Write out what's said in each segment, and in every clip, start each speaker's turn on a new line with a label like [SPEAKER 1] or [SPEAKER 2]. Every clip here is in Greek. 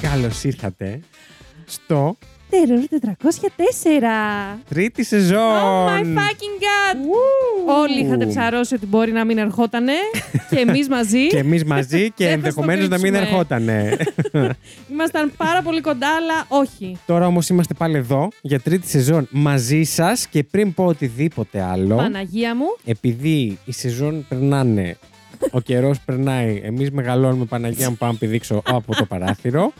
[SPEAKER 1] Καλώς ήρθατε στο
[SPEAKER 2] Τερόρ 404.
[SPEAKER 1] τρίτη
[SPEAKER 2] Oh my
[SPEAKER 1] σεζόν.
[SPEAKER 2] fucking god! Όλοι είχατε ψαρώσει ότι μπορεί να μην ερχότανε και εμείς μαζί.
[SPEAKER 1] Και εμείς μαζί και
[SPEAKER 2] Δεν θα
[SPEAKER 1] ενδεχομένως να μην
[SPEAKER 2] σταματήσουμε.
[SPEAKER 1] ερχότανε.
[SPEAKER 2] Ήμασταν πάρα πολύ κοντά, αλλά όχι.
[SPEAKER 1] Τώρα όμως είμαστε πάλι εδώ για τρίτη σεζόν μαζί σας και πριν πω οτιδήποτε άλλο.
[SPEAKER 2] Παναγία μου.
[SPEAKER 1] Επειδή οι σεζόν περνάνε, ο καιρός περνάει, εμείς μεγαλώνουμε Παναγία μου, πάμε να πηδήξω από το παράθυρο.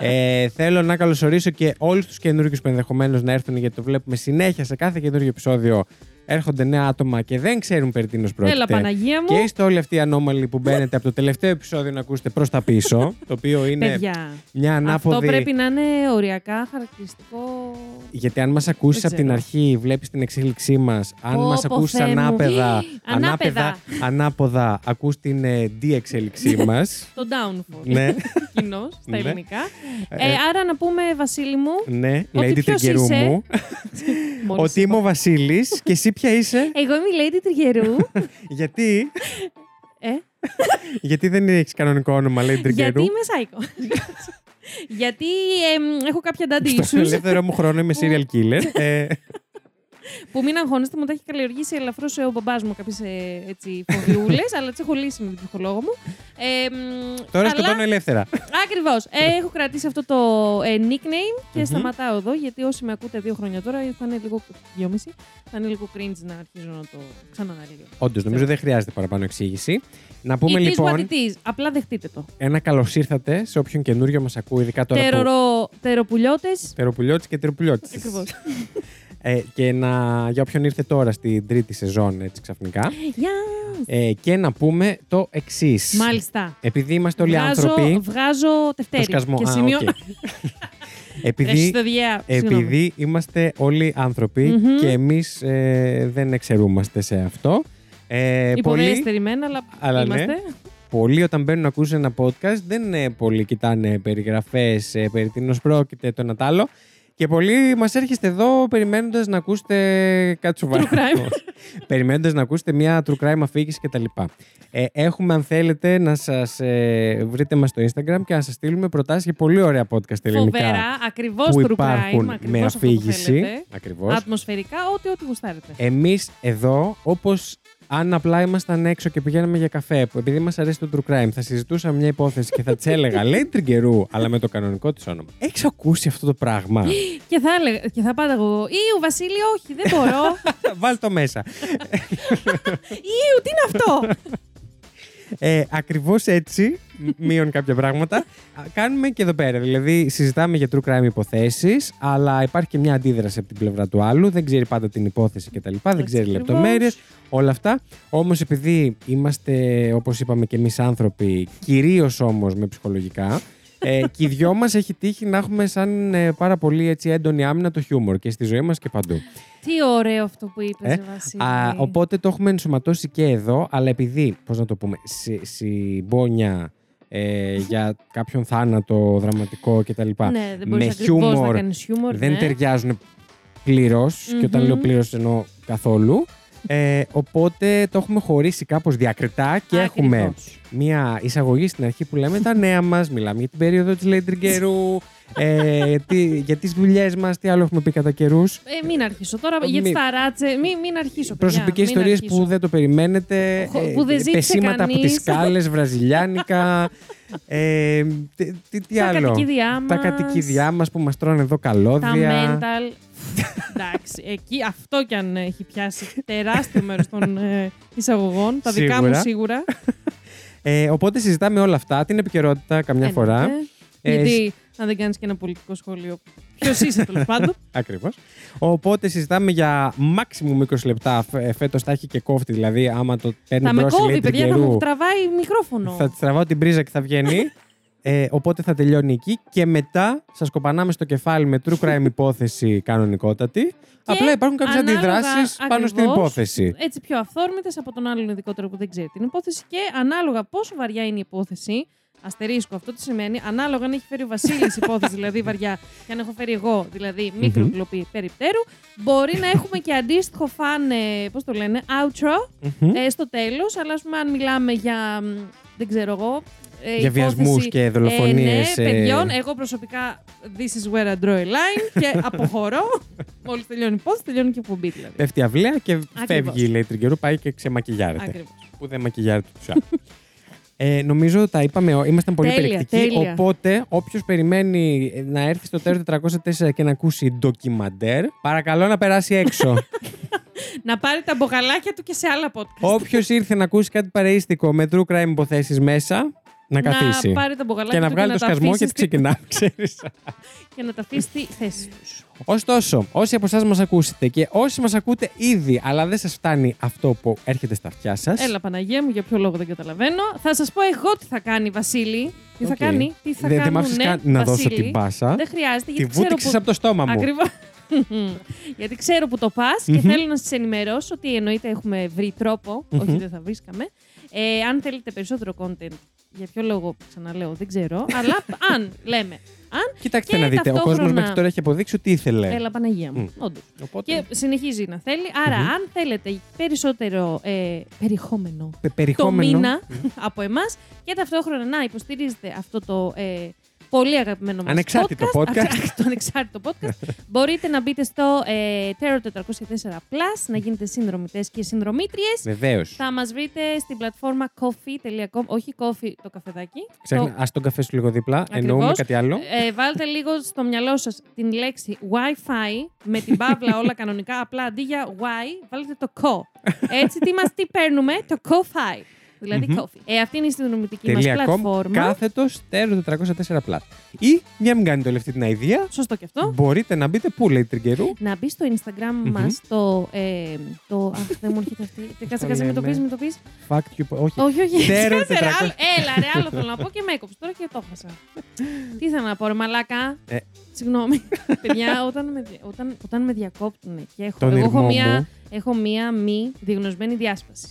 [SPEAKER 1] Ε, θέλω να καλωσορίσω και όλους τους καινούργιου που ενδεχομένως να έρθουν γιατί το βλέπουμε συνέχεια σε κάθε καινούργιο επεισόδιο. Έρχονται νέα άτομα και δεν ξέρουν περί τίνος πρόκειται.
[SPEAKER 2] Έλα, Παναγία μου.
[SPEAKER 1] Και είστε όλοι αυτοί οι ανώμαλοι που μπαίνετε από το τελευταίο επεισόδιο να ακούσετε προς τα πίσω, το οποίο είναι
[SPEAKER 2] Παιδιά.
[SPEAKER 1] μια ανάποδη.
[SPEAKER 2] Αυτό πρέπει να είναι οριακά χαρακτηριστικό.
[SPEAKER 1] Γιατί αν μας ακούσει
[SPEAKER 2] Δεν
[SPEAKER 1] από την
[SPEAKER 2] ξέρω.
[SPEAKER 1] αρχή, βλέπεις την εξέλιξή μας. Αν
[SPEAKER 2] Πω,
[SPEAKER 1] μας
[SPEAKER 2] πω,
[SPEAKER 1] ακούσει
[SPEAKER 2] Θεέ μου.
[SPEAKER 1] ανάπεδα,
[SPEAKER 2] Ανάπεδα.
[SPEAKER 1] ανάποδα, ακούς την ε, D εξέλιξή μας.
[SPEAKER 2] Το downfall.
[SPEAKER 1] ναι,
[SPEAKER 2] Κοινός, στα
[SPEAKER 1] Ναι.
[SPEAKER 2] ελληνικά.
[SPEAKER 1] Ε,
[SPEAKER 2] ε, άρα να πούμε, Βασίλη μου.
[SPEAKER 1] ναι,
[SPEAKER 2] Ότι
[SPEAKER 1] λέει την
[SPEAKER 2] ποιος
[SPEAKER 1] καιρού
[SPEAKER 2] είσαι?
[SPEAKER 1] μου.
[SPEAKER 2] μόλις
[SPEAKER 1] Ότι
[SPEAKER 2] είπα.
[SPEAKER 1] είμαι ο Βασίλης και εσύ ποια είσαι.
[SPEAKER 2] Εγώ είμαι η Lady Τριγερού.
[SPEAKER 1] γιατί,
[SPEAKER 2] ε,
[SPEAKER 1] γιατί δεν έχεις κανονικό όνομα, λέει την
[SPEAKER 2] γιατί
[SPEAKER 1] καιρού.
[SPEAKER 2] είμαι σάικο. γιατί εμ, έχω κάποια daddy
[SPEAKER 1] Στον
[SPEAKER 2] issues
[SPEAKER 1] ελεύθερό μου χρόνο είμαι
[SPEAKER 2] Που-
[SPEAKER 1] serial killer. ε,
[SPEAKER 2] που μην αγχώνεστε, μου τα έχει καλλιεργήσει ελαφρώς ο μπαμπάς μου κάποιες ε, έτσι, φοβιούλες, αλλά τις έχω λύσει με τον ψυχολόγο μου. Ε, μ,
[SPEAKER 1] τώρα
[SPEAKER 2] αλλά-
[SPEAKER 1] σκοτώνω ελεύθερα.
[SPEAKER 2] Ακριβώς. Ε, έχω κρατήσει αυτό το ε, nickname και σταματάω εδώ, γιατί όσοι με ακούτε δύο χρόνια τώρα θα είναι λίγο, δυόμιση, θα είναι λίγο cringe να αρχίζω να το ξαναναλύω.
[SPEAKER 1] Όντως, νομίζω δεν χρειάζεται παραπάνω εξήγηση. Να πούμε
[SPEAKER 2] It is what
[SPEAKER 1] λοιπόν
[SPEAKER 2] it is. Απλά δεχτείτε το.
[SPEAKER 1] ένα καλώς ήρθατε σε όποιον καινούριο μας ακούει, ειδικά τώρα. που-
[SPEAKER 2] Τερορο, τεροπουλιώτες.
[SPEAKER 1] Τεροπουλιώτης και Τεροπουλιώτης.
[SPEAKER 2] Ακριβώς.
[SPEAKER 1] Ε, και να, για όποιον ήρθε τώρα στην τρίτη σεζόν έτσι ξαφνικά.
[SPEAKER 2] Γεια.
[SPEAKER 1] Ε, και να πούμε το εξής.
[SPEAKER 2] Μάλιστα.
[SPEAKER 1] Επειδή είμαστε όλοι
[SPEAKER 2] βγάζω,
[SPEAKER 1] άνθρωποι.
[SPEAKER 2] Βγάζω
[SPEAKER 1] Το
[SPEAKER 2] τευτέρι.
[SPEAKER 1] σκασμό.
[SPEAKER 2] Και
[SPEAKER 1] Α,
[SPEAKER 2] σημείο...
[SPEAKER 1] οκ. επειδή,
[SPEAKER 2] Ρεσιστοδιά, συγγνώμη.
[SPEAKER 1] επειδή είμαστε όλοι άνθρωποι
[SPEAKER 2] Μμμ.
[SPEAKER 1] και εμείς ε, δεν εξαιρούμαστε σε αυτό. Ε, πολλοί,
[SPEAKER 2] Υποδέστερη μένα, αλλά,
[SPEAKER 1] αλλά ναι.
[SPEAKER 2] είμαστε.
[SPEAKER 1] πολλοί όταν μπαίνουν να ακούσουν ένα podcast δεν ε, πολλοί κοιτάνε περιγραφές, ε, περί τίνος πρόκειται, το ένα τ' άλλο. Και πολλοί μας έρχεστε εδώ περιμένοντας να ακούσετε κάτι σοβαρό.
[SPEAKER 2] True crime.
[SPEAKER 1] Περιμένοντας να ακούσετε μια true crime αφήγηση κτλ. Ε, έχουμε, αν θέλετε, να σας ε, βρείτε μας στο Instagram και να σας στείλουμε προτάσεις για πολύ ωραία podcast ελληνικά.
[SPEAKER 2] Φοβερά, ακριβώς
[SPEAKER 1] που
[SPEAKER 2] true
[SPEAKER 1] υπάρχουν
[SPEAKER 2] crime. ακριβώς
[SPEAKER 1] με
[SPEAKER 2] αυτό που
[SPEAKER 1] αφήγηση. Ε.
[SPEAKER 2] θέλετε.
[SPEAKER 1] Ακριβώς.
[SPEAKER 2] Ατμοσφαιρικά, ό,τι ό,τι γουστάρετε.
[SPEAKER 1] Εμείς εδώ, όπως αν απλά ήμασταν έξω και πηγαίναμε για καφέ, που επειδή μας αρέσει το true crime, θα συζητούσαμε μια υπόθεση και θα της έλεγα λέει τριγκερού, αλλά με το κανονικό της όνομα. Έχεις ακούσει αυτό το πράγμα.
[SPEAKER 2] Και θα, έλεγα, και θα πάντα εγώ. Ήου, Βασίλη, όχι, δεν μπορώ.
[SPEAKER 1] Βάλ το μέσα.
[SPEAKER 2] Ήου, τι είναι αυτό.
[SPEAKER 1] Ε, Ακριβώς έτσι, μ- μείον κάποια πράγματα, α, κάνουμε και εδώ πέρα. Δηλαδή, συζητάμε για true crime υποθέσεις, αλλά υπάρχει και μια αντίδραση από την πλευρά του άλλου. Δεν ξέρει πάντα την υπόθεση κτλ. Δεν
[SPEAKER 2] Έτσι
[SPEAKER 1] ξέρει
[SPEAKER 2] ακριβώς.
[SPEAKER 1] λεπτομέρειες, όλα αυτά. Όμως, επειδή είμαστε, όπως είπαμε και εμείς, άνθρωποι, κυρίως όμως με ψυχολογικά, ε, και οι δυο μας έχει τύχει να έχουμε σαν ε, πάρα πολύ έτσι, έντονη άμυνα το χιούμορ και στη ζωή μας και παντού.
[SPEAKER 2] τι ωραίο αυτό που είπες,
[SPEAKER 1] Ε,
[SPEAKER 2] Βασίλη.
[SPEAKER 1] Α, οπότε το έχουμε ενσωματώσει και εδώ, αλλά επειδή, πώς να το πούμε, συ- συμπόνια ε, για κάποιον θάνατο δραματικό κτλ.
[SPEAKER 2] ναι, δεν
[SPEAKER 1] με
[SPEAKER 2] μπορείς ακριβώς
[SPEAKER 1] χιούμορ,
[SPEAKER 2] να κάνεις χιούμορ.
[SPEAKER 1] δεν
[SPEAKER 2] ναι.
[SPEAKER 1] ταιριάζουν πλήρως, και όταν
[SPEAKER 2] Μμμ.
[SPEAKER 1] λέω πλήρως εννοώ καθόλου. Ε, οπότε το έχουμε χωρίσει κάπως διακριτά και
[SPEAKER 2] Ακριβώς.
[SPEAKER 1] έχουμε μια εισαγωγή στην αρχή που λέμε τα νέα μας, μιλάμε για την περίοδο της Λέιντριγκερού, ε, τι- για τις δουλειές μας, τι άλλο έχουμε πει κατά καιρούς.
[SPEAKER 2] Ε, μην αρχίσω τώρα,
[SPEAKER 1] Μη-
[SPEAKER 2] για τις ταράτσε. Μην, μην αρχίσω. παιδιά,
[SPEAKER 1] Προσωπικές
[SPEAKER 2] μην
[SPEAKER 1] ιστορίες
[SPEAKER 2] αρχίσω.
[SPEAKER 1] Ε, που δεν το περιμένετε.
[SPEAKER 2] Χω-
[SPEAKER 1] ε,
[SPEAKER 2] που δεν ζήτησε
[SPEAKER 1] Πεσήματα από τις
[SPEAKER 2] κανείς.
[SPEAKER 1] σκάλες, βραζιλιάνικα. ε, τι- τι, τι
[SPEAKER 2] Τα
[SPEAKER 1] άλλο.
[SPEAKER 2] κατοικίδια
[SPEAKER 1] Τα
[SPEAKER 2] μας.
[SPEAKER 1] κατοικίδια μας που μας τρώνε εδώ
[SPEAKER 2] Τα
[SPEAKER 1] καλώδια.
[SPEAKER 2] mental. Εντάξει, εκεί αυτό κι αν έχει πιάσει τεράστιο μέρος των ε, εισαγωγών. Τα δικά μου
[SPEAKER 1] Σίγουρα.
[SPEAKER 2] σίγουρα.
[SPEAKER 1] Ε, οπότε συζητάμε όλα αυτά, την επικαιρότητα καμιά φορά.
[SPEAKER 2] Εννοείται.
[SPEAKER 1] Ε,
[SPEAKER 2] Γιατί αν δεν κάνεις και ένα πολιτικό σχόλιο. Ποιος είσαι τέλος πάντων.
[SPEAKER 1] Ακριβώς. Οπότε συζητάμε για maximum 20 λεπτά. Φέτο τα έχει και κόφτη, δηλαδή άμα το παίρνει
[SPEAKER 2] θα με
[SPEAKER 1] μπρος η
[SPEAKER 2] κόβει,
[SPEAKER 1] Lady
[SPEAKER 2] παιδιά, θα
[SPEAKER 1] Καιρού,
[SPEAKER 2] μου τραβάει μικρόφωνο.
[SPEAKER 1] Θα της τραβάω την πρίζα και θα βγαίνει. Ε, οπότε θα τελειώνει εκεί και μετά σα κοπανάμε στο κεφάλι με true crime υπόθεση κανονικότατη. Απλά υπάρχουν κάποιες
[SPEAKER 2] ανάλογα,
[SPEAKER 1] αντιδράσεις πάνω στην
[SPEAKER 2] ακριβώς,
[SPEAKER 1] υπόθεση.
[SPEAKER 2] Έτσι πιο αυθόρμητες από τον άλλον ειδικότερο που δεν ξέρει την υπόθεση και ανάλογα πόσο βαριά είναι η υπόθεση. Αστερίσκο. Αυτό τι σημαίνει. Ανάλογα αν έχει φέρει ο Βασίλης υπόθεση, δηλαδή βαριά, και αν έχω φέρει εγώ, δηλαδή μικρό
[SPEAKER 1] Μμμ.
[SPEAKER 2] κλοπή περιπτέρου, μπορεί να έχουμε και αντίστοιχο φαν, ε, πώς το λένε, outro
[SPEAKER 1] Μμμ.
[SPEAKER 2] ε, στο τέλος. Αλλά ας πούμε, αν μιλάμε για. μ, δεν ξέρω εγώ. ε,
[SPEAKER 1] Για βιασμού
[SPEAKER 2] υπόθεση-
[SPEAKER 1] και δολοφονίε.
[SPEAKER 2] ε, ναι, παιδιών. Εγώ προσωπικά this is where I draw a line και αποχωρώ. Μόλις τελειώνει η υπόθεση, τελειώνει και η εκπομπή δηλαδή.
[SPEAKER 1] Πέφτει αυλαία και φεύγει η
[SPEAKER 2] Ακριβώς.
[SPEAKER 1] Λέιτρη καιρού, πάει και ξεμακιγιάρεται.
[SPEAKER 2] Ακριβώς.
[SPEAKER 1] Που δεν μακιγιάρεται τους άλλους. ε, νομίζω τα είπαμε, ό, ήμασταν πολύ
[SPEAKER 2] Τέλεια,
[SPEAKER 1] περιεκτικοί.
[SPEAKER 2] τέλεια.
[SPEAKER 1] Οπότε, όποιος περιμένει ε, να έρθει στο τέλο 404 και να ακούσει ντοκιμαντέρ, παρακαλώ να περάσει έξω.
[SPEAKER 2] Να πάρει τα μπογαλάκια του και σε άλλα podcast.
[SPEAKER 1] Όποιος ήρθε να ακούσει κάτι παρείστικο με true crime υποθέσεις μέσα, να καθίσει.
[SPEAKER 2] Να πάρει τα μπογαλάκια
[SPEAKER 1] και να
[SPEAKER 2] του
[SPEAKER 1] βγάλει το
[SPEAKER 2] τα
[SPEAKER 1] σκασμό
[SPEAKER 2] αφήσει
[SPEAKER 1] και
[SPEAKER 2] στη-
[SPEAKER 1] ξεκινά, ξέρεις.
[SPEAKER 2] και να τα αφήσει στη θέση τους.
[SPEAKER 1] Ωστόσο, όσοι από εσάς μας ακούσετε και όσοι μας ακούτε ήδη, αλλά δεν σας φτάνει αυτό που έρχεται στα αυτιά σας.
[SPEAKER 2] Έλα, Παναγία μου, για ποιο λόγο δεν καταλαβαίνω. Θα σας πω εγώ τι θα κάνει, Βασίλη. Τι θα
[SPEAKER 1] Οκ.
[SPEAKER 2] κάνει, τι θα
[SPEAKER 1] Δεν-
[SPEAKER 2] κάνουν,
[SPEAKER 1] Δεν μ' άφησες
[SPEAKER 2] ναι,
[SPEAKER 1] καν να δώσω
[SPEAKER 2] Βασίλη.
[SPEAKER 1] την πάσα.
[SPEAKER 2] Δεν χρειάζεται,
[SPEAKER 1] Τη
[SPEAKER 2] γιατί ξέρω
[SPEAKER 1] βούτυξες
[SPEAKER 2] που...
[SPEAKER 1] από το στόμα μου.
[SPEAKER 2] Ακριβώς. γιατί ξέρω που το πας και
[SPEAKER 1] Μμμ.
[SPEAKER 2] θέλω να σας ενημερώσω ότι εννοείται έχουμε βρει τρόπο, όχι
[SPEAKER 1] Μμμ.
[SPEAKER 2] δεν θα βρίσκαμε. Ε, αν θέλετε περισσότερο content, για ποιο λόγο ξαναλέω, δεν ξέρω. αλλά αν λέμε. Αν.
[SPEAKER 1] Κοιτάξτε
[SPEAKER 2] Και
[SPEAKER 1] να δείτε, ο κόσμος
[SPEAKER 2] ταυτόχρονα-
[SPEAKER 1] μέχρι τώρα έχει αποδείξει ότι ήθελε.
[SPEAKER 2] Έλα, Παναγία μου.
[SPEAKER 1] Μμ.
[SPEAKER 2] Όντως.
[SPEAKER 1] Ναι. Οπότε.
[SPEAKER 2] Και συνεχίζει να θέλει. Άρα,
[SPEAKER 1] Μμμ.
[SPEAKER 2] αν θέλετε περισσότερο ε, περιεχόμενο
[SPEAKER 1] πε-
[SPEAKER 2] το
[SPEAKER 1] Περιεχόμενο.
[SPEAKER 2] μήνα από εμάς και ταυτόχρονα να υποστηρίζετε αυτό το ε, πολύ αγαπημένο μας
[SPEAKER 1] Ανεξάρτητο podcast.
[SPEAKER 2] Ανεξάρτητο, ανεξάρτητο podcast. Μπορείτε να μπείτε στο ε, Terror 404 Plus, να γίνετε συνδρομητές και συνδρομήτριες.
[SPEAKER 1] Βεβαίως.
[SPEAKER 2] Θα μας βρείτε στην πλατφόρμα coffee.com, όχι coffee το καφεδάκι. Το-
[SPEAKER 1] Ας τον καφέ σου λίγο δίπλα. Εννοούμε κάτι άλλο.
[SPEAKER 2] ε, βάλτε λίγο στο μυαλό σας την λέξη Wi-Fi με την παύλα όλα κανονικά. Απλά αντί για Y, βάλετε το co. Έτσι, τι, μας, τι παίρνουμε, το co-fi. Δηλαδή
[SPEAKER 1] Μμμ.
[SPEAKER 2] coffee. Ε, αυτή είναι η συνδρομητική μας
[SPEAKER 1] Τελεία.com
[SPEAKER 2] πλατφόρμα.
[SPEAKER 1] κάθετος τέρο 404 πλάτ. Ή για να μην κάνετε όλη αυτή την αηδία,
[SPEAKER 2] Σωστό και αυτό. Ε,
[SPEAKER 1] μπορείτε να μπείτε πού λέει τριγκερού.
[SPEAKER 2] Να μπει στο Instagram μας το. Ε, το αχ, δεν μου έρχεται αυτή. Τι Κάτσε, κάτσε, με το πεις, με το πεις.
[SPEAKER 1] Fact you. Όχι.
[SPEAKER 2] Όχι, όχι.
[SPEAKER 1] Terror
[SPEAKER 2] Κάτσε, ρε,
[SPEAKER 1] 400.
[SPEAKER 2] άλλο. Έλα, ρε, άλλο θέλω να πω και με έκοψε τώρα και το έχασα. Τι θέλω να πω, ρε, μαλάκα.
[SPEAKER 1] Ε.
[SPEAKER 2] Συγγνώμη. Παιδιά, όταν με, δια- όταν, όταν με διακόπτουν και έχω,
[SPEAKER 1] Τον
[SPEAKER 2] εγώ έχω
[SPEAKER 1] ήρμό
[SPEAKER 2] μία,
[SPEAKER 1] μου.
[SPEAKER 2] έχω μία μη διαγνωσμένη διάσπαση.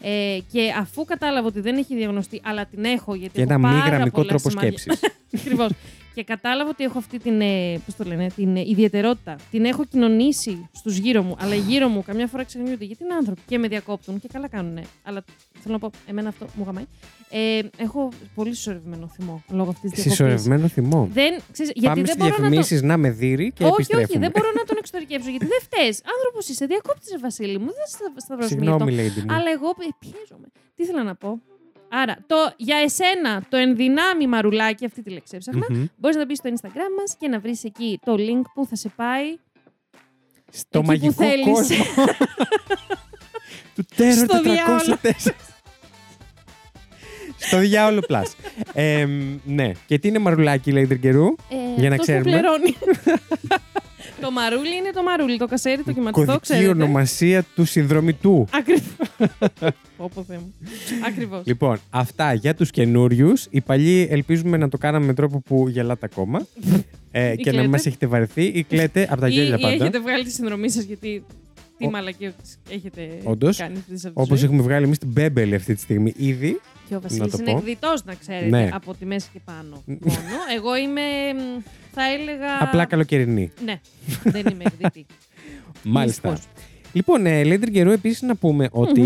[SPEAKER 2] Ε, και αφού κατάλαβα ότι δεν έχει διαγνωστεί, αλλά την έχω γιατί
[SPEAKER 1] Και
[SPEAKER 2] έχω
[SPEAKER 1] ένα μη
[SPEAKER 2] πάρα
[SPEAKER 1] γραμμικό
[SPEAKER 2] πολλά
[SPEAKER 1] τρόπο
[SPEAKER 2] σημάδια.
[SPEAKER 1] σκέψης.
[SPEAKER 2] Ακριβώς. και κατάλαβα ότι έχω αυτή την, ε, πώς το λένε, την ε, ιδιαιτερότητα. Την έχω κοινωνήσει στους γύρω μου. Αλλά οι γύρω μου καμιά φορά ξεχνιούνται γιατί είναι άνθρωποι και με διακόπτουν και καλά κάνουν. Αλλά θέλω να πω, εμένα αυτό μου γαμάει. Ε, έχω πολύ συσσωρευμένο θυμό λόγω αυτής της διακοπής.
[SPEAKER 1] Συσσωρευμένο θυμό.
[SPEAKER 2] Δεν, ξέρεις, γιατί
[SPEAKER 1] Πάμε
[SPEAKER 2] δεν
[SPEAKER 1] στις
[SPEAKER 2] μπορώ να το.
[SPEAKER 1] διαφημίσεις να με δύρει και
[SPEAKER 2] όχι, όχι,
[SPEAKER 1] επιστρέφουμε.
[SPEAKER 2] δεν μπορώ να τον εξωτερικεύσω γιατί δεν φταίεις. Άνθρωπος είσαι, διακόπτη, Βασίλη μου. Δεν στα- σταυροσμύτω.
[SPEAKER 1] Συγγνώμη, Lady μου.
[SPEAKER 2] Αλλά εγώ πι- πιέζομαι. Τι ήθελα να πω. Άρα, το, για εσένα, το ενδυνάμει μαρουλάκι, αυτή τη λέξη έψαχνα,
[SPEAKER 1] Μμμ.
[SPEAKER 2] μπορείς να μπει στο Instagram μας και να βρεις εκεί το link που θα σε πάει
[SPEAKER 1] Στο
[SPEAKER 2] εκεί
[SPEAKER 1] μαγικό
[SPEAKER 2] που θέλεις.
[SPEAKER 1] κόσμο του Terror
[SPEAKER 2] Στο
[SPEAKER 1] 404. Στο διάολο Plus. Ε, ναι. Και τι είναι μαρουλάκι, λέει Τριγκερού.
[SPEAKER 2] Ε,
[SPEAKER 1] Για να
[SPEAKER 2] αυτός που
[SPEAKER 1] ξέρουμε.
[SPEAKER 2] πληρώνει. το μαρούλι είναι το μαρούλι, το κασέρι, το κυματιστό,
[SPEAKER 1] Κωδική
[SPEAKER 2] ξέρετε.
[SPEAKER 1] ονομασία του συνδρομητού.
[SPEAKER 2] Ακριβώς. Όπω Θεέ μου. Ακριβώς.
[SPEAKER 1] Λοιπόν, αυτά για τους καινούριους. Οι παλιοί ελπίζουμε να το κάναμε με τρόπο που γελάτε ακόμα. ε,
[SPEAKER 2] Ή
[SPEAKER 1] και να
[SPEAKER 2] κλαίτε.
[SPEAKER 1] μας έχετε βαρεθεί ή κλαίτε από τα
[SPEAKER 2] Ή,
[SPEAKER 1] γέλια
[SPEAKER 2] ή
[SPEAKER 1] πάντα.
[SPEAKER 2] έχετε βγάλει τη συνδρομή σας γιατί τι
[SPEAKER 1] Ο-
[SPEAKER 2] μαλακία έχετε
[SPEAKER 1] Όντως.
[SPEAKER 2] κάνει αυτή τη ζωή.
[SPEAKER 1] Όπως έχουμε βγάλει εμείς την Μπέμπελη αυτή τη στιγμή ήδη.
[SPEAKER 2] Και ο
[SPEAKER 1] Να
[SPEAKER 2] Βασίλης
[SPEAKER 1] το
[SPEAKER 2] είναι
[SPEAKER 1] πω.
[SPEAKER 2] εκδητός, να ξέρετε,
[SPEAKER 1] Ναι.
[SPEAKER 2] από τη μέση και πάνω. μόνο. Εγώ είμαι, μ, θα έλεγα.
[SPEAKER 1] Απλά καλοκαιρινή.
[SPEAKER 2] Ναι, δεν είμαι εκδητή.
[SPEAKER 1] Μάλιστα.
[SPEAKER 2] Δυστυχώς.
[SPEAKER 1] Λοιπόν, ε, λέει Τριγκερού, επίσης να πούμε ότι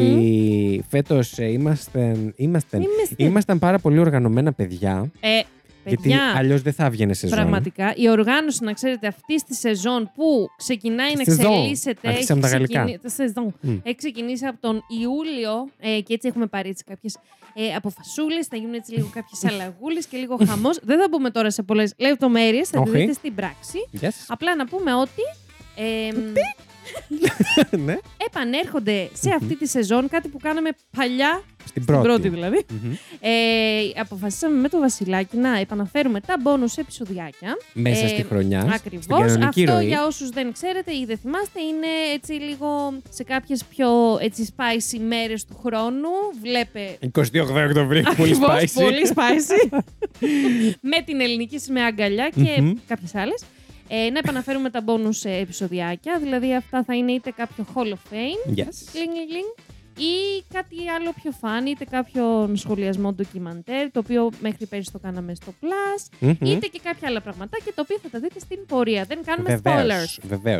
[SPEAKER 1] φέτος ήμασταν, ήμασταν,
[SPEAKER 2] Είμαστε.
[SPEAKER 1] ήμασταν πάρα πολύ οργανωμένα παιδιά.
[SPEAKER 2] Ε,
[SPEAKER 1] Γιατί
[SPEAKER 2] παιδιά,
[SPEAKER 1] αλλιώς δεν θα έβγαινε σε ζώνη.
[SPEAKER 2] πραγματικά η οργάνωση, να ξέρετε, αυτή τη σεζόν που ξεκινάει να
[SPEAKER 1] Σεζόν.
[SPEAKER 2] εξελίσσεται.
[SPEAKER 1] Άρχισα με τα γαλλικά.
[SPEAKER 2] ξεκινήσει- τα σεζόν.
[SPEAKER 1] Μμ.
[SPEAKER 2] Έχει ξεκινήσει από τον Ιούλιο ε, και έτσι έχουμε πάρει έτσι κάποιες ε, αποφασούλε. Θα γίνουν έτσι λίγο κάποιες αλλαγούλες και λίγο χαμός. δεν θα μπούμε τώρα σε πολλές λεπτομέρειες, θα τη
[SPEAKER 1] Όχι.
[SPEAKER 2] δείτε στην πράξη.
[SPEAKER 1] Yes.
[SPEAKER 2] Απλά να πούμε ότι. Ε, μ,
[SPEAKER 1] ναι.
[SPEAKER 2] επανέρχονται σε
[SPEAKER 1] Μμμ.
[SPEAKER 2] αυτή τη σεζόν κάτι που κάναμε παλιά,
[SPEAKER 1] Στην
[SPEAKER 2] την
[SPEAKER 1] πρώτη.
[SPEAKER 2] πρώτη δηλαδή.
[SPEAKER 1] Μμμ.
[SPEAKER 2] Ε, αποφασίσαμε με το Βασιλάκι να επαναφέρουμε τα bonus επεισοδιάκια.
[SPEAKER 1] Μέσα
[SPEAKER 2] Ε,
[SPEAKER 1] στη χρονιά.
[SPEAKER 2] Ακριβώ.
[SPEAKER 1] Στην
[SPEAKER 2] Αυτό
[SPEAKER 1] κανονική ροή.
[SPEAKER 2] για όσους δεν ξέρετε ή δεν θυμάστε είναι έτσι λίγο σε κάποιες πιο έτσι spicy μέρες του χρόνου. Βλέπε.
[SPEAKER 1] 28 Οκτωβρίου, πολύ
[SPEAKER 2] Ακριβώς,
[SPEAKER 1] spicy.
[SPEAKER 2] Πολύ spicy. με την ελληνική σημαία αγκαλιά και
[SPEAKER 1] Μμμ.
[SPEAKER 2] κάποιες άλλες. Ε, να επαναφέρουμε τα bonus ε, επεισοδιάκια, δηλαδή αυτά θα είναι είτε κάποιο Hall of Fame
[SPEAKER 1] Yes.
[SPEAKER 2] Κλινγκ, κλινγκ, κλινγκ. Ή κάτι άλλο πιο φάνη, είτε κάποιον σχολιασμό ντοκιμαντέρ, το οποίο μέχρι πέρυσι το κάναμε στο Plus,
[SPEAKER 1] Μμμ.
[SPEAKER 2] είτε και κάποια άλλα πραγματάκια, τα οποία θα τα δείτε στην πορεία. Δεν κάνουμε spoilers.
[SPEAKER 1] Βεβαίως, Βεβαίως.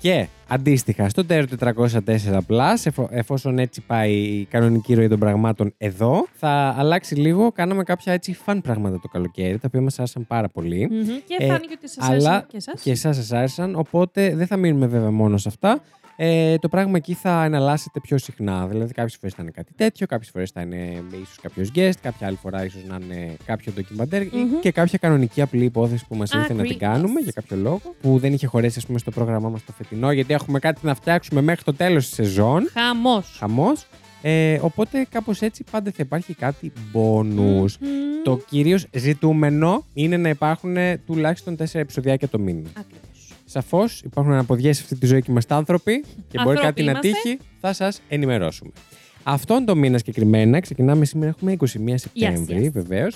[SPEAKER 1] Και αντίστοιχα στο Terror 404 Plus, εφο- εφόσον έτσι πάει η κανονική ροή των πραγμάτων εδώ, θα αλλάξει λίγο. Κάναμε κάποια έτσι fun πράγματα το καλοκαίρι, τα οποία μας άρεσαν πάρα πολύ.
[SPEAKER 2] Μμμ. Και
[SPEAKER 1] Ε,
[SPEAKER 2] φάνηκε ότι σας
[SPEAKER 1] αλλά
[SPEAKER 2] άρεσε και εσάς.
[SPEAKER 1] Και εσάς σας άρεσαν, οπότε δεν θα μείνουμε βέβαια μόνο σε αυτά. Ε, το πράγμα εκεί θα εναλλάσσεται πιο συχνά. Δηλαδή, κάποιες φορές θα είναι κάτι τέτοιο, κάποιες φορές θα είναι ίσως κάποιος guest, κάποια άλλη φορά ίσως να είναι κάποιο ντοκιμαντέρ ή
[SPEAKER 2] Μμμ.
[SPEAKER 1] και κάποια κανονική απλή υπόθεση που μας ήρθε να την
[SPEAKER 2] Ακριβώς.
[SPEAKER 1] κάνουμε για κάποιο λόγο. Που δεν είχε χωρέσει, ας πούμε, στο πρόγραμμά μας το φετινό, γιατί έχουμε κάτι να φτιάξουμε μέχρι το τέλος της σεζόν.
[SPEAKER 2] Χαμός.
[SPEAKER 1] Χαμός. Ε, οπότε, κάπως έτσι πάντα θα υπάρχει κάτι bonus.
[SPEAKER 2] Μμμ.
[SPEAKER 1] Το κυρίως ζητούμενο είναι να υπάρχουν ε, τουλάχιστον 4 επεισοδιάκια το μήνα.
[SPEAKER 2] Ακριβώς.
[SPEAKER 1] Σαφώς υπάρχουν αναποδιές σε αυτή τη ζωή και είμαστε άνθρωποι και μπορεί
[SPEAKER 2] Ανθρώποι
[SPEAKER 1] κάτι να
[SPEAKER 2] είμαστε.
[SPEAKER 1] τύχει, θα σας ενημερώσουμε. Αυτόν τον μήνα συγκεκριμένα, ξεκινάμε σήμερα, έχουμε 21 Σεπτέμβρη,
[SPEAKER 2] yes.
[SPEAKER 1] βεβαίως.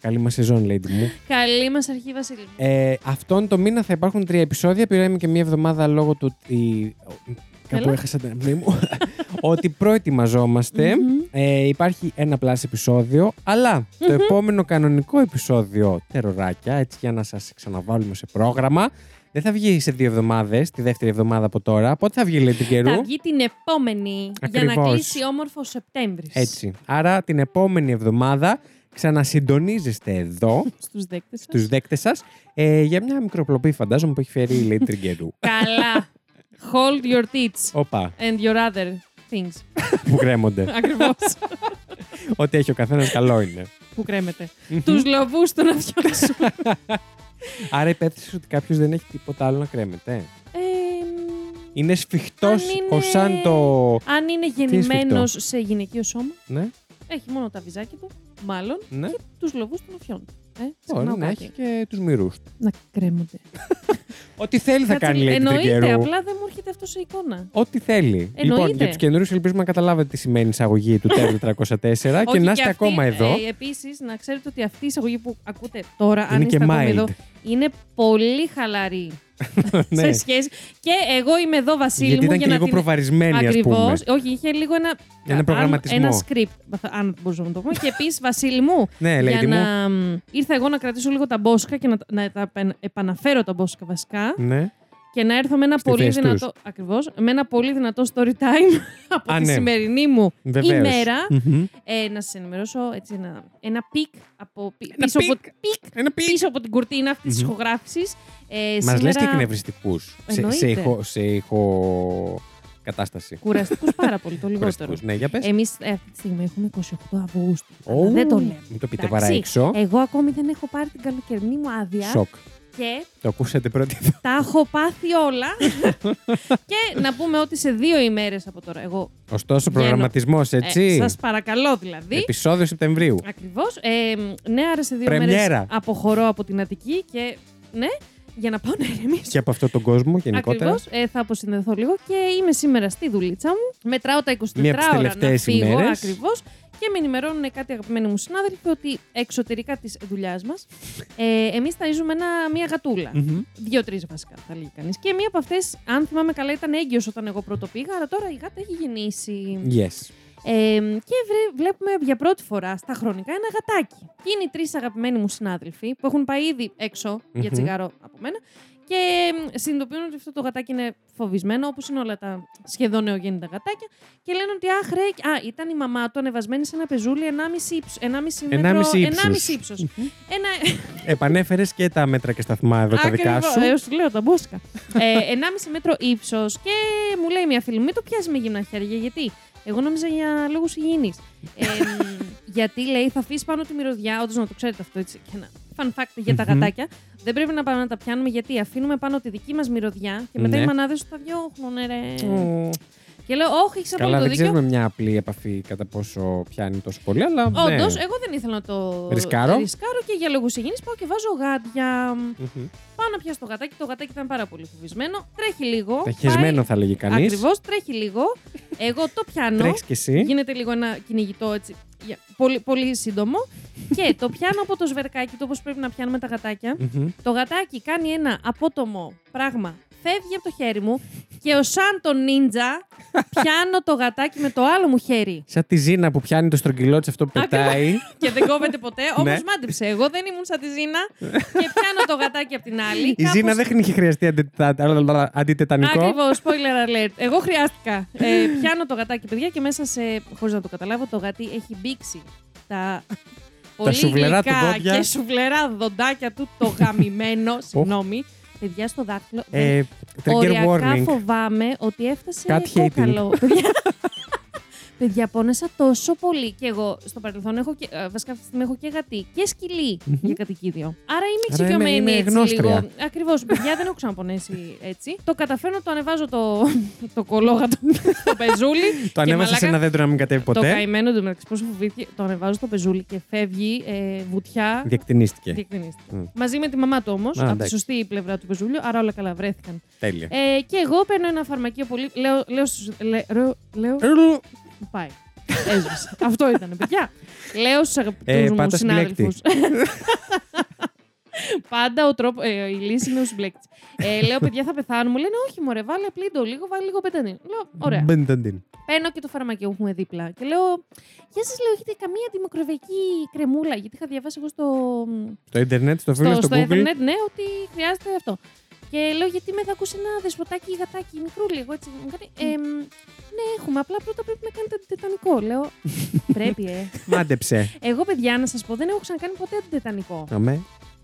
[SPEAKER 1] Καλή μας σεζόν, lady μου.
[SPEAKER 2] Καλή μας αρχή, Βασίλη. μου.
[SPEAKER 1] Ε, αυτόν τον μήνα θα υπάρχουν τρία επεισόδια. Πήραμε και μία εβδομάδα λόγω του ότι. Κάπου
[SPEAKER 2] Έλα.
[SPEAKER 1] έχασα την αναπνοή μου. ότι προετοιμαζόμαστε.
[SPEAKER 2] Μμμ.
[SPEAKER 1] Ε, υπάρχει ένα πλάσι επεισόδιο, αλλά το επόμενο κανονικό επεισόδιο τεροράκια, έτσι για να σας ξαναβάλουμε σε πρόγραμμα, δεν θα βγει σε δύο εβδομάδες, τη δεύτερη εβδομάδα από τώρα. Πότε θα βγει, λέει, την καιρού.
[SPEAKER 2] Θα βγει την επόμενη για να
[SPEAKER 1] Ακριβώς.
[SPEAKER 2] κλείσει όμορφο Σεπτέμβρης.
[SPEAKER 1] Έτσι. Άρα την επόμενη εβδομάδα ξανασυντονίζεστε εδώ,
[SPEAKER 2] Στους δέκτες σα.
[SPEAKER 1] στους δέκτες σας, ε, για μια μικροπλοπή φαντάζομαι που έχει φέρει η Lady Τριγκερού.
[SPEAKER 2] Καλά. Hold your tits
[SPEAKER 1] Όπα,
[SPEAKER 2] and your other things.
[SPEAKER 1] που κρέμονται.
[SPEAKER 2] Ακριβώς.
[SPEAKER 1] Ό,τι έχει ο καθένας καλό είναι.
[SPEAKER 2] που κρέμεται. Τους λοβούς των αυτιών σου.
[SPEAKER 1] Άρα υπέθεσε ότι κάποιος δεν έχει τίποτα άλλο να κρέμεται.
[SPEAKER 2] Ε,
[SPEAKER 1] Είναι σφιχτός
[SPEAKER 2] Αν είναι-
[SPEAKER 1] ο σαν το.
[SPEAKER 2] αν είναι γεννημένος σε γυναικείο σώμα,
[SPEAKER 1] Ναι,
[SPEAKER 2] έχει μόνο τα βυζάκια του, μάλλον,
[SPEAKER 1] ναι.
[SPEAKER 2] και τους λοβούς των αυτιών. Ε, συχνά
[SPEAKER 1] Μπορεί να
[SPEAKER 2] κάτι.
[SPEAKER 1] ναι, έχει και τους μυρούς.
[SPEAKER 2] να κρέμονται.
[SPEAKER 1] Ό,τι θέλει θα
[SPEAKER 2] Κάτσε,
[SPEAKER 1] κάνει, λέει την
[SPEAKER 2] Εννοείται,
[SPEAKER 1] Τριγκερού.
[SPEAKER 2] απλά δεν μου έρχεται αυτό σε εικόνα.
[SPEAKER 1] Ό,τι θέλει. Λοιπόν,
[SPEAKER 2] Εννοείται.
[SPEAKER 1] για τους καινούριους ελπίζουμε να καταλάβετε τι σημαίνει εισαγωγή του Τέλου 404 και να είστε ακόμα εδώ.
[SPEAKER 2] Επίσης, ε, να ξέρετε ότι αυτή η εισαγωγή που ακούτε τώρα, αν
[SPEAKER 1] Είναι και
[SPEAKER 2] είστε ακόμα
[SPEAKER 1] mild.
[SPEAKER 2] εδώ, είναι πολύ χαλαρή
[SPEAKER 1] Ναι.
[SPEAKER 2] σε σχέση. Και εγώ είμαι εδώ, Βασίλη
[SPEAKER 1] Γιατί
[SPEAKER 2] μου,
[SPEAKER 1] ήταν και λίγο
[SPEAKER 2] την-
[SPEAKER 1] προβαρισμένη, ας πούμε.
[SPEAKER 2] Ακριβώς. Όχι, είχε λίγο ένα.
[SPEAKER 1] Ένα
[SPEAKER 2] αν-
[SPEAKER 1] προγραμματισμό.
[SPEAKER 2] Ένα script, αν μπορούσαμε να το πούμε. και επίσης, Βασίλη μου,
[SPEAKER 1] Ναι,
[SPEAKER 2] για
[SPEAKER 1] lady μου.
[SPEAKER 2] να. μ, ήρθα εγώ να κρατήσω λίγο τα μπόσικα και να, τα- να τα επεν- επαναφέρω τα μπόσικα βασικά.
[SPEAKER 1] Ναι.
[SPEAKER 2] Και να έρθω με ένα
[SPEAKER 1] Στη
[SPEAKER 2] πολύ
[SPEAKER 1] θέση
[SPEAKER 2] δυνατό. Ακριβώς. Με ένα πολύ δυνατό story time από
[SPEAKER 1] Α,
[SPEAKER 2] τη
[SPEAKER 1] ναι.
[SPEAKER 2] σημερινή μου
[SPEAKER 1] Βεβαίως.
[SPEAKER 2] ημέρα.
[SPEAKER 1] Μμμ.
[SPEAKER 2] Ε, να σας ενημερώσω έτσι ένα, ένα πικ από, πι-
[SPEAKER 1] Ένα
[SPEAKER 2] πίσω, από,
[SPEAKER 1] πικ.
[SPEAKER 2] πικ
[SPEAKER 1] Ένα πι.
[SPEAKER 2] πίσω από την κουρτίνα αυτής της
[SPEAKER 1] Μμμ.
[SPEAKER 2] ηχογράφησης. Ε,
[SPEAKER 1] Μας λες και
[SPEAKER 2] σήμερα
[SPEAKER 1] εκνευριστικούς σε, σε,
[SPEAKER 2] Εννοείται.
[SPEAKER 1] ηχο, σε ηχο- κατάσταση.
[SPEAKER 2] Κουραστικούς πάρα πολύ, το λιγότερο.
[SPEAKER 1] Κουραστικούς. Ναι, για πες.
[SPEAKER 2] Εμείς αυτή τη στιγμή έχουμε 28 Αυγούστου.
[SPEAKER 1] Ω,
[SPEAKER 2] Αλλά δεν το λέμε.
[SPEAKER 1] Μην το πείτε
[SPEAKER 2] Εντάξει.
[SPEAKER 1] παρά έξω.
[SPEAKER 2] Εγώ ακόμη δεν έχω πάρει την καλοκαιρινή μου άδεια
[SPEAKER 1] Σοκ.
[SPEAKER 2] και
[SPEAKER 1] Το ακούσατε πρώτη φορά.
[SPEAKER 2] τα έχω πάθει όλα. και να πούμε ότι σε δύο ημέρες από τώρα. Εγώ.
[SPEAKER 1] Ωστόσο,
[SPEAKER 2] Βγαίνω.
[SPEAKER 1] προγραμματισμός,
[SPEAKER 2] Ε,
[SPEAKER 1] έτσι.
[SPEAKER 2] Σας παρακαλώ δηλαδή.
[SPEAKER 1] Επισόδιο Σεπτεμβρίου.
[SPEAKER 2] Ακριβώς. Ε, ναι, άρα σε δύο μέρε
[SPEAKER 1] Πρεμιέρα.
[SPEAKER 2] αποχωρώ από την Αττική και ναι, για να πάω να ηρεμήσω.
[SPEAKER 1] Και από αυτόν τον κόσμο γενικότερα.
[SPEAKER 2] Ακριβώς. Ε, θα αποσυνδεθώ λίγο και είμαι σήμερα στη δουλίτσα μου. Μετράω τα 24
[SPEAKER 1] Μία από τις
[SPEAKER 2] ώρα να
[SPEAKER 1] τελευταίες
[SPEAKER 2] φύγω
[SPEAKER 1] ημέρες.
[SPEAKER 2] ακριβώς. Και με ενημερώνουν κάτι αγαπημένοι μου συνάδελφοι ότι εξωτερικά της δουλειάς μας ε, εμείς ταζουμε ένα μία γατούλα.
[SPEAKER 1] Μμμ.
[SPEAKER 2] Δύο-τρει βασικά θα λέγει κανείς. Και μία από αυτές, αν θυμάμαι καλά, ήταν έγκυος όταν εγώ πρώτο πήγα, αλλά τώρα η γάτα έχει γεννήσει.
[SPEAKER 1] Yes.
[SPEAKER 2] Ε, και βρε- βλέπουμε για πρώτη φορά στα χρονικά ένα γατάκι. Και είναι οι τρεις αγαπημένοι μου συνάδελφοι που έχουν πάει ήδη έξω για
[SPEAKER 1] Μμμ.
[SPEAKER 2] τσιγάρο από μένα. Και ε, συνειδητοποιούν ότι αυτό το γατάκι είναι φοβισμένο, όπως είναι όλα τα σχεδόν νεογέννητα γατάκια. Και λένε ότι αχ, ρε, α, ήταν η μαμά του ανεβασμένη σε ένα πεζούλι 1,5 ύψο. 1,5 μέτρο.
[SPEAKER 1] 1,5 ύψους.
[SPEAKER 2] 1,5 ύψος. Ένα.
[SPEAKER 1] Επανέφερες και τα μέτρα και σταθμά εδώ τα δικά
[SPEAKER 2] Ακριβώς,
[SPEAKER 1] σου.
[SPEAKER 2] ε, σου λέω τα μπόσικα. ε, 1,5 μέτρο ύψος και μου λέει μια φίλη, μου, μην το πιάσεις με γυμνά χέρια. Γιατί εγώ νόμιζα για λόγους υγιεινής. Ε, μ, γιατί λέει, θα αφήσεις πάνω τη μυρωδιά. Όντως να το ξέρετε αυτό έτσι. Και ένα fun fact για τα
[SPEAKER 1] Μμμ.
[SPEAKER 2] γατάκια. Δεν πρέπει να πάμε να τα πιάνουμε γιατί αφήνουμε πάνω τη δική μας μυρωδιά και μετά
[SPEAKER 1] Ναι.
[SPEAKER 2] οι μανάδες σου τα διώχνουν, ε, ρε.
[SPEAKER 1] Ω,
[SPEAKER 2] Και λέω, Όχι, έχει
[SPEAKER 1] Καλά,
[SPEAKER 2] απόλυτο
[SPEAKER 1] δεν
[SPEAKER 2] δίκιο.
[SPEAKER 1] ξέρουμε μια απλή επαφή κατά πόσο πιάνει τόσο πολύ, αλλά. ναι.
[SPEAKER 2] Όντω, εγώ δεν ήθελα να το
[SPEAKER 1] Ρισκάρω.
[SPEAKER 2] και για λόγους υγιεινής πάω και βάζω γάντια.
[SPEAKER 1] Μμμ.
[SPEAKER 2] Πάω να πιάσω το γατάκι. Το γατάκι ήταν πάρα πολύ φοβισμένο. Τρέχει λίγο.
[SPEAKER 1] Ταχυσμένο θα λέγει κανείς.
[SPEAKER 2] Ακριβώς, τρέχει λίγο. Εγώ το πιάνω.
[SPEAKER 1] Τρέχεις κι εσύ.
[SPEAKER 2] γίνεται λίγο ένα κυνηγητό έτσι. για- Πολύ, πολύ σύντομο. και το πιάνω από το σβερκάκι του, όπως πρέπει να πιάνουμε τα γατάκια.
[SPEAKER 1] Μμμ.
[SPEAKER 2] Το γατάκι κάνει ένα απότομο πράγμα φεύγει από το χέρι μου και ως σαν το νίντζα πιάνω το γατάκι με το άλλο μου χέρι.
[SPEAKER 1] Σαν τη Ζήνα που πιάνει το στρογγυλό της αυτό που πετάει.
[SPEAKER 2] Και δεν κόβεται ποτέ. Όμως
[SPEAKER 1] Ναι.
[SPEAKER 2] μάντεψε. Εγώ δεν ήμουν σαν τη Ζήνα και πιάνω το γατάκι από την άλλη.
[SPEAKER 1] Η Ζήνα δεν είχε χρειαστεί αντιτετα- αντιτετανικό.
[SPEAKER 2] Ακριβώς, spoiler alert. Εγώ χρειάστηκα. Ε, πιάνω το γατάκι, παιδιά, και μέσα σε. χωρίς να το καταλάβω, το γατί έχει μπήξει τα. πολύ
[SPEAKER 1] σουβλερά του
[SPEAKER 2] γλυκά
[SPEAKER 1] δόντια.
[SPEAKER 2] Και σουβλερά δοντάκια του, το γαμημένο. συγγνώμη. Παιδιά στο δάχτυλο. δεν
[SPEAKER 1] Ε, trigger
[SPEAKER 2] Ναι. Οριακά
[SPEAKER 1] warning.
[SPEAKER 2] φοβάμαι ότι έφτασε
[SPEAKER 1] Cat hating.
[SPEAKER 2] κόκαλο. Παιδιά- Παιδιά, πόνεσα τόσο πολύ. Και εγώ στο παρελθόν έχω και, ε, βασικά αυτή τη στιγμή έχω και γατί και σκυλί για κατοικίδιο. Άρα είμαι
[SPEAKER 1] Άρα είμαι-
[SPEAKER 2] εξοικειωμένη
[SPEAKER 1] είμαι
[SPEAKER 2] έτσι
[SPEAKER 1] γνώστρια.
[SPEAKER 2] λίγο. Ακριβώς, παιδιά, δεν έχω ξαναπονέσει έτσι. Το καταφέρνω, το ανεβάζω το, το κολόγατο στο πεζούλι.
[SPEAKER 1] Το ανέβασα σε ένα δέντρο να μην κατέβει
[SPEAKER 2] Το
[SPEAKER 1] ποτέ.
[SPEAKER 2] καημένο του μεταξύ πόσο φοβήθηκε, το ανεβάζω στο πεζούλι και φεύγει ε, βουτιά.
[SPEAKER 1] Διακτηνίστηκε.
[SPEAKER 2] Διεκδικήθηκε.
[SPEAKER 1] Μμ.
[SPEAKER 2] Μαζί με τη μαμά του όμως,
[SPEAKER 1] Α,
[SPEAKER 2] από τη
[SPEAKER 1] εντάξει.
[SPEAKER 2] σωστή πλευρά του πεζούλιου, άρα όλα καλά βρέθηκαν.
[SPEAKER 1] Τέλεια.
[SPEAKER 2] Ε, και εγώ παίρνω ένα φαρμακείο πολύ. Λέω. λέω, στους- λέ- ρω- λέω
[SPEAKER 1] Ρου.
[SPEAKER 2] πάει. Έσβησε. Αυτό ήταν, παιδιά. λέω στους αγαπητού
[SPEAKER 1] Ε,
[SPEAKER 2] μου
[SPEAKER 1] πάτα
[SPEAKER 2] συνάδελφους. Πάντα ο τρόπο, ε, η λύση είναι ο συμπλέκτης. Ε, λέω, παιδιά, θα πεθάνουμε. Λένε, όχι, μωρέ, βάλε πλήντο λίγο, βάλε λίγο πεντανίν. Λέω, ωραία.
[SPEAKER 1] Μπενταντίν.
[SPEAKER 2] Παίρνω και το φαρμακείο που έχουμε δίπλα. Και λέω, Γεια σας, λέω, έχετε καμία αντιμικροβιακή κρεμούλα. Γιατί είχα διαβάσει εγώ στο,
[SPEAKER 1] Στο ίντερνετ, στο φίλο, στο Google.
[SPEAKER 2] Ethernet, ναι, ότι χρειάζεται αυτό. Και λέω γιατί με θα ακούσει ένα δεσποτάκι γατάκι μικρού λίγο έτσι. Μου κάνει, «Εμ, ναι, έχουμε. Απλά πρώτα πρέπει να κάνετε αντιτετανικό. Λέω. πρέπει, ε.
[SPEAKER 1] Μάντεψε.
[SPEAKER 2] Εγώ, παιδιά, να σας πω, δεν έχω ξανακάνει ποτέ αντιτετανικό.
[SPEAKER 1] Αμέ.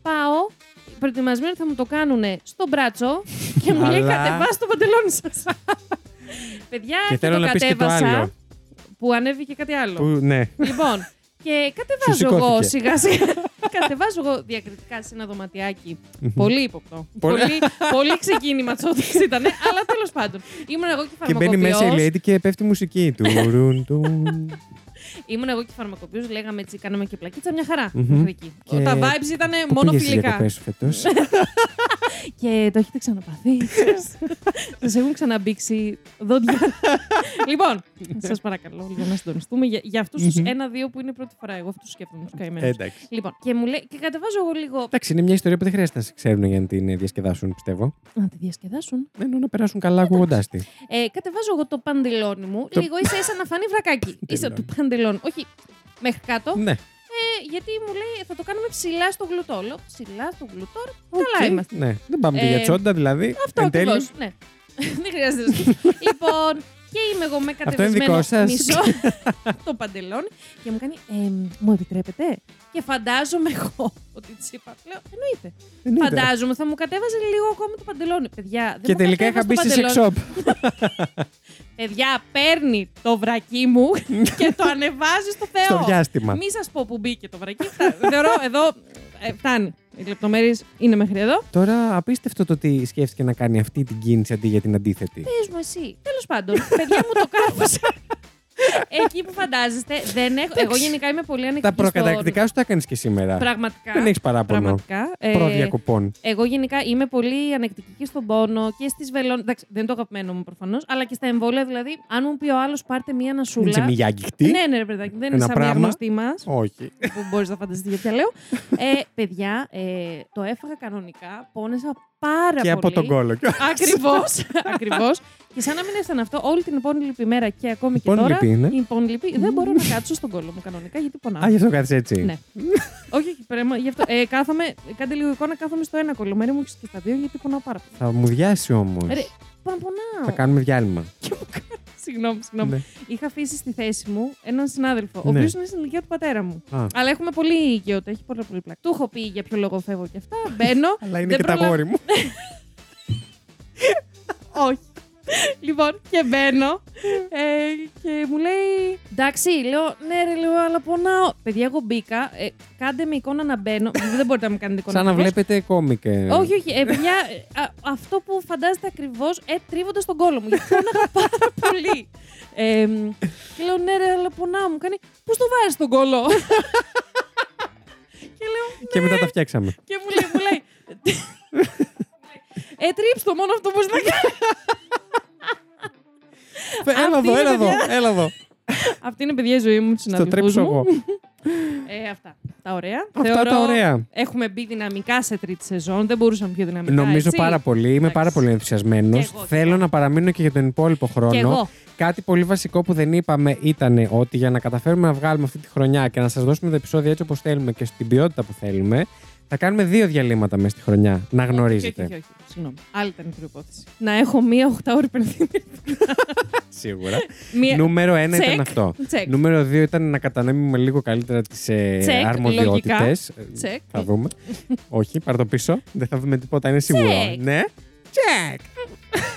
[SPEAKER 2] Πάω, προετοιμασμένο ότι θα μου το κάνουν στο μπράτσο και μου λέει
[SPEAKER 1] Αλλά-
[SPEAKER 2] κατεβά το παντελόνι σας. παιδιά,
[SPEAKER 1] Και
[SPEAKER 2] και,
[SPEAKER 1] θέλω
[SPEAKER 2] το
[SPEAKER 1] να πεις και το
[SPEAKER 2] κατέβασα.
[SPEAKER 1] άλλο.
[SPEAKER 2] Που ανέβηκε κάτι άλλο.
[SPEAKER 1] Που, ναι.
[SPEAKER 2] Λοιπόν, και
[SPEAKER 1] Σου
[SPEAKER 2] κατεβάζω
[SPEAKER 1] σηκώθηκε.
[SPEAKER 2] εγώ σιγά σιγά. κατεβάζω εγώ διακριτικά σε ένα δωματιάκι. πολύ ύποπτο.
[SPEAKER 1] Πολύ-
[SPEAKER 2] πολύ, πολύ ξεκίνημα τσότη ήταν, ε, αλλά τέλος πάντων. Ήμουν εγώ και
[SPEAKER 1] Και μπαίνει μέσα η
[SPEAKER 2] φαρμακοποιό.
[SPEAKER 1] Lady και πέφτει η μουσική.
[SPEAKER 2] Ε,
[SPEAKER 1] Τουρουν, τουν.
[SPEAKER 2] Ήμουν εγώ και φαρμακοποιός, λέγαμε έτσι, κάναμε και πλακίτσα, μια χαρα
[SPEAKER 1] Μμμ.
[SPEAKER 2] μέχρι εκεί.
[SPEAKER 1] Και-
[SPEAKER 2] Τα vibes ήταν
[SPEAKER 1] Πού
[SPEAKER 2] μόνο
[SPEAKER 1] πήγες στις
[SPEAKER 2] φιλικά.
[SPEAKER 1] διακοπές σου φέτος?
[SPEAKER 2] Και το έχετε ξαναπαθεί. Σας έχουν ξαναμπήξει δόντια. λοιπόν, σας παρακαλώ λίγο να συντονιστούμε. Για, για αυτούς τους
[SPEAKER 1] Μμμ.
[SPEAKER 2] ένα-δύο που είναι πρώτη φορά, εγώ αυτούς σκέφτομαι τους καημένους.
[SPEAKER 1] Εντάξει.
[SPEAKER 2] Λοιπόν, και μου λέει, και κατεβάζω εγώ λίγο.
[SPEAKER 1] Εντάξει, είναι μια ιστορία που δεν χρειάζεται να σε ξέρουν για να την ε, διασκεδάσουν, πιστεύω.
[SPEAKER 2] Να τη διασκεδάσουν.
[SPEAKER 1] Μένω να περάσουν καλά ακούγοντάς τη.
[SPEAKER 2] Ε, κατεβάζω εγώ το παντελόνι μου.
[SPEAKER 1] Το-
[SPEAKER 2] Λίγο ίσα ίσα να φανεί βρακάκι. ίσα το παντελόνι. Όχι μέχρι κάτω.
[SPEAKER 1] Ναι.
[SPEAKER 2] Ε, γιατί μου λέει θα το κάνουμε ψηλά στο γλουτό. Λέω ψηλά στο γλουτό. ρε,
[SPEAKER 1] Οκ.
[SPEAKER 2] Καλά είμαστε.
[SPEAKER 1] Ναι. Δεν πάμε και
[SPEAKER 2] Ε,
[SPEAKER 1] για τσόντα, δηλαδή.
[SPEAKER 2] Αυτό
[SPEAKER 1] Εν τέλει,
[SPEAKER 2] ακριβώς. Ναι. Δεν χρειάζεται. να σκεφτώ. λοιπόν, και είμαι εγώ με
[SPEAKER 1] Αυτό είναι
[SPEAKER 2] κατεβασμένο
[SPEAKER 1] δικό σας.
[SPEAKER 2] μισό το παντελόνι και μου κάνει «Ε, μου επιτρέπετε. Και φαντάζομαι εγώ ότι της είπα. Λέω εννοείται.
[SPEAKER 1] εννοείται.
[SPEAKER 2] Φαντάζομαι θα μου κατέβαζε λίγο ακόμα το παντελόνι. Παιδιά, δεν
[SPEAKER 1] Και
[SPEAKER 2] μου
[SPEAKER 1] τελικά
[SPEAKER 2] κατέβασε
[SPEAKER 1] είχα
[SPEAKER 2] το
[SPEAKER 1] μπει σε
[SPEAKER 2] παντελόνι.
[SPEAKER 1] σεξ shop.
[SPEAKER 2] Παιδιά, παίρνει το βρακί μου και το ανεβάζει στο Θεό.
[SPEAKER 1] Στο διάστημα.
[SPEAKER 2] Μη σας πω που μπήκε το βρακί. Φτα- Θεωρώ εδώ. ε, φτάνει. Οι λεπτομέρειες είναι μέχρι εδώ.
[SPEAKER 1] Τώρα απίστευτο το ότι σκέφτηκε να κάνει αυτή την κίνηση αντί για την αντίθετη.
[SPEAKER 2] Πες μου εσύ. Τέλος πάντων, παιδιά μου το κάρφωσε. Εκεί που φαντάζεστε, δεν έχω. Εγώ γενικά είμαι πολύ ανοιχτή.
[SPEAKER 1] Τα
[SPEAKER 2] στο-
[SPEAKER 1] προκαταρκτικά σου τα έκανες και σήμερα.
[SPEAKER 2] Πραγματικά.
[SPEAKER 1] Δεν έχεις παράπονο.
[SPEAKER 2] Πραγματικά. ε,
[SPEAKER 1] Προδιακοπών.
[SPEAKER 2] Εγώ γενικά είμαι πολύ ανεκτική και στον πόνο και στις βελόνε. Εντάξει, δεν είναι το αγαπημένο μου προφανώς, αλλά και στα εμβόλια. Δηλαδή, αν μου πει ο άλλος, πάρτε μία
[SPEAKER 1] Δεν
[SPEAKER 2] νασούλα.
[SPEAKER 1] είσαι μη γιάγκυχτη.
[SPEAKER 2] Ναι, ναι, ρε παιδάκι, δεν είναι
[SPEAKER 1] Ένα
[SPEAKER 2] σαν μια
[SPEAKER 1] πράγμα.
[SPEAKER 2] γνωστή μας.
[SPEAKER 1] Όχι.
[SPEAKER 2] που μπορείς να φανταστείς για ποια λέω. Ε, παιδιά, ε, το έφαγα κανονικά. Πόνεσα πάρα
[SPEAKER 1] Και από
[SPEAKER 2] πολύ.
[SPEAKER 1] τον κόλο.
[SPEAKER 2] Ακριβώς. ακριβώς. Και σαν να μην έφτανε αυτό, όλη την υπόλοιπη μέρα και ακόμη και
[SPEAKER 1] Υπόλοιπη
[SPEAKER 2] τώρα.
[SPEAKER 1] είναι.
[SPEAKER 2] η υπόλοιπη, δεν μπορώ να κάτσω στον κόλλο μου κανονικά γιατί πονάω.
[SPEAKER 1] Α, γι' αυτό κάτσε έτσι.
[SPEAKER 2] Ναι. Όχι, όχι, πρέμα, γι' αυτό. Ε, κάθομαι, κάντε λίγο εικόνα, κάθομαι στο ένα κολλωμένο μου και στα δύο γιατί πονάω πάρα πολύ.
[SPEAKER 1] Θα μου διάσει όμως.
[SPEAKER 2] Ρε, πονάω.
[SPEAKER 1] Θα κάνουμε διάλειμμα.
[SPEAKER 2] Συγγνώμη, συγγνώμη.
[SPEAKER 1] Ναι.
[SPEAKER 2] Είχα αφήσει στη θέση μου έναν συνάδελφο, ο
[SPEAKER 1] Ναι.
[SPEAKER 2] οποίος είναι στην ηλικία του πατέρα μου.
[SPEAKER 1] Α,
[SPEAKER 2] Αλλά έχουμε πολύ οικειότητα, έχει πολλά πολύ πλάκα. Του έχω πει για ποιο λόγο φεύγω και αυτά. Μπαίνω.
[SPEAKER 1] Αλλά είναι
[SPEAKER 2] δεν
[SPEAKER 1] και τα
[SPEAKER 2] προλα-
[SPEAKER 1] γόρι μου.
[SPEAKER 2] Όχι. λοιπόν, και μπαίνω ε, και μου λέει Εντάξει, λέω ναι, ρε, λέω, αλλά πονάω. Παιδιά, εγώ μπήκα. ε, κάντε με εικόνα να μπαίνω. δεν μπορείτε να μου κάνετε εικόνα.
[SPEAKER 1] Σαν να
[SPEAKER 2] ακριβώς.
[SPEAKER 1] βλέπετε κόμικ. ε.
[SPEAKER 2] Όχι, όχι. Ε, παιδιά, ε, α, αυτό που φαντάζεστε ακριβώς ε, τρίβοντα τον κόλλο μου. Γιατί πόναγα πάρα πολύ. Ε, μ, και λέω ναι, ρε, αλλά πονάω. Μου κάνει Πώς το βάζεις τον κόλλο. και λέω
[SPEAKER 1] Και μετά τα φτιάξαμε.
[SPEAKER 2] Και μου λέει, μου λέει. Ε, τρίψ' το μόνο αυτό μπορείς να κάνεις.
[SPEAKER 1] Έλα
[SPEAKER 2] Αυτή
[SPEAKER 1] εδώ,
[SPEAKER 2] είναι,
[SPEAKER 1] έλα εδώ,
[SPEAKER 2] παιδιά.
[SPEAKER 1] έλα εδώ.
[SPEAKER 2] Αυτή είναι παιδιά η ζωή μου, τους
[SPEAKER 1] Στο
[SPEAKER 2] συναδελφούς
[SPEAKER 1] τρέψω
[SPEAKER 2] μου.
[SPEAKER 1] εγώ.
[SPEAKER 2] Ε, αυτά. τα ωραία.
[SPEAKER 1] Αυτά τα ωραία.
[SPEAKER 2] Έχουμε μπει δυναμικά σε τρίτη σεζόν. Δεν μπορούσαμε πιο δυναμικά.
[SPEAKER 1] Νομίζω
[SPEAKER 2] έτσι.
[SPEAKER 1] πάρα πολύ. Είμαι
[SPEAKER 2] Εντάξει.
[SPEAKER 1] πάρα πολύ ενθουσιασμένος.
[SPEAKER 2] Κι εγώ, κι
[SPEAKER 1] Θέλω
[SPEAKER 2] εγώ.
[SPEAKER 1] να παραμείνω και για τον υπόλοιπο
[SPEAKER 2] Κι
[SPEAKER 1] χρόνο.
[SPEAKER 2] εγώ.
[SPEAKER 1] Κάτι πολύ βασικό που δεν είπαμε ήταν ότι για να καταφέρουμε να βγάλουμε αυτή τη χρονιά και να σας δώσουμε τα επεισόδια έτσι όπως θέλουμε και στην ποιότητα που θέλουμε, θα κάνουμε δύο διαλύματα μέσα στη χρονιά. Να
[SPEAKER 2] Όχι, όχι,
[SPEAKER 1] γνωρίζετε.
[SPEAKER 2] όχι, όχι. Συγγνώμη. Άλλη ήταν η προπόθεση. Να έχω μία 8 ώρη υπενθυμία.
[SPEAKER 1] Σίγουρα.
[SPEAKER 2] Μία...
[SPEAKER 1] Νούμερο ένα
[SPEAKER 2] Τσεκ.
[SPEAKER 1] ήταν αυτό.
[SPEAKER 2] Τσεκ.
[SPEAKER 1] Νούμερο δύο ήταν να κατανέμουμε λίγο καλύτερα τις ε,
[SPEAKER 2] Τσεκ,
[SPEAKER 1] αρμοδιότητες.
[SPEAKER 2] Τσεκ.
[SPEAKER 1] Θα δούμε. όχι, πάρ' το πίσω. Δεν θα δούμε τίποτα, είναι σίγουρο.
[SPEAKER 2] Τσεκ.
[SPEAKER 1] Ναι. Τσεκ.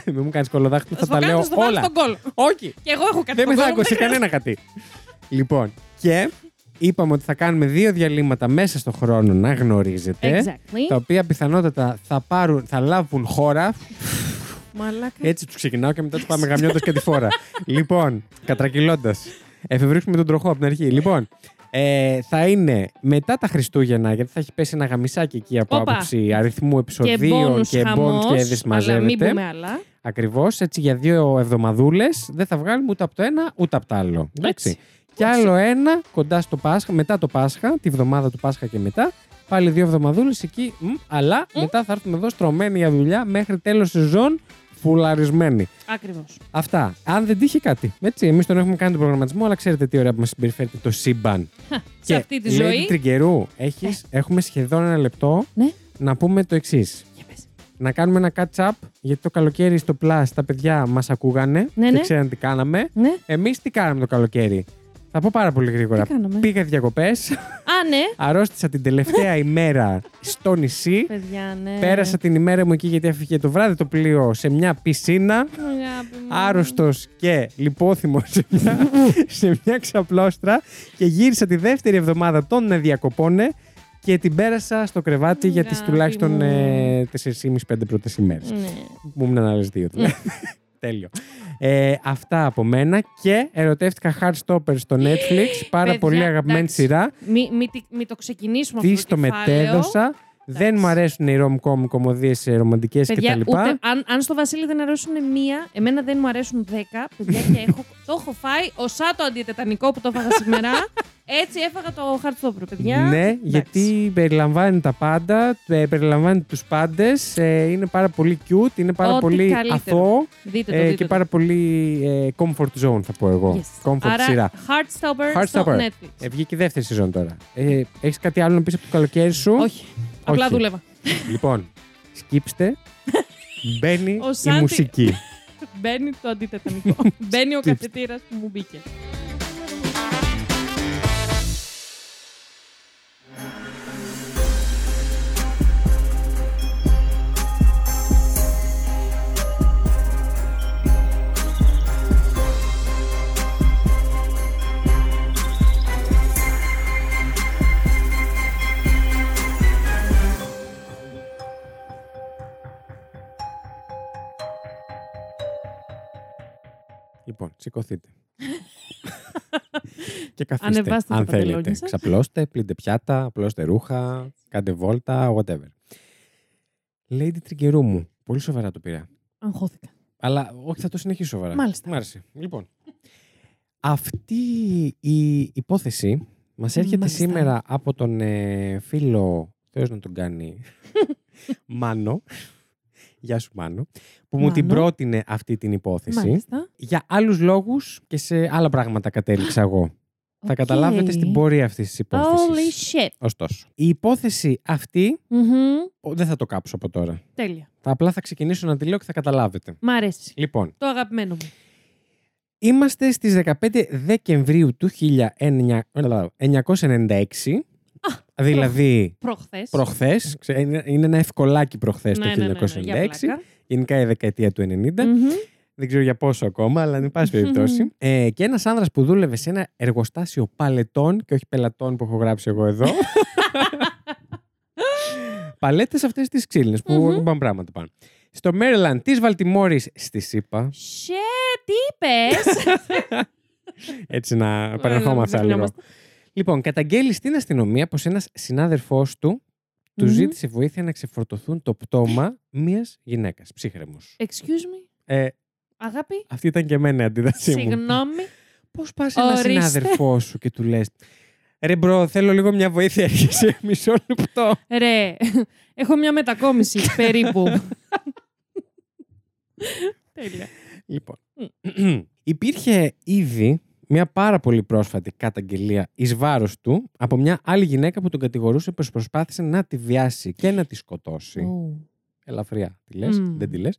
[SPEAKER 1] Μην μου κάνεις κολοδάχτυλο, θα τα
[SPEAKER 2] Σφοκάρτης
[SPEAKER 1] λέω
[SPEAKER 2] στο βάλει
[SPEAKER 1] όλα.
[SPEAKER 2] στον κόλο.
[SPEAKER 1] Όχι.
[SPEAKER 2] Και εγώ έχω κάτι
[SPEAKER 1] Δεν με
[SPEAKER 2] στον κόλο,
[SPEAKER 1] δάγκωσε
[SPEAKER 2] δεν
[SPEAKER 1] κανένα κάτι. λοιπόν, και είπαμε ότι θα κάνουμε δύο διαλύματα μέσα στο χρόνο να γνωρίζετε.
[SPEAKER 2] Exactly.
[SPEAKER 1] Τα οποία πιθανότατα θα, πάρουν, θα λάβουν χώρα.
[SPEAKER 2] Μαλάκα.
[SPEAKER 1] Έτσι τους ξεκινάω και μετά τους πάμε γαμιώντας και τη φόρα. λοιπόν, κατρακυλώντας. Εφευρίσκουμε τον τροχό από την αρχή. Λοιπόν, ε, θα είναι μετά τα Χριστούγεννα, γιατί θα έχει πέσει ένα γαμισάκι εκεί από
[SPEAKER 2] Όπα.
[SPEAKER 1] άποψη αριθμού
[SPEAKER 2] και
[SPEAKER 1] επεισοδίων
[SPEAKER 2] μπόνους
[SPEAKER 1] και
[SPEAKER 2] χαμός,
[SPEAKER 1] και δυσμαζεύεται.
[SPEAKER 2] Αλλά μην πούμε άλλα.
[SPEAKER 1] Ακριβώς έτσι για δύο εβδομαδούλες δεν θα βγάλουμε ούτε από το ένα ούτε από το άλλο. Εντάξει. Και άλλο ένα κοντά στο Πάσχα, μετά το Πάσχα, τη βδομάδα του Πάσχα και μετά. Πάλι δύο εβδομαδούλες εκεί. μ, αλλά μετά θα έρθουμε εδώ στρωμένοι για δουλειά μέχρι τέλος σεζόν, φουλαρισμένοι.
[SPEAKER 2] Ακριβώς.
[SPEAKER 1] Αυτά. Αν δεν τύχει κάτι. Έτσι, εμείς τον έχουμε κάνει τον προγραμματισμό, αλλά ξέρετε τι ωραία που μας συμπεριφέρεται το σύμπαν.
[SPEAKER 2] Σε αυτή τη
[SPEAKER 1] Lady
[SPEAKER 2] ζωή. Ε.
[SPEAKER 1] Τριγκερού, έχεις, έχουμε σχεδόν ένα λεπτό
[SPEAKER 2] Ναι.
[SPEAKER 1] να πούμε το εξής.
[SPEAKER 2] Για πες.
[SPEAKER 1] Να κάνουμε ένα catch-up, γιατί το καλοκαίρι στο Plus τα παιδιά μας ακούγανε
[SPEAKER 2] Ναι,
[SPEAKER 1] και
[SPEAKER 2] ναι.
[SPEAKER 1] ξέραν τι κάναμε.
[SPEAKER 2] Ναι.
[SPEAKER 1] Εμείς τι κάναμε το καλοκαίρι. Θα πω πάρα πολύ γρήγορα.
[SPEAKER 2] Τι κάναμε?
[SPEAKER 1] Πήγα διακοπές,
[SPEAKER 2] Α, ναι.
[SPEAKER 1] αρρώστησα την τελευταία ημέρα στο νησί.
[SPEAKER 2] Παιδιά, ναι.
[SPEAKER 1] Πέρασα την ημέρα μου εκεί γιατί έφυγε το βράδυ το πλοίο σε μια πισίνα.
[SPEAKER 2] Αγάπη μου.
[SPEAKER 1] Άρρωστος και λιπόθυμος σε μια, σε μια ξαπλώστρα και γύρισα τη δεύτερη εβδομάδα των ε, διακοπών και την πέρασα στο κρεβάτι για τις
[SPEAKER 2] Αγάπη
[SPEAKER 1] τουλάχιστον
[SPEAKER 2] μου.
[SPEAKER 1] ε, 4,5-5 πρώτες ημέρες.
[SPEAKER 2] Ναι.
[SPEAKER 1] Μου ήμουν άλλες δύο. δηλαδή. Τέλειο. Ε, αυτά από μένα και ερωτεύτηκα Heartstopper στο Netflix. Πάρα
[SPEAKER 2] Παιδιά,
[SPEAKER 1] πολύ αγαπημένη
[SPEAKER 2] εντάξει.
[SPEAKER 1] σειρά.
[SPEAKER 2] Μη, μη, τη- μη το ξεκινήσουμε
[SPEAKER 1] Τι
[SPEAKER 2] αυτό το
[SPEAKER 1] στο
[SPEAKER 2] κεφάλαιο.
[SPEAKER 1] μετέδωσα. Δεν μου αρέσουν οι rom-com, κομμωδίες ε, ρομαντικές
[SPEAKER 2] Παιδιά,
[SPEAKER 1] κτλ.
[SPEAKER 2] ούτε, αν, αν στο Βασίλη δεν αρέσουν μία, εμένα δεν μου αρέσουν δέκα. Παιδιά, και έχω, το έχω φάει οσά το αντιτετανικό που το έφαγα σήμερα. Έτσι έφαγα το χαρτόπρο, παιδιά.
[SPEAKER 1] Ναι,
[SPEAKER 2] Εντάξει.
[SPEAKER 1] γιατί περιλαμβάνει τα πάντα, ε, περιλαμβάνει τους πάντες, ε, είναι πάρα πολύ cute, είναι πάρα
[SPEAKER 2] Ό,τι
[SPEAKER 1] πολύ
[SPEAKER 2] καλύτερο.
[SPEAKER 1] αθώο
[SPEAKER 2] Δείτε το,
[SPEAKER 1] ε,
[SPEAKER 2] δείτε
[SPEAKER 1] και
[SPEAKER 2] το.
[SPEAKER 1] πάρα πολύ ε, comfort zone θα πω εγώ.
[SPEAKER 2] Yes.
[SPEAKER 1] Comfort
[SPEAKER 2] Άρα,
[SPEAKER 1] σειρά.
[SPEAKER 2] Heartstopper, στο
[SPEAKER 1] Heartstopper.
[SPEAKER 2] Netflix.
[SPEAKER 1] Ε, βγήκε η δεύτερη σεζόν τώρα. Ε, έχεις κάτι άλλο να πεις από το καλοκαίρι σου.
[SPEAKER 2] Όχι. Απλά δούλευα.
[SPEAKER 1] Λοιπόν, σκύψτε, μπαίνει
[SPEAKER 2] Ο
[SPEAKER 1] η
[SPEAKER 2] Σάντι-
[SPEAKER 1] μουσική.
[SPEAKER 2] Μπαίνει το αντιτετανικό. Μπαίνει ο καφετήρα που μου μπήκε.
[SPEAKER 1] Λοιπόν, σηκωθείτε. και καθίστε.
[SPEAKER 2] Ανεβάστε τα
[SPEAKER 1] αν θέλετε.
[SPEAKER 2] παντελόνια σας.
[SPEAKER 1] Ξαπλώστε, πλύντε πιάτα, απλώστε ρούχα, κάντε βόλτα, whatever. Lady Τριγκερού μου. Πολύ σοβαρά το πήρα.
[SPEAKER 2] Αγχώθηκα.
[SPEAKER 1] Αλλά όχι, θα το συνεχίσω σοβαρά.
[SPEAKER 2] Μάλιστα.
[SPEAKER 1] Μ' άρεσε. Λοιπόν. Αυτή η υπόθεση μας έρχεται
[SPEAKER 2] Μάλιστα.
[SPEAKER 1] σήμερα από τον ε, φίλο. Θέλω να τον κάνει. Μάνο. Γεια σου, Μάνο. Που μου την
[SPEAKER 2] Μάνο.
[SPEAKER 1] πρότεινε αυτή την υπόθεση.
[SPEAKER 2] Μάλιστα.
[SPEAKER 1] Για άλλους λόγους και σε άλλα πράγματα κατέληξα εγώ. Θα
[SPEAKER 2] Οκ.
[SPEAKER 1] καταλάβετε στην πορεία αυτής της
[SPEAKER 2] Holy
[SPEAKER 1] υπόθεσης.
[SPEAKER 2] shit.
[SPEAKER 1] Ωστόσο, η υπόθεση αυτή
[SPEAKER 2] Μμμ.
[SPEAKER 1] ο, δεν θα το κάψω από τώρα.
[SPEAKER 2] Τέλεια.
[SPEAKER 1] Θα απλά θα ξεκινήσω να τη λέω και θα καταλάβετε.
[SPEAKER 2] Μ' αρέσει.
[SPEAKER 1] Λοιπόν,
[SPEAKER 2] Το αγαπημένο μου.
[SPEAKER 1] είμαστε στις 15 Δεκεμβρίου του 1996, δηλαδή
[SPEAKER 2] Προχθές.
[SPEAKER 1] προχθές, ξέ- είναι- είναι ένα ευκολάκι
[SPEAKER 2] Ναι,
[SPEAKER 1] προχθές το 1996, γενικά η δεκαετία του 90, Δεν ξέρω για πόσο ακόμα, αλλά εν πάση περιπτώσει. ε, και ένας άνδρας που δούλευε σε ένα εργοστάσιο παλετών και όχι πελατών που έχω γράψει εγώ εδώ. Παλέτες αυτές τις ξύλινες που
[SPEAKER 2] Μμμ.
[SPEAKER 1] ακουμπάνε πράγματα πάνω. Στο Μέριλαντ της Βαλτιμόρης στη ΣΥΠΑ.
[SPEAKER 2] Σε τι είπες.
[SPEAKER 1] Έτσι να
[SPEAKER 2] Παρενεχόμαστε
[SPEAKER 1] επανερχόμαστε λίγο. Λοιπόν, καταγγέλεις στην αστυνομία πως ένας συνάδελφός του του
[SPEAKER 2] Μμμ.
[SPEAKER 1] ζήτησε βοήθεια να ξεφορτωθούν το πτώμα μιας γυναίκας. Ψύχρεμος.
[SPEAKER 2] Excuse me.
[SPEAKER 1] Ε,
[SPEAKER 2] Αγάπη.
[SPEAKER 1] αυτή ήταν και εμένα η αντίδρασή μου.
[SPEAKER 2] Συγγνώμη.
[SPEAKER 1] Πώς πας ένα
[SPEAKER 2] Ορίστε.
[SPEAKER 1] συνάδελφός σου και του λες. Ρε μπρο, θέλω λίγο μια βοήθεια. Έρχεσαι μισό λεπτό.
[SPEAKER 2] Ρε, έχω μια μετακόμιση περίπου. Τέλεια.
[SPEAKER 1] Λοιπόν. Υπήρχε ήδη μια πάρα πολύ πρόσφατη καταγγελία εις βάρος του από μια άλλη γυναίκα που τον κατηγορούσε πως προσπάθησε να τη βιάσει και να τη σκοτώσει. Ελαφριά τη λες,
[SPEAKER 2] Μμμ.
[SPEAKER 1] δεν τη λες.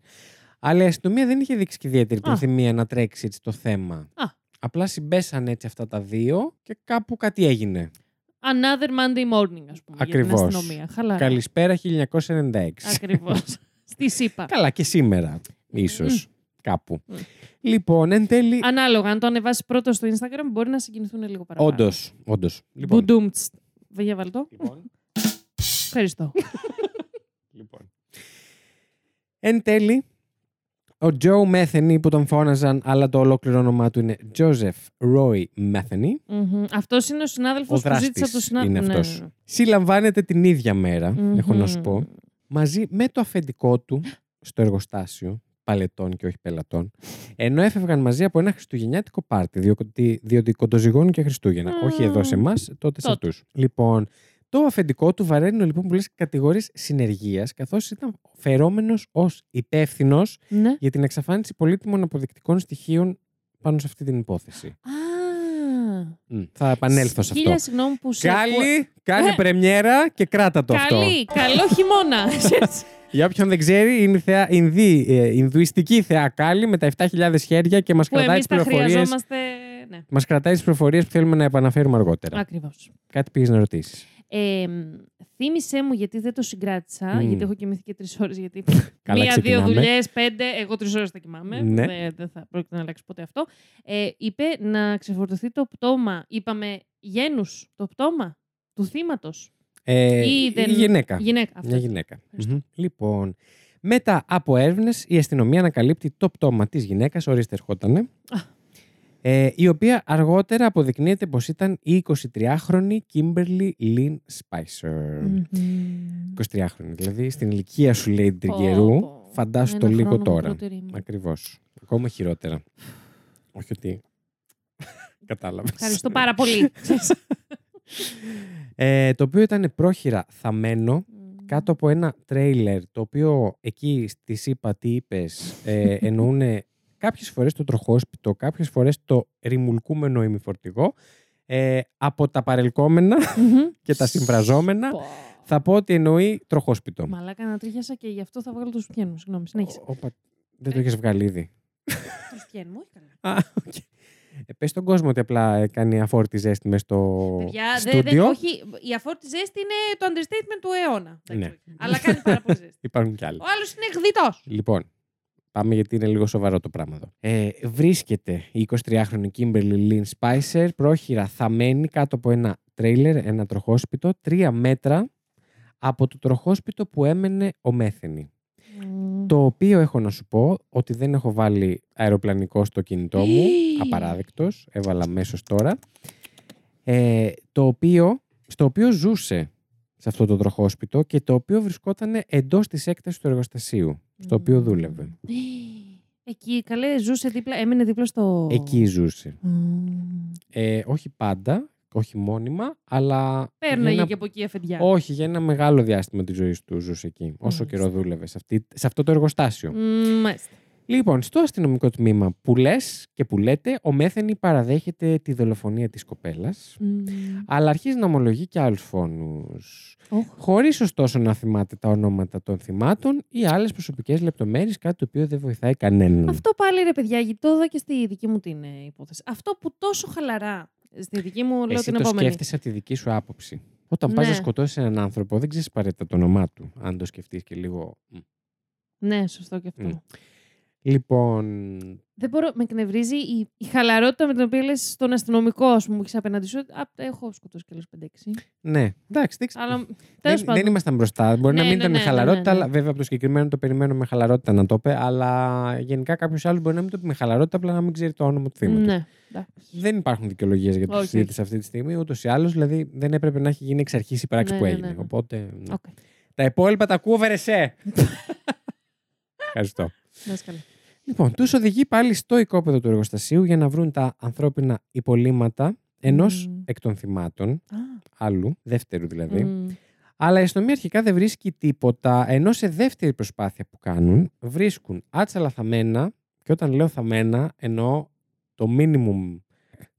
[SPEAKER 1] Αλλά η αστυνομία δεν είχε δείξει και ιδιαίτερη
[SPEAKER 2] Α.
[SPEAKER 1] προθυμία να τρέξει έτσι το θέμα.
[SPEAKER 2] Α.
[SPEAKER 1] Απλά συμπέσαν έτσι αυτά τα δύο και κάπου κάτι έγινε.
[SPEAKER 2] Another Monday morning, ας πούμε. Για
[SPEAKER 1] Ακριβώς.
[SPEAKER 2] την αστυνομία. Χαλάρα.
[SPEAKER 1] Καλησπέρα 1996.
[SPEAKER 2] Ακριβώς. Στη ΣΥΠΑ.
[SPEAKER 1] Καλά και σήμερα ίσως κάπου.
[SPEAKER 2] Μμ.
[SPEAKER 1] Λοιπόν, εν τέλει...
[SPEAKER 2] Ανάλογα, αν το ανεβάσεις πρώτο στο Instagram, μπορεί να συγκινηθούν λίγο παραπάνω.
[SPEAKER 1] Όντος, όντως. Λοιπόν,
[SPEAKER 2] Μπουντούμτς. Για βαλτό.
[SPEAKER 1] λοιπόν,
[SPEAKER 2] Ευχαριστώ.
[SPEAKER 1] Λοιπόν. Εν τέλει, ο Τζο Μέθενη που τον φώναζαν, αλλά το ολόκληρο όνομά του είναι Joseph Roy Μέθενη,
[SPEAKER 2] Αυτός είναι ο συνάδελφος
[SPEAKER 1] Ο
[SPEAKER 2] που ζήτησα
[SPEAKER 1] δράστης
[SPEAKER 2] από τον συνάδελφο.
[SPEAKER 1] είναι αυτός. συλλαμβάνεται την ίδια μέρα,
[SPEAKER 2] Μμμ.
[SPEAKER 1] έχω να σου πω, μαζί με το αφεντικό του στο εργοστάσιο παλετών και όχι πελατών, ενώ έφευγαν μαζί από ένα χριστουγεννιάτικο πάρτι, διότι, διότι κοντοζυγώνουν και Χριστούγεννα.
[SPEAKER 2] Μμμ.
[SPEAKER 1] Όχι εδώ σε εμάς, τότε σε
[SPEAKER 2] Τότε.
[SPEAKER 1] αυτούς. Λοιπόν, το αφεντικό του βαραίνουν λοιπόν πολλέ κατηγορίες συνεργείας, καθώς ήταν φερόμενος ως υπεύθυνος
[SPEAKER 2] Ναι.
[SPEAKER 1] για την εξαφάνιση πολύτιμων αποδεικτικών στοιχείων πάνω σε αυτή την υπόθεση.
[SPEAKER 2] Α.
[SPEAKER 1] Μμ, Θα επανέλθω σε αυτό.
[SPEAKER 2] Χίλια συγγνώμη που σε. ακούω.
[SPEAKER 1] Καλή, κάνε πρεμιέρα και κράτα το αυτό.
[SPEAKER 2] Ε. Καλή, καλό χειμώνα. Έτσι.
[SPEAKER 1] Για όποιον δεν ξέρει, είναι η θεά, Ινδί, ε, Ινδουιστική θεά Κάλλη με τα 7.000 χέρια και μας
[SPEAKER 2] που
[SPEAKER 1] κρατάει
[SPEAKER 2] εμεί
[SPEAKER 1] τις
[SPEAKER 2] τα
[SPEAKER 1] πληροφορίες.
[SPEAKER 2] χρειαζόμαστε. Ναι,
[SPEAKER 1] Μας κρατάει τις πληροφορίες που θέλουμε να επαναφέρουμε αργότερα.
[SPEAKER 2] ακριβώς.
[SPEAKER 1] Κάτι πήγες να ρωτήσεις.
[SPEAKER 2] Ε, μ, θύμησέ μου γιατί δεν το συγκράτησα,
[SPEAKER 1] Μμμ.
[SPEAKER 2] γιατί έχω κοιμηθεί και τρεις ώρες. Γιατί
[SPEAKER 1] Καλά
[SPEAKER 2] μία-δύο
[SPEAKER 1] ξεκινάμε.
[SPEAKER 2] δουλειές, πέντε, εγώ τρεις ώρες θα κοιμάμαι.
[SPEAKER 1] Ναι.
[SPEAKER 2] Δεν, δεν θα πρόκειται να αλλάξει ποτέ αυτό. Ε, είπε να ξεφορτωθεί το πτώμα. Είπαμε γένους, το πτώμα του θύματος.
[SPEAKER 1] Ε,
[SPEAKER 2] Ή
[SPEAKER 1] η
[SPEAKER 2] δεν-
[SPEAKER 1] γυναίκα.
[SPEAKER 2] Γυναίκα. Αυτό.
[SPEAKER 1] Μια γυναίκα.
[SPEAKER 2] Ευχαριστώ.
[SPEAKER 1] Μμμ. Λοιπόν, μετά από έρευνες, η αστυνομία ανακαλύπτει το πτώμα της γυναίκας, ορίστε ερχότανε.
[SPEAKER 2] Α.
[SPEAKER 1] Ε, η οποία αργότερα αποδεικνύεται πως ήταν η 23χρονη Kimberly Lynn Spicer.
[SPEAKER 2] Μμμ.
[SPEAKER 1] 23χρονη, δηλαδή στην ηλικία σου λέει την
[SPEAKER 2] Πω,
[SPEAKER 1] τριγερού.
[SPEAKER 2] πω.
[SPEAKER 1] Φαντάσου
[SPEAKER 2] Ένα
[SPEAKER 1] το λίγο
[SPEAKER 2] χρόνο
[SPEAKER 1] τώρα.
[SPEAKER 2] μικρότερη μου.
[SPEAKER 1] Ακριβώς. Ακόμα χειρότερα. Όχι ότι. Κατάλαβες.
[SPEAKER 2] Ευχαριστώ πάρα πολύ.
[SPEAKER 1] Ε, το οποίο ήταν πρόχειρα θαμένο κάτω από ένα τρέιλερ το οποίο εκεί στη ΣΥΠΑ τι είπες, ε, εννοούν κάποιες φορές το τροχόσπιτο, κάποιες φορές το ρημουλκούμενο ημιφορτηγό, ε, από τα παρελκόμενα
[SPEAKER 2] Μμμ.
[SPEAKER 1] και τα συμφραζόμενα.
[SPEAKER 2] Πω.
[SPEAKER 1] Ναι. θα πω ότι εννοεί τροχόσπιτο.
[SPEAKER 2] Μαλάκα να τρίχιασα και γι' αυτό θα βγάλω τους πιένου. Συγγνώμη, συνέχισε.
[SPEAKER 1] Ο- οπα, δεν το έχει βγάλει ήδη.
[SPEAKER 2] Τους πιένου, όχι καλά.
[SPEAKER 1] Α, οκ. ε, πες στον κόσμο ότι απλά ε, κάνει αφόρτη ζέστη μες στο
[SPEAKER 2] Παιδιά, δεν- δεν-
[SPEAKER 1] στούντιο.
[SPEAKER 2] όχι, η αφόρτη ζέστη είναι το understatement του αιώνα.
[SPEAKER 1] Ναι.
[SPEAKER 2] Εντάξει, Αλλά κάνει πάρα πολύ ζέστη.
[SPEAKER 1] Υπάρχουν κι άλλοι.
[SPEAKER 2] Ο άλλος είναι εκδητός.
[SPEAKER 1] Λοιπόν, πάμε γιατί είναι λίγο σοβαρό το πράγμα εδώ. Ε, βρίσκεται η 23χρονη Kimberly Lynn Spicer πρόχειρα θαμένη κάτω από ένα τρέιλερ, ένα τροχόσπιτο, τρία μέτρα από το τροχόσπιτο που έμενε ο Μέθενη. Το οποίο έχω να σου πω ότι δεν έχω βάλει αεροπλανικό στο κινητό μου,
[SPEAKER 2] Ε.
[SPEAKER 1] απαράδεκτος, έβαλα αμέσως τώρα. Ε, το οποίο, στο οποίο ζούσε σε αυτό το τροχόσπιτο και το οποίο βρισκόταν εντός της έκτασης του εργοστασίου, στο οποίο δούλευε.
[SPEAKER 2] Εκεί, καλέ, ζούσε δίπλα, έμενε δίπλα στο.
[SPEAKER 1] Εκεί ζούσε.
[SPEAKER 2] Μμμ.
[SPEAKER 1] Ε, όχι πάντα, όχι μόνιμα, αλλά. για
[SPEAKER 2] Παίρναγε
[SPEAKER 1] ένα-
[SPEAKER 2] και από εκεί αφεντιά.
[SPEAKER 1] Όχι, για ένα μεγάλο διάστημα της ζωής του ζούσε εκεί. Όσο
[SPEAKER 2] Μάλιστα.
[SPEAKER 1] καιρό δούλευε σε, αυτή, σε αυτό το εργοστάσιο.
[SPEAKER 2] Μμμ, Μάλιστα.
[SPEAKER 1] Λοιπόν, στο αστυνομικό τμήμα που λες και που λέτε, ο Μέθενη παραδέχεται τη δολοφονία της κοπέλας,
[SPEAKER 2] Μμμ.
[SPEAKER 1] αλλά αρχίζει να ομολογεί και άλλους φόνους.
[SPEAKER 2] Οχ.
[SPEAKER 1] Χωρίς ωστόσο να θυμάται τα ονόματα των θυμάτων ή άλλες προσωπικές λεπτομέρειες, κάτι το οποίο δεν βοηθάει κανέναν.
[SPEAKER 2] Αυτό πάλι ρε παιδιά, γιατί το είδα και στη δική μου την ε, υπόθεση. Αυτό που τόσο χαλαρά στη δική μου λέω
[SPEAKER 1] Εσύ
[SPEAKER 2] την
[SPEAKER 1] το
[SPEAKER 2] επόμενη.
[SPEAKER 1] σκέφτεσαι από τη δική σου άποψη. Όταν πας
[SPEAKER 2] Ναι.
[SPEAKER 1] να σκοτώσεις έναν άνθρωπο, δεν ξέρεις απαραίτητα το όνομά του, αν το σκεφτείς και λίγο. μ.
[SPEAKER 2] Ναι, σωστό και αυτό.
[SPEAKER 1] Μμ. Λοιπόν.
[SPEAKER 2] Δεν μπορώ, με εκνευρίζει η, η χαλαρότητα με την οποία λες στον αστυνομικό, ας πούμε, που έχεις απέναντι σου. «Α, έχω σκοτώσει κι άλλου 5-6.
[SPEAKER 1] Ναι, εντάξει, δεν ξέρω.
[SPEAKER 2] Αλλά τέλος
[SPEAKER 1] Δεν,
[SPEAKER 2] πάντων.
[SPEAKER 1] δεν ήμασταν μπροστά. Μπορεί
[SPEAKER 2] Ναι,
[SPEAKER 1] να μην
[SPEAKER 2] ναι,
[SPEAKER 1] ήταν
[SPEAKER 2] ναι,
[SPEAKER 1] με χαλαρότητα,
[SPEAKER 2] ναι, ναι.
[SPEAKER 1] αλλά βέβαια από το συγκεκριμένο το περιμένω με χαλαρότητα να το πει. Αλλά γενικά κάποιος άλλος μπορεί να μην το πει με χαλαρότητα, απλά να μην ξέρει το όνομα του θύματος.
[SPEAKER 2] Ναι, εντάξει.
[SPEAKER 1] Δεν υπάρχουν δικαιολογίες για τη
[SPEAKER 2] Όχι,
[SPEAKER 1] συζήτηση αυτή τη στιγμή, ούτως ή άλλως. Δηλαδή δεν έπρεπε να έχει γίνει εξ αρχής η πράξη
[SPEAKER 2] Ναι,
[SPEAKER 1] που
[SPEAKER 2] ναι,
[SPEAKER 1] έγινε.
[SPEAKER 2] ναι, ναι.
[SPEAKER 1] Οπότε. ναι.
[SPEAKER 2] Οκ.
[SPEAKER 1] Τα υπόλοιπα τα ακούω, βερεσέ. Ευχαριστώ.
[SPEAKER 2] Να είσαι καλά.
[SPEAKER 1] Λοιπόν, τους οδηγεί πάλι στο οικόπεδο του εργοστασίου για να βρουν τα ανθρώπινα υπολείμματα ενός
[SPEAKER 2] Μμμ.
[SPEAKER 1] εκ των θυμάτων,
[SPEAKER 2] Α,
[SPEAKER 1] άλλου, δεύτερου δηλαδή.
[SPEAKER 2] μμ.
[SPEAKER 1] Αλλά η αστυνομία αρχικά δεν βρίσκει τίποτα, ενώ σε δεύτερη προσπάθεια που κάνουν, βρίσκουν άτσαλα θαμμένα, και όταν λέω θαμμένα, εννοώ το μίνιμουμ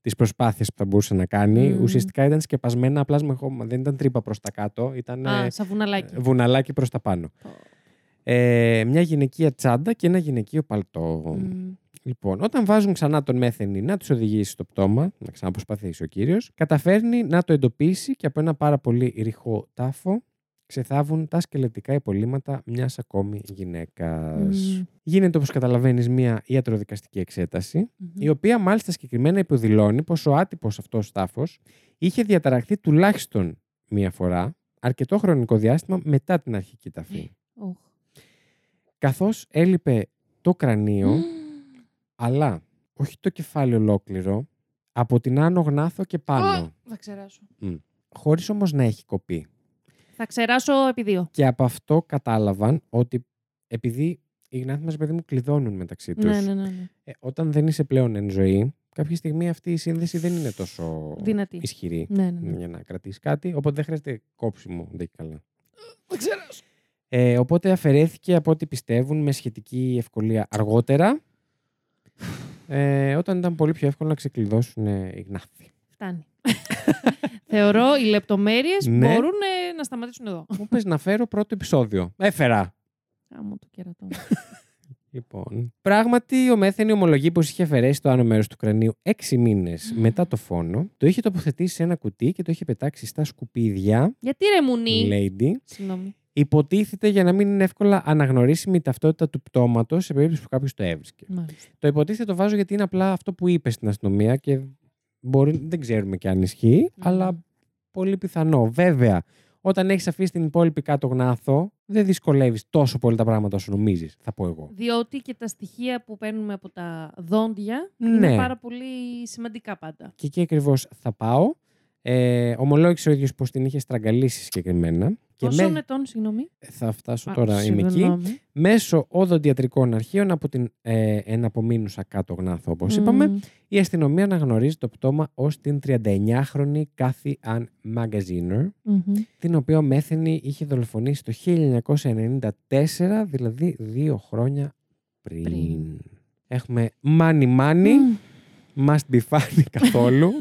[SPEAKER 1] της προσπάθειας που θα μπορούσε να κάνει.
[SPEAKER 2] Μμμ.
[SPEAKER 1] Ουσιαστικά ήταν σκεπασμένα απλά σμεχώμα. Δεν ήταν τρύπα προς τα κάτω, ήταν ε,
[SPEAKER 2] Α, σαν βουναλάκι.
[SPEAKER 1] βουναλάκι προς τα πάνω. Ε, μια γυναικεία τσάντα και ένα γυναικείο παλτό.
[SPEAKER 2] Μμ.
[SPEAKER 1] Λοιπόν, όταν βάζουν ξανά τον μέθενη να τους οδηγήσει στο πτώμα, να ξαναπροσπαθήσει ο κύριος, καταφέρνει να το εντοπίσει και από ένα πάρα πολύ ρηχό τάφο ξεθάβουν τα σκελετικά υπολείμματα μιας ακόμη γυναίκας.
[SPEAKER 2] Μμμ.
[SPEAKER 1] Γίνεται, όπως καταλαβαίνεις, μια ιατροδικαστική εξέταση,
[SPEAKER 2] Μμμ.
[SPEAKER 1] η οποία μάλιστα συγκεκριμένα υποδηλώνει πως ο άτυπος αυτός τάφος είχε διαταραχθεί τουλάχιστον μία φορά, αρκετό χρονικό διάστημα μετά την αρχική ταφή.
[SPEAKER 2] Ωχ.
[SPEAKER 1] Καθώς έλειπε το κρανίο,
[SPEAKER 2] Μμ.
[SPEAKER 1] αλλά όχι το κεφάλι ολόκληρο, από την άνω γνάθο και πάνω,
[SPEAKER 2] Ω, Θα ξεράσω.
[SPEAKER 1] χωρίς όμως να έχει κοπεί.
[SPEAKER 2] Θα ξεράσω επί δύο.
[SPEAKER 1] Και από αυτό κατάλαβαν ότι επειδή οι γνάθοι μας, παιδί μου, κλειδώνουν μεταξύ τους,
[SPEAKER 2] Ναι, ναι, ναι. ναι.
[SPEAKER 1] ε, όταν δεν είσαι πλέον εν ζωή, κάποια στιγμή αυτή η σύνδεση δεν είναι τόσο
[SPEAKER 2] Δυνατή.
[SPEAKER 1] ισχυρή
[SPEAKER 2] Ναι, ναι, ναι.
[SPEAKER 1] για να κρατήσεις κάτι, οπότε δεν χρειάζεται κόψιμο, δεν έχει καλά.
[SPEAKER 2] Θα ξεράσω.
[SPEAKER 1] Ε, οπότε αφαιρέθηκε από ό,τι πιστεύουν με σχετική ευκολία αργότερα, ε, όταν ήταν πολύ πιο εύκολο να ξεκλειδώσουν ε, οι γνάθοι.
[SPEAKER 2] Φτάνει. Θεωρώ οι λεπτομέρειες
[SPEAKER 1] Ναι.
[SPEAKER 2] μπορούν ε, να σταματήσουν εδώ.
[SPEAKER 1] Μου πες να φέρω πρώτο επεισόδιο. Έφερα.
[SPEAKER 2] Άμμο το κερατό.
[SPEAKER 1] Λοιπόν. Πράγματι, ο Μέθενη ομολογεί πως είχε αφαιρέσει το άνω μέρος του κρανίου έξι μήνες
[SPEAKER 2] Μμμ.
[SPEAKER 1] μετά το φόνο, το είχε τοποθετήσει σε ένα κουτί και το είχε πετάξει στα σκουπίδια.
[SPEAKER 2] Γιατί ρε μουνί.
[SPEAKER 1] Lady.
[SPEAKER 2] Συγγνώμη.
[SPEAKER 1] Υποτίθεται για να μην είναι εύκολα αναγνωρίσιμη η ταυτότητα του πτώματος σε περίπτωση που κάποιος το έβρισκε.
[SPEAKER 2] Μάλιστα.
[SPEAKER 1] Το υποτίθεται το βάζω γιατί είναι απλά αυτό που είπες στην αστυνομία και μπορεί, δεν ξέρουμε και αν ισχύει, αλλά πολύ πιθανό. Βέβαια, όταν έχεις αφήσει την υπόλοιπη κάτω γνάθο, δεν δυσκολεύεις τόσο πολύ τα πράγματα όσο νομίζεις, θα πω εγώ.
[SPEAKER 2] Διότι και τα στοιχεία που παίρνουμε από τα δόντια
[SPEAKER 1] Ναι.
[SPEAKER 2] είναι πάρα πολύ σημαντικά πάντα.
[SPEAKER 1] Και εκεί ακριβώς θα πάω. Ε, ομολόγησε ο ίδιος πως την είχε στραγγαλίσει συγκεκριμένα. Και
[SPEAKER 2] Πόσων ετών, συγγνώμη.
[SPEAKER 1] Θα φτάσω
[SPEAKER 2] Α,
[SPEAKER 1] τώρα, είμαι εκεί.
[SPEAKER 2] συγγνώμη.
[SPEAKER 1] Μέσω οδοντιατρικών αρχείων από την ε, εναπομείνουσα κάτω γνάθο, όπως είπαμε,
[SPEAKER 2] Μμμ.
[SPEAKER 1] η αστυνομία αναγνωρίζει το πτώμα ως την 39χρονη Κάθι Αν Μαγκαζίνερ,
[SPEAKER 2] Μμμ.
[SPEAKER 1] την οποία ο Μέθενη είχε δολοφονήσει το 1994, δηλαδή δύο χρόνια πριν.
[SPEAKER 2] Πριν.
[SPEAKER 1] Έχουμε money money.
[SPEAKER 2] Μμμ.
[SPEAKER 1] must be funny καθόλου.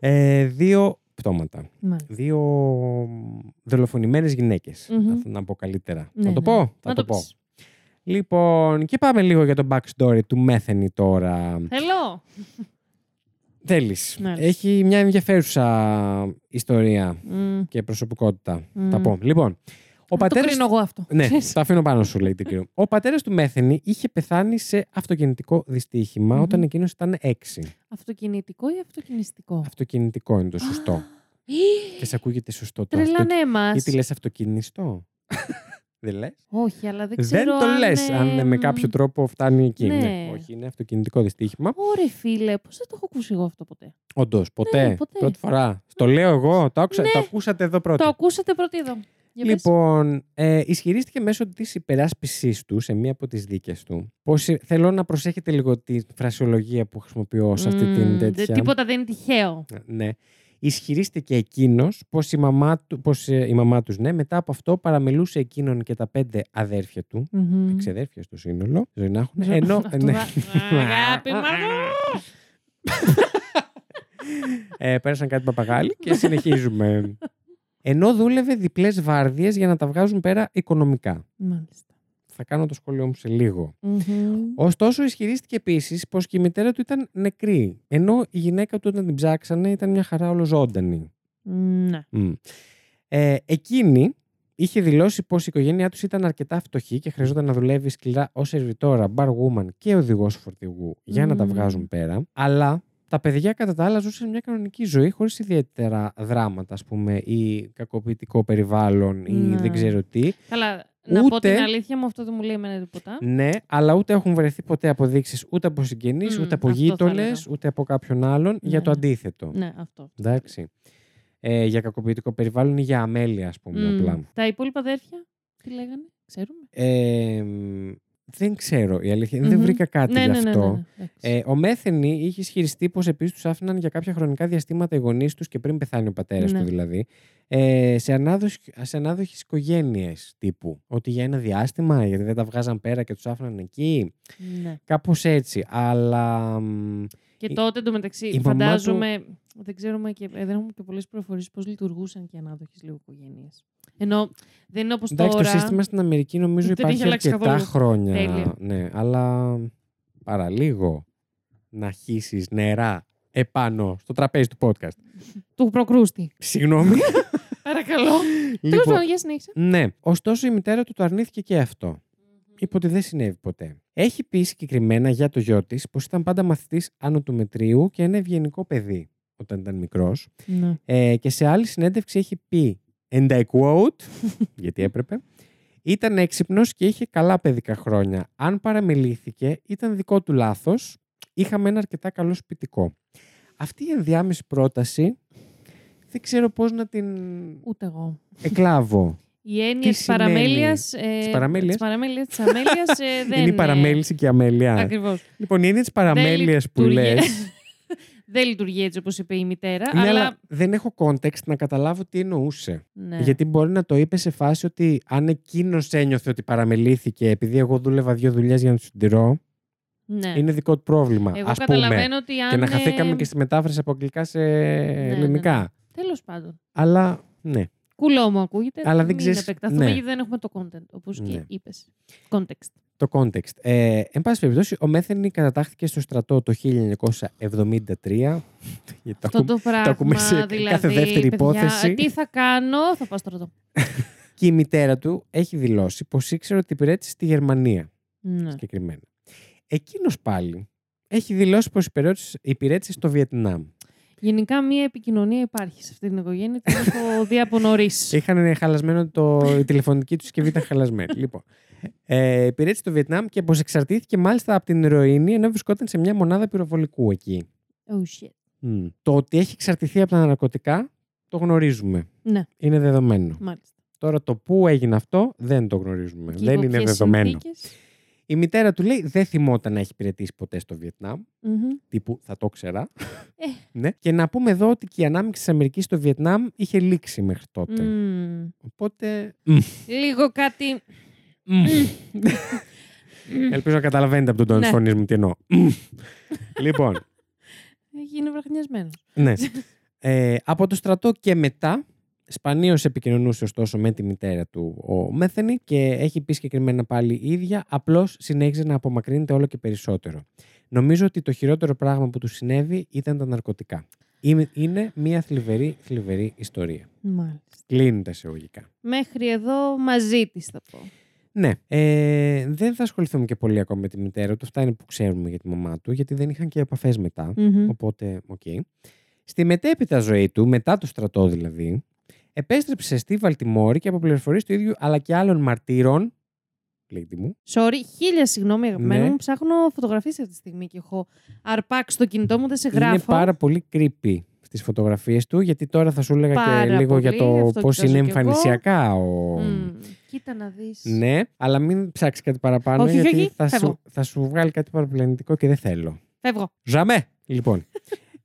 [SPEAKER 1] ε, δύο πτώματα.
[SPEAKER 2] Μάλιστα.
[SPEAKER 1] Δύο δολοφονημένες γυναίκες.
[SPEAKER 2] Μμμ.
[SPEAKER 1] Θα- Να πω καλύτερα.
[SPEAKER 2] Ναι,
[SPEAKER 1] να το
[SPEAKER 2] ναι.
[SPEAKER 1] πω. Θα
[SPEAKER 2] Να
[SPEAKER 1] το,
[SPEAKER 2] το
[SPEAKER 1] πω.
[SPEAKER 2] πεις.
[SPEAKER 1] Λοιπόν, και πάμε λίγο για το backstory του Μέθενη τώρα.
[SPEAKER 2] Θέλω.
[SPEAKER 1] Τέλης.
[SPEAKER 2] Μάλιστα.
[SPEAKER 1] Έχει μια ενδιαφέρουσα ιστορία
[SPEAKER 2] Μμ.
[SPEAKER 1] και προσωπικότητα. Θα
[SPEAKER 2] Μμ.
[SPEAKER 1] πω. Λοιπόν, ο
[SPEAKER 2] Το
[SPEAKER 1] πατέρας...
[SPEAKER 2] κρίνω εγώ αυτό.
[SPEAKER 1] Ναι,
[SPEAKER 2] Ξέρεις.
[SPEAKER 1] το αφήνω πάνω σου, λέει την κυρία. Ο πατέρας του Μέθενη είχε πεθάνει σε αυτοκινητικό δυστύχημα
[SPEAKER 2] Μμμ.
[SPEAKER 1] όταν εκείνος ήταν 6.
[SPEAKER 2] Αυτοκινητικό ή αυτοκινηστικό.
[SPEAKER 1] Αυτοκινητικό είναι το σωστό.
[SPEAKER 2] Ή,
[SPEAKER 1] Και σε ακούγεται σωστό το αυτό.
[SPEAKER 2] Τρελανέ μας.
[SPEAKER 1] Γιατί λες αυτοκινηστό. δεν λες.
[SPEAKER 2] Όχι, αλλά δεν
[SPEAKER 1] Δεν
[SPEAKER 2] ξέρω.
[SPEAKER 1] το
[SPEAKER 2] αν,
[SPEAKER 1] λες
[SPEAKER 2] ε,
[SPEAKER 1] αν ε, με κάποιο
[SPEAKER 2] μ,
[SPEAKER 1] τρόπο φτάνει εκεί.
[SPEAKER 2] Ναι.
[SPEAKER 1] Ναι. Όχι, είναι αυτοκινητικό δυστύχημα.
[SPEAKER 2] Ωρε φίλε, πώς δεν το έχω ακούσει εγώ αυτό ποτέ.
[SPEAKER 1] Όντως, ποτέ,
[SPEAKER 2] Ναι, ποτέ. Ναι.
[SPEAKER 1] Πρώτη φορά. Στο λέω εγώ. Το, άκουσα, το ακούσατε εδώ πρώτα.
[SPEAKER 2] Το ακούσατε πρώτοι εδώ. Για πες.
[SPEAKER 1] Λοιπόν, ε, ισχυρίστηκε μέσω της υπεράσπισης του σε μία από τις δίκες του. Πως, ε, θέλω να προσέχετε λίγο τη φρασιολογία που χρησιμοποιώ σε αυτή
[SPEAKER 2] Μμμ,
[SPEAKER 1] την
[SPEAKER 2] δε-
[SPEAKER 1] τέτοια.
[SPEAKER 2] Τίποτα δεν είναι τυχαίο.
[SPEAKER 1] Ναι. Ισχυρίστηκε εκείνος πως η μαμά του, πως, ε, η μαμά τους, ναι, μετά από αυτό παραμελούσε εκείνον και τα πέντε αδέρφια του.
[SPEAKER 2] Μμμ.
[SPEAKER 1] Εξεδέρφια στο σύνολο. Ζωή να έχουν.
[SPEAKER 2] Ζω-
[SPEAKER 1] Ενώ.
[SPEAKER 2] Αυτό
[SPEAKER 1] ναι.
[SPEAKER 2] θα- Αγάπη μου.
[SPEAKER 1] Ε, πέρασαν κάτι παπαγάλι και συνεχίζουμε. Ενώ δούλευε διπλές βάρδιες για να τα βγάζουν πέρα οικονομικά.
[SPEAKER 2] Μάλιστα.
[SPEAKER 1] Θα κάνω το σχολείο μου σε λίγο.
[SPEAKER 2] Μμμ.
[SPEAKER 1] Ωστόσο, ισχυρίστηκε επίσης πως και η μητέρα του ήταν νεκρή, ενώ η γυναίκα του όταν την ψάξανε ήταν μια χαρά όλο ζωντανή.
[SPEAKER 2] Ναι.
[SPEAKER 1] Μμ. Ε, εκείνη είχε δηλώσει πως η οικογένειά τους ήταν αρκετά φτωχή και χρειαζόταν να δουλεύει σκληρά ως σερβιτόρα, bar woman και οδηγός φορτηγού για να τα
[SPEAKER 2] Μμμ.
[SPEAKER 1] βγάζουν πέρα. Αλλά τα παιδιά κατά τα άλλα ζούσαν μια κανονική ζωή χωρίς ιδιαίτερα δράματα, ας πούμε, ή κακοποιητικό περιβάλλον ή
[SPEAKER 2] Ναι.
[SPEAKER 1] δεν ξέρω τι.
[SPEAKER 2] Καλά, να πω
[SPEAKER 1] Ούτε-
[SPEAKER 2] την αλήθεια μου, αυτό δεν μου λέει εμένα τίποτα.
[SPEAKER 1] Ναι, αλλά ούτε έχουν βρεθεί ποτέ αποδείξεις ούτε από συγγενείς,
[SPEAKER 2] Μμμ,
[SPEAKER 1] ούτε από
[SPEAKER 2] αυτό θα
[SPEAKER 1] γείτονες,
[SPEAKER 2] έλεγα.
[SPEAKER 1] ούτε από κάποιον άλλον για το
[SPEAKER 2] Ναι.
[SPEAKER 1] αντίθετο.
[SPEAKER 2] Ναι, αυτό.
[SPEAKER 1] Εντάξει. Ε, για κακοποιητικό περιβάλλον ή για αμέλεια, ας πούμε,
[SPEAKER 2] Μμ.
[SPEAKER 1] απλά.
[SPEAKER 2] Τα υπόλοιπα αδέρφια, τι λέγανε, ξέρουμε.
[SPEAKER 1] Ε, μ, Δεν ξέρω η αλήθεια. Δεν
[SPEAKER 2] Μμμ.
[SPEAKER 1] βρήκα κάτι
[SPEAKER 2] ναι,
[SPEAKER 1] γι'
[SPEAKER 2] ναι,
[SPEAKER 1] αυτό.
[SPEAKER 2] ναι, ναι, ναι. Εντάξει.
[SPEAKER 1] Ε, ο Μέθενη είχε ισχυριστεί πως επίσης τους άφηναν για κάποια χρονικά διαστήματα οι γονείς τους και πριν πεθάνει ο πατέρας
[SPEAKER 2] Ναι.
[SPEAKER 1] του δηλαδή. Ε, σε, ανάδοχ, σε ανάδοχες οικογένειες τύπου. Ότι για ένα διάστημα, γιατί δεν τα βγάζαν πέρα και τους άφηναν εκεί.
[SPEAKER 2] Ναι.
[SPEAKER 1] Κάπως έτσι. Αλλά. μ,
[SPEAKER 2] Και
[SPEAKER 1] η-
[SPEAKER 2] τότε εντωμεταξύ
[SPEAKER 1] η μαμά
[SPEAKER 2] φαντάζομαι. Δεν ξέρουμε και. ε, Δεν έχουμε και πολλές πληροφορίες πώς λειτουργούσαν και οι ανάδοχες λίγο οικογένειες. Ενώ δεν είναι όπως τώρα.
[SPEAKER 1] Εντάξει, το σύστημα στην Αμερική νομίζω
[SPEAKER 2] Δεν
[SPEAKER 1] υπάρχει
[SPEAKER 2] έχει αλλάξει
[SPEAKER 1] αρκετά
[SPEAKER 2] καθόλου.
[SPEAKER 1] χρόνια.
[SPEAKER 2] Τέλεια.
[SPEAKER 1] Ναι, αλλά παραλίγο να χύσεις νερά επάνω στο τραπέζι του podcast.
[SPEAKER 2] του προκρούστη.
[SPEAKER 1] Συγγνώμη.
[SPEAKER 2] Παρακαλώ.
[SPEAKER 1] Λοιπόν-
[SPEAKER 2] Τέλο πάντων, για συνέχισε.
[SPEAKER 1] Ναι. Ωστόσο η μητέρα του το αρνήθηκε και αυτό. Είπε ότι δεν συνέβη ποτέ. Έχει πει συγκεκριμένα για το γιο της πως ήταν πάντα μαθητής άνω του μετρίου και ένα ευγενικό παιδί όταν ήταν μικρός.
[SPEAKER 2] Ναι.
[SPEAKER 1] Ε, και σε άλλη συνέντευξη έχει πει, and I quote, γιατί έπρεπε, ήταν έξυπνος και είχε καλά παιδικά χρόνια. Αν παραμελήθηκε, ήταν δικό του λάθος. Είχαμε ένα αρκετά καλό σπιτικό. Αυτή η ενδιάμεση πρόταση δεν ξέρω πώς να την
[SPEAKER 2] Ούτε εγώ.
[SPEAKER 1] εκλάβω.
[SPEAKER 2] Η έννοια
[SPEAKER 1] Τι
[SPEAKER 2] της
[SPEAKER 1] σημαίνει?
[SPEAKER 2] παραμέλειας.
[SPEAKER 1] Της παραμέλειας?
[SPEAKER 2] Της παραμέλειας της αμέλειας ε, δεν ναι.
[SPEAKER 1] είναι η παραμέληση και η αμέλεια.
[SPEAKER 2] Ακριβώς.
[SPEAKER 1] Λοιπόν, η έννοια της παραμέλειας που λες,
[SPEAKER 2] δεν λειτουργεί έτσι όπως είπε η μητέρα.
[SPEAKER 1] ναι,
[SPEAKER 2] αλλά.
[SPEAKER 1] αλλά δεν έχω context να καταλάβω τι εννοούσε.
[SPEAKER 2] Ναι.
[SPEAKER 1] Γιατί μπορεί να το είπε σε φάση ότι αν εκείνος ένιωθε ότι παραμελήθηκε επειδή εγώ δούλευα δύο δουλειές για να τους συντηρώ,
[SPEAKER 2] Ναι.
[SPEAKER 1] είναι δικό του πρόβλημα.
[SPEAKER 2] Εγώ
[SPEAKER 1] ας πούμε.
[SPEAKER 2] καταλαβαίνω ότι αν. ε,
[SPEAKER 1] Και να χαθήκαμε και στη μετάφραση από αγγλικά σε
[SPEAKER 2] ναι,
[SPEAKER 1] ελληνικά.
[SPEAKER 2] ναι. Τέλος πάντων.
[SPEAKER 1] Αλλά ναι.
[SPEAKER 2] Κουλό μου ακούγεται.
[SPEAKER 1] Αλλά δεν
[SPEAKER 2] Μην
[SPEAKER 1] ξέρεις-
[SPEAKER 2] επεκταθούμε
[SPEAKER 1] ναι.
[SPEAKER 2] γιατί δεν έχουμε το content, όπως
[SPEAKER 1] Ναι.
[SPEAKER 2] και είπες. Context.
[SPEAKER 1] Το context. Ε, εν πάση περιπτώσει, ο Μέθενη κατατάχθηκε στο στρατό το 1973. Γιατί το
[SPEAKER 2] Αυτό
[SPEAKER 1] ακούμε-
[SPEAKER 2] το πράγμα.
[SPEAKER 1] ακούμε σε κάθε
[SPEAKER 2] δηλαδή,
[SPEAKER 1] δεύτερη
[SPEAKER 2] παιδιά,
[SPEAKER 1] υπόθεση.
[SPEAKER 2] Τι θα κάνω, θα πάω στρατό.
[SPEAKER 1] Και η μητέρα του έχει δηλώσει πως ήξερε ότι υπηρέτησε στη Γερμανία.
[SPEAKER 2] Ναι.
[SPEAKER 1] συγκεκριμένα. Εκείνος πάλι έχει δηλώσει πως υπηρέτησε στο Βιετνάμ.
[SPEAKER 2] Γενικά μία επικοινωνία υπάρχει σε αυτή την οικογένεια. Την έχω δει από νωρίς.
[SPEAKER 1] Είχαν χαλασμένο το. η τηλεφωνική τους συσκευή ήταν χαλασμένη. λοιπόν. Ε, υπηρέτησε στο Βιετνάμ και πω εξαρτήθηκε μάλιστα από την ηρωίνη ενώ βρισκόταν σε μια μονάδα πυροβολικού εκεί.
[SPEAKER 2] Oh shit.
[SPEAKER 1] Μμ. Το ότι έχει εξαρτηθεί από τα ναρκωτικά το γνωρίζουμε.
[SPEAKER 2] Ναι,
[SPEAKER 1] Είναι δεδομένο.
[SPEAKER 2] μάλιστα.
[SPEAKER 1] Τώρα το πού έγινε αυτό δεν το γνωρίζουμε.
[SPEAKER 2] Και
[SPEAKER 1] δεν
[SPEAKER 2] υπό
[SPEAKER 1] είναι
[SPEAKER 2] ποιες
[SPEAKER 1] δεδομένο.
[SPEAKER 2] συνθήκες.
[SPEAKER 1] Η μητέρα του λέει δεν θυμόταν να έχει υπηρετήσει ποτέ στο Βιετνάμ.
[SPEAKER 2] Μμμ.
[SPEAKER 1] τύπου θα το ξέρα.
[SPEAKER 2] Ε.
[SPEAKER 1] ναι. Και να πούμε εδώ ότι και η ανάμειξη της Αμερικής στο Βιετνάμ είχε λήξει μέχρι τότε.
[SPEAKER 2] Μμμ.
[SPEAKER 1] Οπότε.
[SPEAKER 2] Λίγο κάτι.
[SPEAKER 1] Ελπίζω να καταλαβαίνετε από τον τόνο τη
[SPEAKER 2] Ναι.
[SPEAKER 1] φωνή μου τι εννοώ. λοιπόν,
[SPEAKER 2] Έχει είναι βραχνιασμένος.
[SPEAKER 1] ναι. Ε, από το στρατό και μετά, σπανίως επικοινωνούσε ωστόσο με τη μητέρα του ο Μέθενη και έχει πει συγκεκριμένα πάλι η ίδια, απλώς συνέχιζε να απομακρύνεται όλο και περισσότερο. Νομίζω ότι το χειρότερο πράγμα που του συνέβη ήταν τα ναρκωτικά. Είναι- Είναι μια θλιβερή, θλιβερή ιστορία.
[SPEAKER 2] Μάλιστα.
[SPEAKER 1] Κλείνουν τα εισαγωγικά.
[SPEAKER 2] Μέχρι εδώ μαζί της θα πω.
[SPEAKER 1] Ναι. Ε, δεν θα ασχοληθούμε και πολύ ακόμα με τη μητέρα του. Αυτά είναι που ξέρουμε για τη μαμά του, γιατί δεν είχαν και επαφές μετά.
[SPEAKER 2] Μμμ.
[SPEAKER 1] Οπότε, οκ. Στη μετέπειτα ζωή του, μετά το στρατό δηλαδή, επέστρεψε στη Βαλτιμόρη και από πληροφορίες του ίδιου αλλά και άλλων μαρτύρων. Πλήκτη μου.
[SPEAKER 2] Sorry, χίλια συγγνώμη αγαπημένο
[SPEAKER 1] Ναι.
[SPEAKER 2] μου. Ψάχνω φωτογραφίε αυτή τη στιγμή και έχω αρπάξει το κινητό μου, δεν σε γράφω.
[SPEAKER 1] Είναι πάρα πολύ creepy στις φωτογραφίες του, γιατί τώρα θα σου έλεγα
[SPEAKER 2] Πάρα
[SPEAKER 1] και λίγο για
[SPEAKER 2] πολύ,
[SPEAKER 1] το
[SPEAKER 2] αυτό
[SPEAKER 1] πώς είναι
[SPEAKER 2] κοιτάζω κι εγώ.
[SPEAKER 1] εμφανισιακά ο.
[SPEAKER 2] Μμμ. Κοίτα να δεις.
[SPEAKER 1] Ναι, αλλά μην ψάξεις κάτι παραπάνω,
[SPEAKER 2] Όχι, όχι,
[SPEAKER 1] γιατί
[SPEAKER 2] όχι,
[SPEAKER 1] Θα, σου,
[SPEAKER 2] φεύγω.
[SPEAKER 1] θα σου βγάλει κάτι παραπλανητικό και δεν θέλω.
[SPEAKER 2] Φεύγω.
[SPEAKER 1] Ζαμέ! Λοιπόν.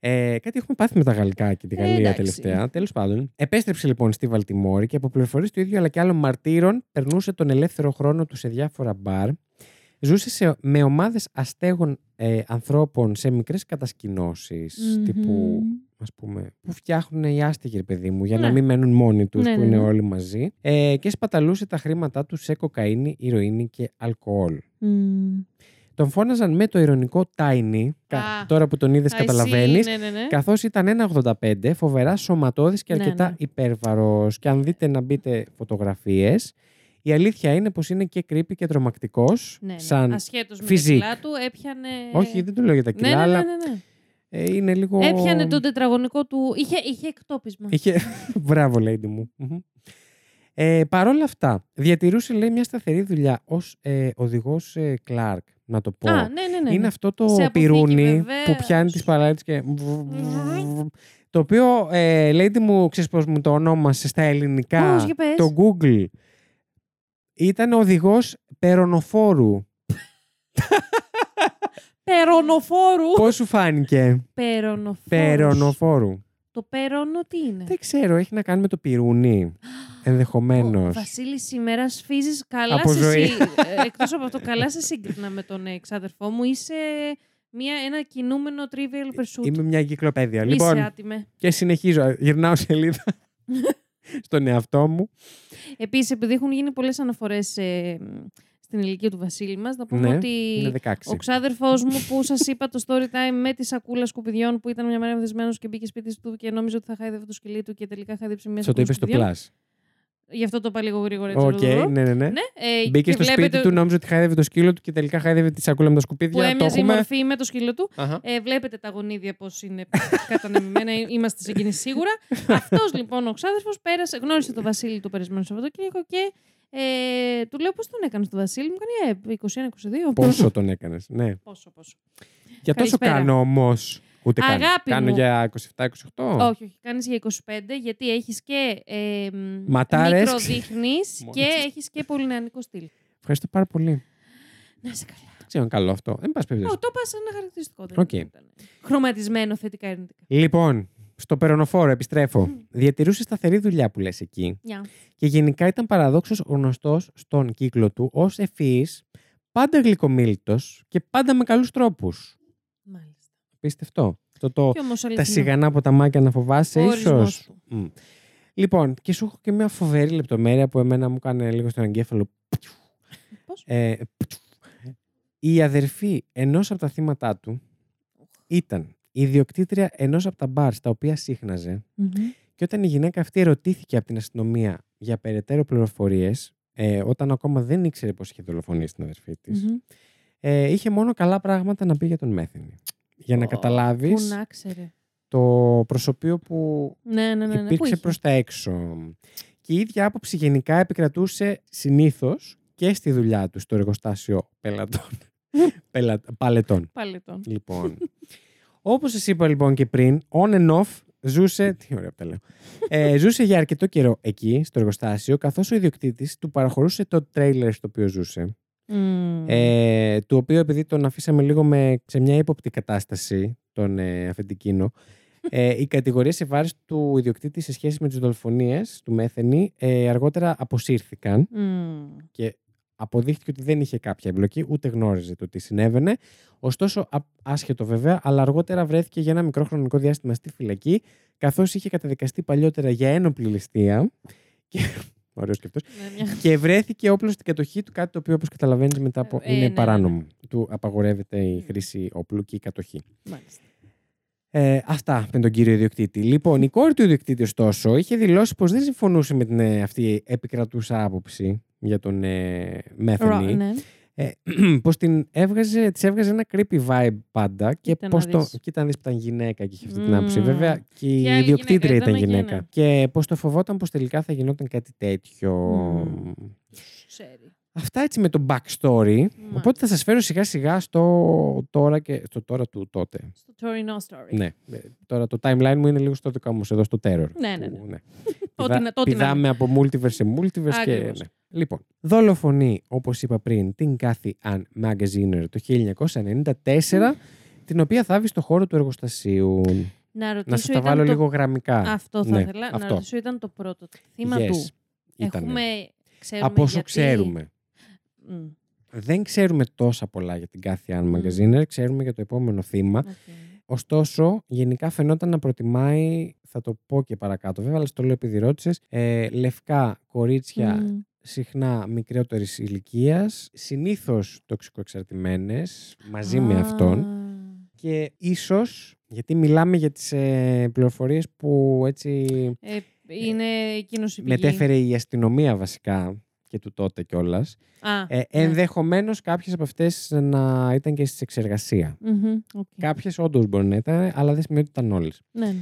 [SPEAKER 1] Ε, κάτι έχουμε πάθει με τα γαλλικά και τη
[SPEAKER 2] Ε,
[SPEAKER 1] Γαλλία
[SPEAKER 2] εντάξει.
[SPEAKER 1] τελευταία. Τέλος πάντων. Επέστρεψε λοιπόν στη Βαλτιμόρη και από πληροφορίες του ίδιου αλλά και άλλων μαρτύρων περνούσε τον ελεύθερο χρόνο του σε διάφορα μπαρ. Ζούσε σε, με ομάδες αστέγων ε, ανθρώπων σε μικρές κατασκηνωσεις τύπου ας πούμε, που φτιάχνουν οι άστεγοι, ρε παιδί μου, για να
[SPEAKER 2] Ναι.
[SPEAKER 1] μην μένουν μόνοι τους,
[SPEAKER 2] Ναι,
[SPEAKER 1] που
[SPEAKER 2] ναι,
[SPEAKER 1] είναι
[SPEAKER 2] ναι.
[SPEAKER 1] όλοι μαζί. Ε, και σπαταλούσε τα χρήματά τους σε κοκαίνη, ηρωίνη και αλκοόλ.
[SPEAKER 2] Μμμ.
[SPEAKER 1] Τον φώναζαν με το ηρωνικό Tiny, κα-
[SPEAKER 2] Α,
[SPEAKER 1] τώρα που τον είδες,
[SPEAKER 2] Α, εσύ,
[SPEAKER 1] καταλαβαίνεις.
[SPEAKER 2] Ναι, ναι, ναι.
[SPEAKER 1] Καθώς ήταν 1,85, φοβερά σωματώδης και
[SPEAKER 2] Ναι,
[SPEAKER 1] αρκετά
[SPEAKER 2] ναι.
[SPEAKER 1] υπέρβαρος. Και αν δείτε να μπείτε φωτογραφίες, η αλήθεια είναι πως είναι και creepy και τρομακτικός.
[SPEAKER 2] Ναι, ναι.
[SPEAKER 1] Σαν...
[SPEAKER 2] Ασχέτως με τα
[SPEAKER 1] φυσικ.
[SPEAKER 2] κιλά του, έπιανε.
[SPEAKER 1] Όχι, δεν το λέω για τα
[SPEAKER 2] ναι,
[SPEAKER 1] κιλά,
[SPEAKER 2] ναι, ναι,
[SPEAKER 1] αλλά
[SPEAKER 2] ναι, ναι.
[SPEAKER 1] ε, είναι λίγο.
[SPEAKER 2] Έπιανε τον τετραγωνικό του. Είχε, είχε εκτόπισμα.
[SPEAKER 1] Είχε... Μπράβο, lady μου. Μμμ. Ε, Παρ' όλα αυτά, διατηρούσε λέει, μια σταθερή δουλειά ως ε, οδηγός ε, Clark, να το πω.
[SPEAKER 2] Α, ναι, ναι, ναι.
[SPEAKER 1] Είναι αυτό το
[SPEAKER 2] Σε αποθήκη,
[SPEAKER 1] πυρούνι που
[SPEAKER 2] βεβαίως.
[SPEAKER 1] πιάνει τις παραλίτες και... το οποίο, ε, lady μου, ξέρεις πώς μου το ονόμασες στα ελληνικά,
[SPEAKER 2] Πώς, για πες.
[SPEAKER 1] το Google. Ήταν οδηγός περονοφόρου.
[SPEAKER 2] Περονοφόρου.
[SPEAKER 1] Πώς σου φάνηκε
[SPEAKER 2] Περονοφόρους.
[SPEAKER 1] περονοφόρου.
[SPEAKER 2] Το περόνο τι είναι.
[SPEAKER 1] Δεν ξέρω, έχει να κάνει με το πυρούνι. Ενδεχομένως.
[SPEAKER 2] Ο Βασίλης, σήμερα σφίζεις καλά
[SPEAKER 1] Από
[SPEAKER 2] σε
[SPEAKER 1] ζωή.
[SPEAKER 2] Εσύ, ε, εκτός από αυτό, καλά σε σύγκρινα με τον ε, ξάδερφό μου. Είσαι μια, ένα κινούμενο trivial pursuit.
[SPEAKER 1] Ε, Είμαι μια κυκλοπαίδεια.
[SPEAKER 2] Είσαι
[SPEAKER 1] Λοιπόν,
[SPEAKER 2] άτιμε.
[SPEAKER 1] και συνεχίζω. Γυρνάω σελίδα στον εαυτό μου.
[SPEAKER 2] Επίσης, επειδή έχουν γίνει πολλές αναφορές στην ηλικία του Βασίλη μας, να πούμε
[SPEAKER 1] Ναι,
[SPEAKER 2] ότι
[SPEAKER 1] Είναι 16.
[SPEAKER 2] ο ξάδερφός μου που σας είπα το story time με τη σακούλα σκουπιδιών που ήταν μια μέρα εμβρισμένο και μπήκε σπίτι του και νόμιζε ότι θα χάιδευε το σκυλί του και τελικά χάιδεψε μια
[SPEAKER 1] Θα το
[SPEAKER 2] σακούλα.
[SPEAKER 1] είπες στο
[SPEAKER 2] σκουπιδιών.
[SPEAKER 1] Plus.
[SPEAKER 2] Γι' αυτό το είπα λίγο γρήγορα. Έτσι,
[SPEAKER 1] Οκ,
[SPEAKER 2] ρουδρουδρού.
[SPEAKER 1] ναι, ναι, ναι.
[SPEAKER 2] Ναι, ε,
[SPEAKER 1] Μπήκε
[SPEAKER 2] και
[SPEAKER 1] στο
[SPEAKER 2] βλέπετε
[SPEAKER 1] σπίτι του, νόμιζε ότι χάιδευε το σκύλο του και τελικά χάιδευε τη σακούλα με τα
[SPEAKER 2] που
[SPEAKER 1] σκουπίδια. Το
[SPEAKER 2] έμοιαζε η
[SPEAKER 1] έχουμε.
[SPEAKER 2] μορφή με το σκύλο του.
[SPEAKER 1] Αχα.
[SPEAKER 2] Ε, βλέπετε τα γονίδια πώς είναι κατανεμημένα, ε, είμαστε σε εκείνη σίγουρα. Αυτός λοιπόν ο ξάδερφος πέρασε, γνώρισε τον Βασίλη το περασμένο Σαββατοκύριακο και ε, του λέω πώς τον έκανες τον Βασίλη. Μου κάνει ε, 21-22.
[SPEAKER 1] Πόσο τον έκανες. Ναι.
[SPEAKER 2] πόσο, πόσο.
[SPEAKER 1] Για τόσο
[SPEAKER 2] Καλησπέρα.
[SPEAKER 1] κάνω όμως. Ούτε καν.
[SPEAKER 2] Αγάπη
[SPEAKER 1] Κάνω
[SPEAKER 2] μου.
[SPEAKER 1] για 27-28.
[SPEAKER 2] Όχι, όχι, κάνεις για 25, γιατί έχεις και ε,
[SPEAKER 1] Ματάρες.
[SPEAKER 2] μικροδείχνεις
[SPEAKER 1] Μόλις.
[SPEAKER 2] και έχεις και πολυνεανικό στυλ.
[SPEAKER 1] Ευχαριστώ πάρα πολύ.
[SPEAKER 2] Να σε καλά.
[SPEAKER 1] Δεν ξέρω αν καλό αυτό. Εν πάση περιπτώσει.
[SPEAKER 2] Ω, το πας ένα χαρακτηριστικό. Δεν
[SPEAKER 1] Οκ.
[SPEAKER 2] ήταν. Χρωματισμένο θετικά αρνητικά.
[SPEAKER 1] Λοιπόν, στο περονοφόρο επιστρέφω. Διατηρούσε σταθερή δουλειά που λες εκεί
[SPEAKER 2] Γεια.
[SPEAKER 1] και γενικά ήταν παραδόξως γνωστός στον κύκλο του ως ευφυής, πάντα γλυκομίλητος και πάντα με καλούς τρόπους.
[SPEAKER 2] Μάλιστα.
[SPEAKER 1] Πίστευτο. Αυτό το,
[SPEAKER 2] Και όμως
[SPEAKER 1] τα
[SPEAKER 2] αληθινό.
[SPEAKER 1] σιγανά ποταμάκια να φοβάσαι,
[SPEAKER 2] Ο ορισμός
[SPEAKER 1] ίσω.
[SPEAKER 2] του.
[SPEAKER 1] Λοιπόν, και σου έχω και μια φοβερή λεπτομέρεια που εμένα μου έκανε λίγο στον εγκέφαλο.
[SPEAKER 2] Πώς?
[SPEAKER 1] Ε, η αδερφή ενός από τα θύματα του ήταν η ιδιοκτήτρια ενός από τα μπαρ στα οποία σύχναζε
[SPEAKER 2] Μμμ.
[SPEAKER 1] και όταν η γυναίκα αυτή ερωτήθηκε από την αστυνομία για περαιτέρω πληροφορίες ε, όταν ακόμα δεν ήξερε πως είχε δολοφονήσει την αδερφή της
[SPEAKER 2] Μμμ.
[SPEAKER 1] ε, είχε μόνο καλά πράγματα να πει για τον Μέθυνη. Για να
[SPEAKER 2] Ω, Πού
[SPEAKER 1] καταλάβεις
[SPEAKER 2] να ξέρε.
[SPEAKER 1] το προσωπείο που
[SPEAKER 2] Ναι, ναι, ναι. ναι. Πού
[SPEAKER 1] υπήρξε
[SPEAKER 2] είχε?
[SPEAKER 1] προς τα έξω. Και η ίδια άποψη γενικά επικρατούσε συνήθως και στη δουλειά τους στο εργοστάσιο πελατών. Πελα... Παλετών,
[SPEAKER 2] Πάλι τον.
[SPEAKER 1] λοιπόν. Όπως σας είπα λοιπόν και πριν, on and off ζούσε... Τι ωραία που τα λέω. Ε, ζούσε για αρκετό καιρό εκεί, στο εργοστάσιο, καθώς ο ιδιοκτήτης του παραχωρούσε το τρέιλερ στο οποίο ζούσε.
[SPEAKER 2] Μμμ.
[SPEAKER 1] Ε, του οποίου επειδή τον αφήσαμε λίγο με, σε μια ύποπτη κατάσταση, τον ε, αφεντικίνο, ε, οι κατηγορίες σε βάρος του ιδιοκτήτη σε σχέση με τις δολοφονίες του Μέθενη ε, αργότερα αποσύρθηκαν.
[SPEAKER 2] Μμμ.
[SPEAKER 1] Αποδείχθηκε ότι δεν είχε κάποια εμπλοκή, ούτε γνώριζε το τι συνέβαινε. Ωστόσο, α- άσχετο βέβαια, αλλά αργότερα βρέθηκε για ένα μικρό χρονικό διάστημα στη φυλακή, καθώς είχε καταδικαστεί παλιότερα για ένοπλη ληστεία. Και... Ωραίος και αυτός.
[SPEAKER 2] Ναι, μια-
[SPEAKER 1] Και βρέθηκε όπλος στην κατοχή του, κάτι το οποίο, όπως καταλαβαίνει, μετά από.
[SPEAKER 2] Ε,
[SPEAKER 1] είναι
[SPEAKER 2] ναι, ναι,
[SPEAKER 1] παράνομο. Του απαγορεύεται η χρήση όπλου και η κατοχή.
[SPEAKER 2] Μάλιστα.
[SPEAKER 1] Ε, αυτά με τον κύριο ιδιοκτήτη. Λοιπόν, η κόρη του ιδιοκτήτη, ωστόσο, είχε δηλώσει πως δεν συμφωνούσε με την ε, αυτή επικρατούσα άποψη για τον ε, Μέθενη.
[SPEAKER 2] Ρο- ναι.
[SPEAKER 1] Πως την έβγαζε, της έβγαζε ένα creepy vibe πάντα. Και
[SPEAKER 2] Κοίτα να
[SPEAKER 1] πως το.
[SPEAKER 2] δεις.
[SPEAKER 1] Κοίτα να δεις που ήταν γυναίκα και είχε αυτή την
[SPEAKER 2] Μμμ.
[SPEAKER 1] άποψη. Βέβαια και η
[SPEAKER 2] άλλη
[SPEAKER 1] ιδιοκτήτρια
[SPEAKER 2] γυναίκα,
[SPEAKER 1] ήταν
[SPEAKER 2] ήταν
[SPEAKER 1] γυναίκα.
[SPEAKER 2] εκείνα.
[SPEAKER 1] Και πως το φοβόταν πως τελικά θα γινόταν κάτι τέτοιο.
[SPEAKER 2] Μμμ. Ξέρει.
[SPEAKER 1] Αυτά έτσι με το backstory.
[SPEAKER 2] Μάλιστα.
[SPEAKER 1] Οπότε θα σας φέρω σιγά σιγά στο τώρα και στο τώρα του τότε.
[SPEAKER 2] Στο τωρινό story.
[SPEAKER 1] Ναι. Ε, Τώρα το timeline μου είναι λίγο στο δικό μου, εδώ στο terror.
[SPEAKER 2] Ναι, ναι,
[SPEAKER 1] Που,
[SPEAKER 2] ναι.
[SPEAKER 1] ναι.
[SPEAKER 2] Τότε
[SPEAKER 1] Πηδά-
[SPEAKER 2] να- τότε να
[SPEAKER 1] πηδάμε από multiverse σε multiverse και...
[SPEAKER 2] Ακριβώς.
[SPEAKER 1] Ναι. Λοιπόν, δολοφονεί, όπως είπα πριν, την Kathy Ann Magaziner το 1994, την οποία θάβει στο χώρο του εργοστασίου.
[SPEAKER 2] Να ρωτήσω.
[SPEAKER 1] Να σας τα
[SPEAKER 2] ήταν
[SPEAKER 1] βάλω
[SPEAKER 2] το...
[SPEAKER 1] λίγο γραμμικά.
[SPEAKER 2] Αυτό θα
[SPEAKER 1] Ναι,
[SPEAKER 2] ήθελα. Να
[SPEAKER 1] αυτό.
[SPEAKER 2] ρωτήσω, ήταν το πρώτο θύμα
[SPEAKER 1] Yes.
[SPEAKER 2] του.
[SPEAKER 1] Ήτανε.
[SPEAKER 2] Έχουμε. Ξέρουμε
[SPEAKER 1] Από όσο
[SPEAKER 2] γιατί...
[SPEAKER 1] ξέρουμε.
[SPEAKER 2] Μμ,
[SPEAKER 1] Δεν ξέρουμε τόσα πολλά για την Kathy Ann
[SPEAKER 2] Μμμ.
[SPEAKER 1] Magaziner, ξέρουμε για το επόμενο θύμα.
[SPEAKER 2] οκ.
[SPEAKER 1] Ωστόσο, γενικά φαινόταν να προτιμάει, θα το πω και παρακάτω βέβαια, αλλά στο λέω επειδή ρώτησες, ε, λευκά κορίτσια
[SPEAKER 2] Μμ,
[SPEAKER 1] συχνά μικρότερης ηλικίας, συνήθως τοξικοεξαρτημένες, μαζί με
[SPEAKER 2] α,
[SPEAKER 1] αυτόν. Και ίσως, γιατί μιλάμε για τις ε, πληροφορίες που έτσι
[SPEAKER 2] Ε, είναι εκείνος η πηγή.
[SPEAKER 1] μετέφερε η αστυνομία βασικά και του τότε κιόλας.
[SPEAKER 2] Α,
[SPEAKER 1] Ε,
[SPEAKER 2] ναι.
[SPEAKER 1] Ενδεχομένως κάποιες από αυτές να ήταν και στη εξεργασία.
[SPEAKER 2] Μμμ, οκ.
[SPEAKER 1] Κάποιες όντως μπορεί να ήταν, αλλά δεν σημαίνει ότι ήταν όλες.
[SPEAKER 2] Ναι, ναι.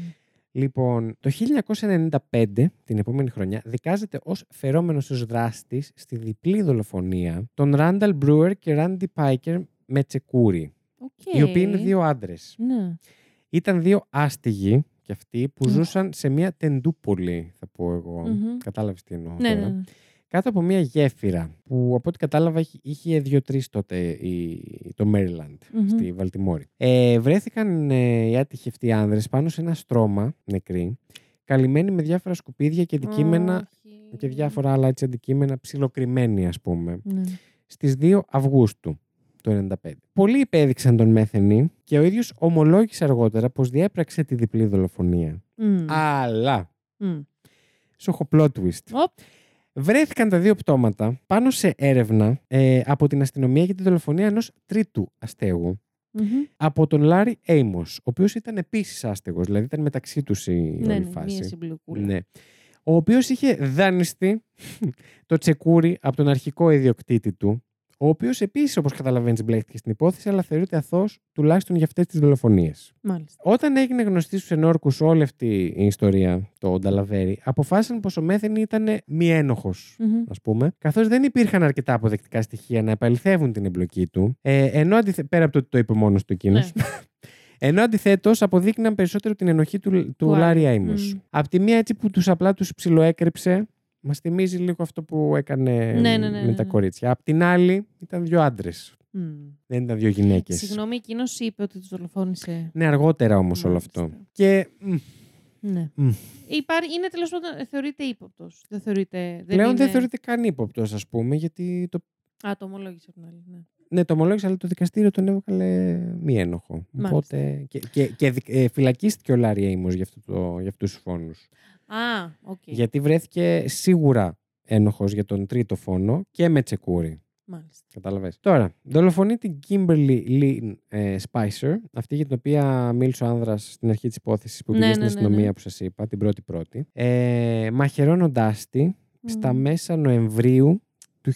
[SPEAKER 1] Λοιπόν, το 1995, την επόμενη χρονιά, δικάζεται ως φερόμενος ως δράστης στη διπλή δολοφονία των Ράνταλ Μπρούερ και Ράντι Πάικερ με τσεκούρι,
[SPEAKER 2] Οκ.
[SPEAKER 1] οι οποίοι είναι δύο άντρες.
[SPEAKER 2] Ναι.
[SPEAKER 1] Ήταν δύο άστιγοι και αυτοί που
[SPEAKER 2] Οχ.
[SPEAKER 1] ζούσαν σε μια τεντούπολη, θα πω εγώ.
[SPEAKER 2] Μμμ.
[SPEAKER 1] Κατάλαβες τι εννοώ
[SPEAKER 2] Ναι,
[SPEAKER 1] τώρα.
[SPEAKER 2] ναι, ναι.
[SPEAKER 1] κάτω από μια γέφυρα που από ό,τι κατάλαβα είχε- είχε δύο-τρει τότε η- το Maryland
[SPEAKER 2] Μμμ.
[SPEAKER 1] στη Βαλτιμόρη. Ε, βρέθηκαν ε, οι άτυχοι αυτοί άνδρες πάνω σε ένα στρώμα νεκροί, καλυμμένοι με διάφορα σκουπίδια και αντικείμενα
[SPEAKER 2] Όχι.
[SPEAKER 1] και διάφορα άλλα έτσι αντικείμενα ψιλοκρυμμένοι ας πούμε
[SPEAKER 2] Ναι.
[SPEAKER 1] στις 2 Αυγούστου του 1995. Πολλοί υπέδειξαν τον Μέθενη και ο ίδιος ομολόγησε αργότερα πως διέπραξε τη διπλή δολοφονία.
[SPEAKER 2] Μμ.
[SPEAKER 1] Αλλά,
[SPEAKER 2] Μμ.
[SPEAKER 1] σου έχω plot twist.
[SPEAKER 2] Οπ.
[SPEAKER 1] Βρέθηκαν τα δύο πτώματα πάνω σε έρευνα ε, από την αστυνομία για τη δολοφονία ενός τρίτου αστέγου
[SPEAKER 2] Μμμ.
[SPEAKER 1] από τον Λάρι Έιμος, ο οποίος ήταν επίσης άστεγος, δηλαδή ήταν μεταξύ τους η
[SPEAKER 2] Ναι,
[SPEAKER 1] όλη
[SPEAKER 2] ναι,
[SPEAKER 1] φάση.
[SPEAKER 2] μία συμπλοκούλα.
[SPEAKER 1] Ναι. Ο οποίος είχε δανειστεί το τσεκούρι από τον αρχικό ιδιοκτήτη του, ο οποίος επίσης, όπως καταλαβαίνεις, μπλέχτηκε στην υπόθεση, αλλά θεωρείται αθώος τουλάχιστον για αυτές τις δολοφονίες.
[SPEAKER 2] Μάλιστα.
[SPEAKER 1] Όταν έγινε γνωστή στους ενόρκους όλη αυτή η ιστορία, το Νταλαβέρι, αποφάσισαν πως ο Μέθενη ήταν μη ένοχος.
[SPEAKER 2] Μμμ.
[SPEAKER 1] Ας πούμε, καθώς δεν υπήρχαν αρκετά αποδεκτικά στοιχεία να επαληθεύουν την εμπλοκή του, ε, ενώ αντιθε... πέρα από το ότι το είπε μόνος του εκείνος,
[SPEAKER 2] Ναι.
[SPEAKER 1] ενώ αντιθέτως αποδείκναν περισσότερο την ενοχή του, του
[SPEAKER 2] άλλου.
[SPEAKER 1] Λάρι Άιμος.
[SPEAKER 2] Μμ.
[SPEAKER 1] Απ' τη μία έτσι που τους απλά τους ψιλοέκρυψε, μας θυμίζει λίγο αυτό που έκανε
[SPEAKER 2] Ναι, ναι, ναι,
[SPEAKER 1] με
[SPEAKER 2] ναι,
[SPEAKER 1] τα
[SPEAKER 2] ναι.
[SPEAKER 1] κορίτσια. Απ' την άλλη ήταν δύο άντρες.
[SPEAKER 2] Μμ.
[SPEAKER 1] Δεν ήταν δύο γυναίκες.
[SPEAKER 2] Συγγνώμη, εκείνος είπε ότι τους δολοφόνησε.
[SPEAKER 1] Ναι, αργότερα όμως όλο
[SPEAKER 2] Μάλιστα.
[SPEAKER 1] αυτό. Και μ,
[SPEAKER 2] Ναι.
[SPEAKER 1] Μμ.
[SPEAKER 2] Υπάρ- είναι τέλος πάντων. ε, Θεωρείται ύποπτος. Δεν θεωρείται. Δεν
[SPEAKER 1] πλέον
[SPEAKER 2] είναι...
[SPEAKER 1] δεν θεωρείται καν ύποπτος, ας πούμε, γιατί το
[SPEAKER 2] Α, το ομολόγησε από την άλλη. Ναι.
[SPEAKER 1] Ναι, το ομολόγησε, αλλά το δικαστήριο τον έβγαλε μη ένοχο.
[SPEAKER 2] Μάλιστα.
[SPEAKER 1] Οπότε. Και, και, και δι- ε, φυλακίστηκε ο Λάρι Έιμος για, αυτό το- για αυτούς τους φόνους.
[SPEAKER 2] Α, οκ.
[SPEAKER 1] Γιατί βρέθηκε σίγουρα ένοχος για τον τρίτο φόνο και με τσεκούρι.
[SPEAKER 2] Μάλιστα.
[SPEAKER 1] Κατάλαβες. Τώρα, δολοφονεί την Kimberly Lynn ε, Spicer, αυτή για την οποία μίλησε ο άνδρας στην αρχή της υπόθεσης που
[SPEAKER 2] Ναι,
[SPEAKER 1] πήγε
[SPEAKER 2] ναι,
[SPEAKER 1] στην
[SPEAKER 2] ναι,
[SPEAKER 1] αστυνομία
[SPEAKER 2] ναι.
[SPEAKER 1] που σας είπα, την πρώτη-πρώτη. Ε, Μαχαιρώνοντάς τη στα
[SPEAKER 2] Μμ.
[SPEAKER 1] μέσα Νοεμβρίου του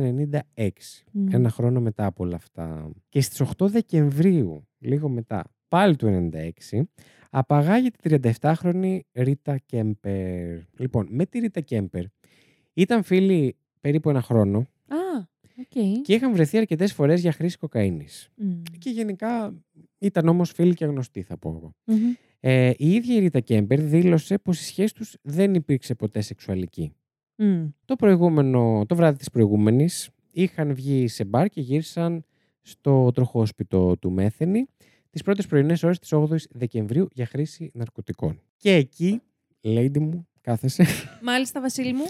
[SPEAKER 1] 1996
[SPEAKER 2] Μμ.
[SPEAKER 1] ένα χρόνο μετά από όλα αυτά. Και στις 8 Δεκεμβρίου, λίγο μετά, πάλι του 96, απαγάγει τη 37χρονη Ρίτα Κέμπερ. Λοιπόν, με τη Ρίτα Κέμπερ ήταν φίλοι περίπου ένα χρόνο
[SPEAKER 2] Α, οκ.
[SPEAKER 1] και είχαν βρεθεί αρκετές φορές για χρήση κοκαίνης.
[SPEAKER 2] Μμ.
[SPEAKER 1] Και γενικά ήταν όμως φίλοι και γνωστοί, θα πω εγώ.
[SPEAKER 2] Μμμ.
[SPEAKER 1] Ε, η ίδια η Ρίτα Κέμπερ δήλωσε πως η σχέση τους δεν υπήρξε ποτέ σεξουαλική.
[SPEAKER 2] Μμ.
[SPEAKER 1] Το, προηγούμενο, το βράδυ της προηγούμενης είχαν βγει σε μπαρ και γύρισαν στο τροχόσπιτο του Μέθενη τις πρώτες πρωινές ώρες της 8ης Δεκεμβρίου για χρήση ναρκωτικών. Και εκεί, lady μου, κάθεσε,
[SPEAKER 2] Μάλιστα, Βασίλη μου.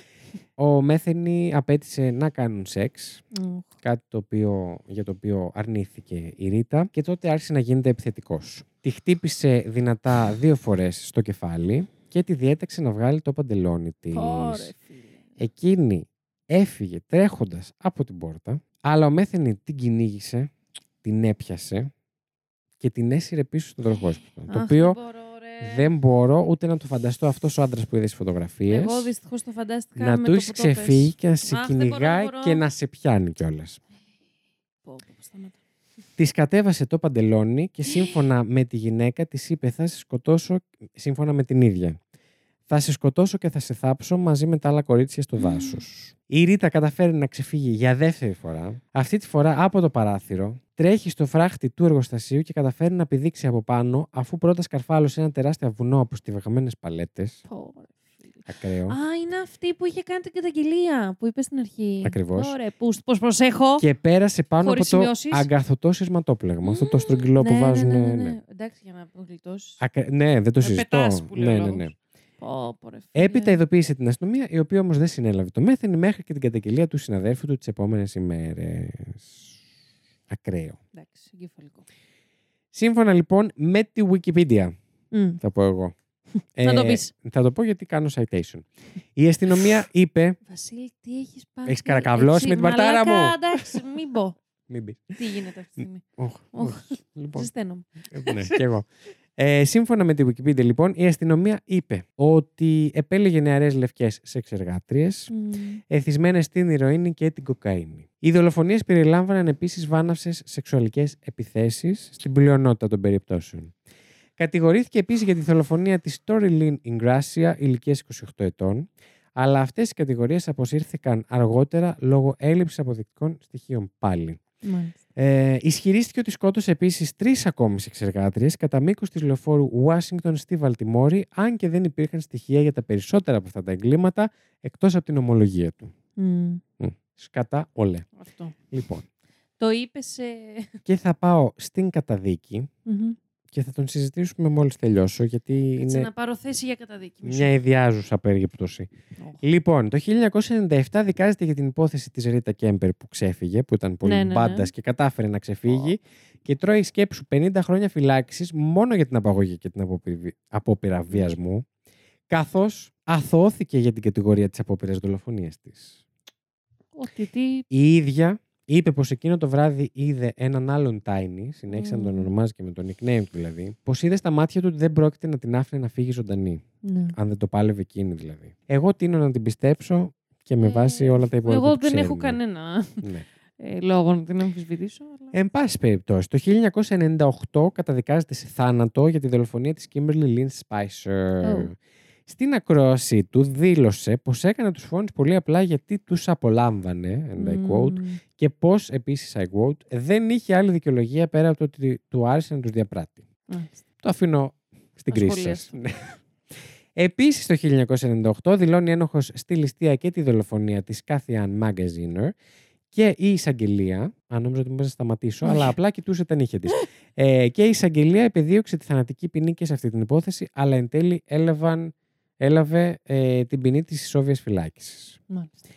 [SPEAKER 1] ο Μέθενη απέτησε να κάνουν σεξ,
[SPEAKER 2] Οχ.
[SPEAKER 1] κάτι το οποίο, για το οποίο αρνήθηκε η Ρίτα και τότε άρχισε να γίνεται επιθετικός. Τη χτύπησε δυνατά δύο φορές στο κεφάλι και τη διέταξε να βγάλει το παντελόνι της.
[SPEAKER 2] Ωρε, φίλε.
[SPEAKER 1] Εκείνη έφυγε τρέχοντας από την πόρτα, αλλά ο Μέθενη την κυνήγησε, την έπιασε και την έσυρε πίσω στον τροχόσπιτο. Το
[SPEAKER 2] Αχ,
[SPEAKER 1] οποίο
[SPEAKER 2] δεν μπορώ, ρε.
[SPEAKER 1] δεν μπορώ ούτε να το φανταστώ αυτός ο άντρας που είδε στις φωτογραφίες.
[SPEAKER 2] Εγώ δυστυχώς το φαντάστηκα.
[SPEAKER 1] Να
[SPEAKER 2] με
[SPEAKER 1] του
[SPEAKER 2] το
[SPEAKER 1] έχει
[SPEAKER 2] που το πες.
[SPEAKER 1] ξεφύγει και να σε
[SPEAKER 2] Αχ, δεν μπορώ,
[SPEAKER 1] κυνηγάει
[SPEAKER 2] δεν μπορώ.
[SPEAKER 1] και να σε πιάνει κιόλας.
[SPEAKER 2] Πω, πω, πω, σταμάτα.
[SPEAKER 1] Της κατέβασε το παντελόνι και σύμφωνα με τη γυναίκα της είπε: Θα σε σκοτώσω. Σύμφωνα με την ίδια. Θα σε σκοτώσω και θα σε θάψω μαζί με τα άλλα κορίτσια στο δάσο. Η Ρίτα καταφέρει να ξεφύγει για δεύτερη φορά. Αυτή τη φορά από το παράθυρο. Τρέχει στο φράχτη του εργοστασίου και καταφέρει να πηδήξει από πάνω, αφού πρώτα σκαρφάλωσε ένα τεράστιο βουνό από στιβαγμένες παλέτες.
[SPEAKER 2] Πω, ρε, φίλε.
[SPEAKER 1] Ακραίο.
[SPEAKER 2] Α, είναι αυτή που είχε κάνει την καταγγελία που είπες στην αρχή.
[SPEAKER 1] Ακριβώς.
[SPEAKER 2] Ωραία, πώς προσέχω.
[SPEAKER 1] Και πέρασε πάνω
[SPEAKER 2] Χωρίς
[SPEAKER 1] από το
[SPEAKER 2] σημειώσεις.
[SPEAKER 1] αγκαθωτό σειρματόπλεγμα. Αυτό το
[SPEAKER 2] Μμμ,
[SPEAKER 1] στρογγυλό που
[SPEAKER 2] ναι,
[SPEAKER 1] βάζουν.
[SPEAKER 2] Ναι, ναι, ναι. Εντάξει, για να το γλιτώσεις.
[SPEAKER 1] Ακρα- ναι, δεν το συζητώ. Ναι, ναι, ναι.
[SPEAKER 2] Ναι.
[SPEAKER 1] Έπειτα ειδοποίησε την αστυνομία, η οποία όμως δεν συνέλαβε το μέθενη μέχρι και την καταγγελία του συναδέλφου του τις επόμενες ημέρες. Ακραίο.
[SPEAKER 2] Εντάξει, εγκεφαλικό.
[SPEAKER 1] Σύμφωνα λοιπόν με τη Wikipedia,
[SPEAKER 2] Μμ.
[SPEAKER 1] θα πω εγώ.
[SPEAKER 2] Να
[SPEAKER 1] Ε,
[SPEAKER 2] το πεις.
[SPEAKER 1] Θα το πω γιατί κάνω citation. Η αστυνομία είπε.
[SPEAKER 2] Βασίλη, τι έχεις πάθει.
[SPEAKER 1] Έχεις καρακαβλώσει
[SPEAKER 2] έτσι,
[SPEAKER 1] με την παρτάρα
[SPEAKER 2] μαλάκα,
[SPEAKER 1] μου.
[SPEAKER 2] Εντάξει, μην πω.
[SPEAKER 1] Μην πεις.
[SPEAKER 2] Τι γίνεται αυτή τη στιγμή.
[SPEAKER 1] Οχ,
[SPEAKER 2] Οχ,
[SPEAKER 1] οχ. Λοιπόν,
[SPEAKER 2] Ζεσταίνομαι.
[SPEAKER 1] Ε, ναι, και εγώ. Ε, σύμφωνα με τη Wikipedia, λοιπόν, η αστυνομία είπε ότι επέλεγε νεαρές λευκές σεξεργάτριες,
[SPEAKER 2] Μμ.
[SPEAKER 1] εθισμένες στην ηρωίνη και την κοκαίνη. Οι δολοφονίες περιλάμβαναν επίσης βάναυσες σεξουαλικές επιθέσεις στην πλειονότητα των περιπτώσεων. Κατηγορήθηκε επίσης για τη δολοφονία της Story Lynn Ingracia, ηλικίας 28 ετών, αλλά αυτές οι κατηγορίες αποσύρθηκαν αργότερα λόγω έλλειψης αποδεικτικών στοιχείων πάλι.
[SPEAKER 2] Μάλιστα.
[SPEAKER 1] Ε, ισχυρίστηκε ότι σκότωσε επίσης τρεις ακόμη εξεργάτριε κατά μήκος της λεωφόρου Ουάσιγκτον στη Βαλτιμόρη, αν και δεν υπήρχαν στοιχεία για τα περισσότερα από αυτά τα εγκλήματα εκτός από την ομολογία του.
[SPEAKER 2] Μμμ.
[SPEAKER 1] Σκατά όλε.
[SPEAKER 2] Αυτό.
[SPEAKER 1] Λοιπόν.
[SPEAKER 2] Το ε, είπε σε.
[SPEAKER 1] Και θα πάω στην καταδίκη
[SPEAKER 2] Μμμ.
[SPEAKER 1] και θα τον συζητήσουμε μόλις τελειώσω γιατί
[SPEAKER 2] Κάτσε
[SPEAKER 1] είναι Ναι.
[SPEAKER 2] να πάρω θέση για καταδίκη. Μισό.
[SPEAKER 1] μια ιδιάζουσα περίπτωση.
[SPEAKER 2] Ωχ.
[SPEAKER 1] Λοιπόν, το 1997 δικάζεται για την υπόθεση της Ρίτα Κέμπερ που ξέφυγε, που ήταν πολύ
[SPEAKER 2] Ναι, ναι, ναι.
[SPEAKER 1] μπάντας και κατάφερε να ξεφύγει και τρώει σκέψου 50 χρόνια φυλάξης μόνο για την απαγωγή και την αποπειρη- απόπειρα βιασμού, καθώς αθώθηκε για την κατηγορία της απόπειρας δολοφονίας της.
[SPEAKER 2] Ότι τι.
[SPEAKER 1] Η ίδια είπε πως εκείνο το βράδυ είδε έναν άλλον Tiny, συνέχισε να τον
[SPEAKER 2] Μμμ.
[SPEAKER 1] ονομάζει και με τον nickname του δηλαδή, πως είδε στα μάτια του ότι δεν πρόκειται να την άφηνε να φύγει ζωντανή.
[SPEAKER 2] Ναι.
[SPEAKER 1] Αν δεν το πάλευε εκείνη δηλαδή. Εγώ τίνω να την πιστέψω και με
[SPEAKER 2] Ε,
[SPEAKER 1] βάση όλα τα υπόλοιπα.
[SPEAKER 2] Εγώ
[SPEAKER 1] που
[SPEAKER 2] δεν έχω
[SPEAKER 1] ξέρουμε. Ε,
[SPEAKER 2] κανένα
[SPEAKER 1] Ναι.
[SPEAKER 2] ε, λόγο να την αμφισβητήσω. Αλλά...
[SPEAKER 1] Εν πάση περιπτώσει, το 1998 καταδικάζεται σε θάνατο για τη δολοφονία της Kimberly Lynn Spicer.
[SPEAKER 2] Oh.
[SPEAKER 1] Στην ακρόασή του δήλωσε πως έκανε τους φόνους πολύ απλά γιατί τους απολάμβανε, and
[SPEAKER 2] Mm.
[SPEAKER 1] I ναι, quote,
[SPEAKER 2] Μμμ.
[SPEAKER 1] και πως, επίσης, I quote, δεν είχε άλλη δικαιολογία πέρα από το ότι του άρεσε να τους διαπράττει.
[SPEAKER 2] Μάλιστα.
[SPEAKER 1] Το αφήνω στην κρίση σας.
[SPEAKER 2] Ασχολίαστο.
[SPEAKER 1] Ναι. Επίσης το 1998 δηλώνει ένοχος στη ληστεία και τη δολοφονία της Cathy Ann Magaziner και η εισαγγελία, αν νόμιζα ότι μπορούσα να σταματήσω, αλλά απλά κοιτούσε τα νύχια της, ε, και η εισαγγελία επεδίωξε τη θανατική ποινή και σε αυτή την υπόθεση, αλλά εν τέλει έλαβαν, έλαβε ε, την ποινή της ισόβιας φυλάκισης.
[SPEAKER 2] Μάλιστα.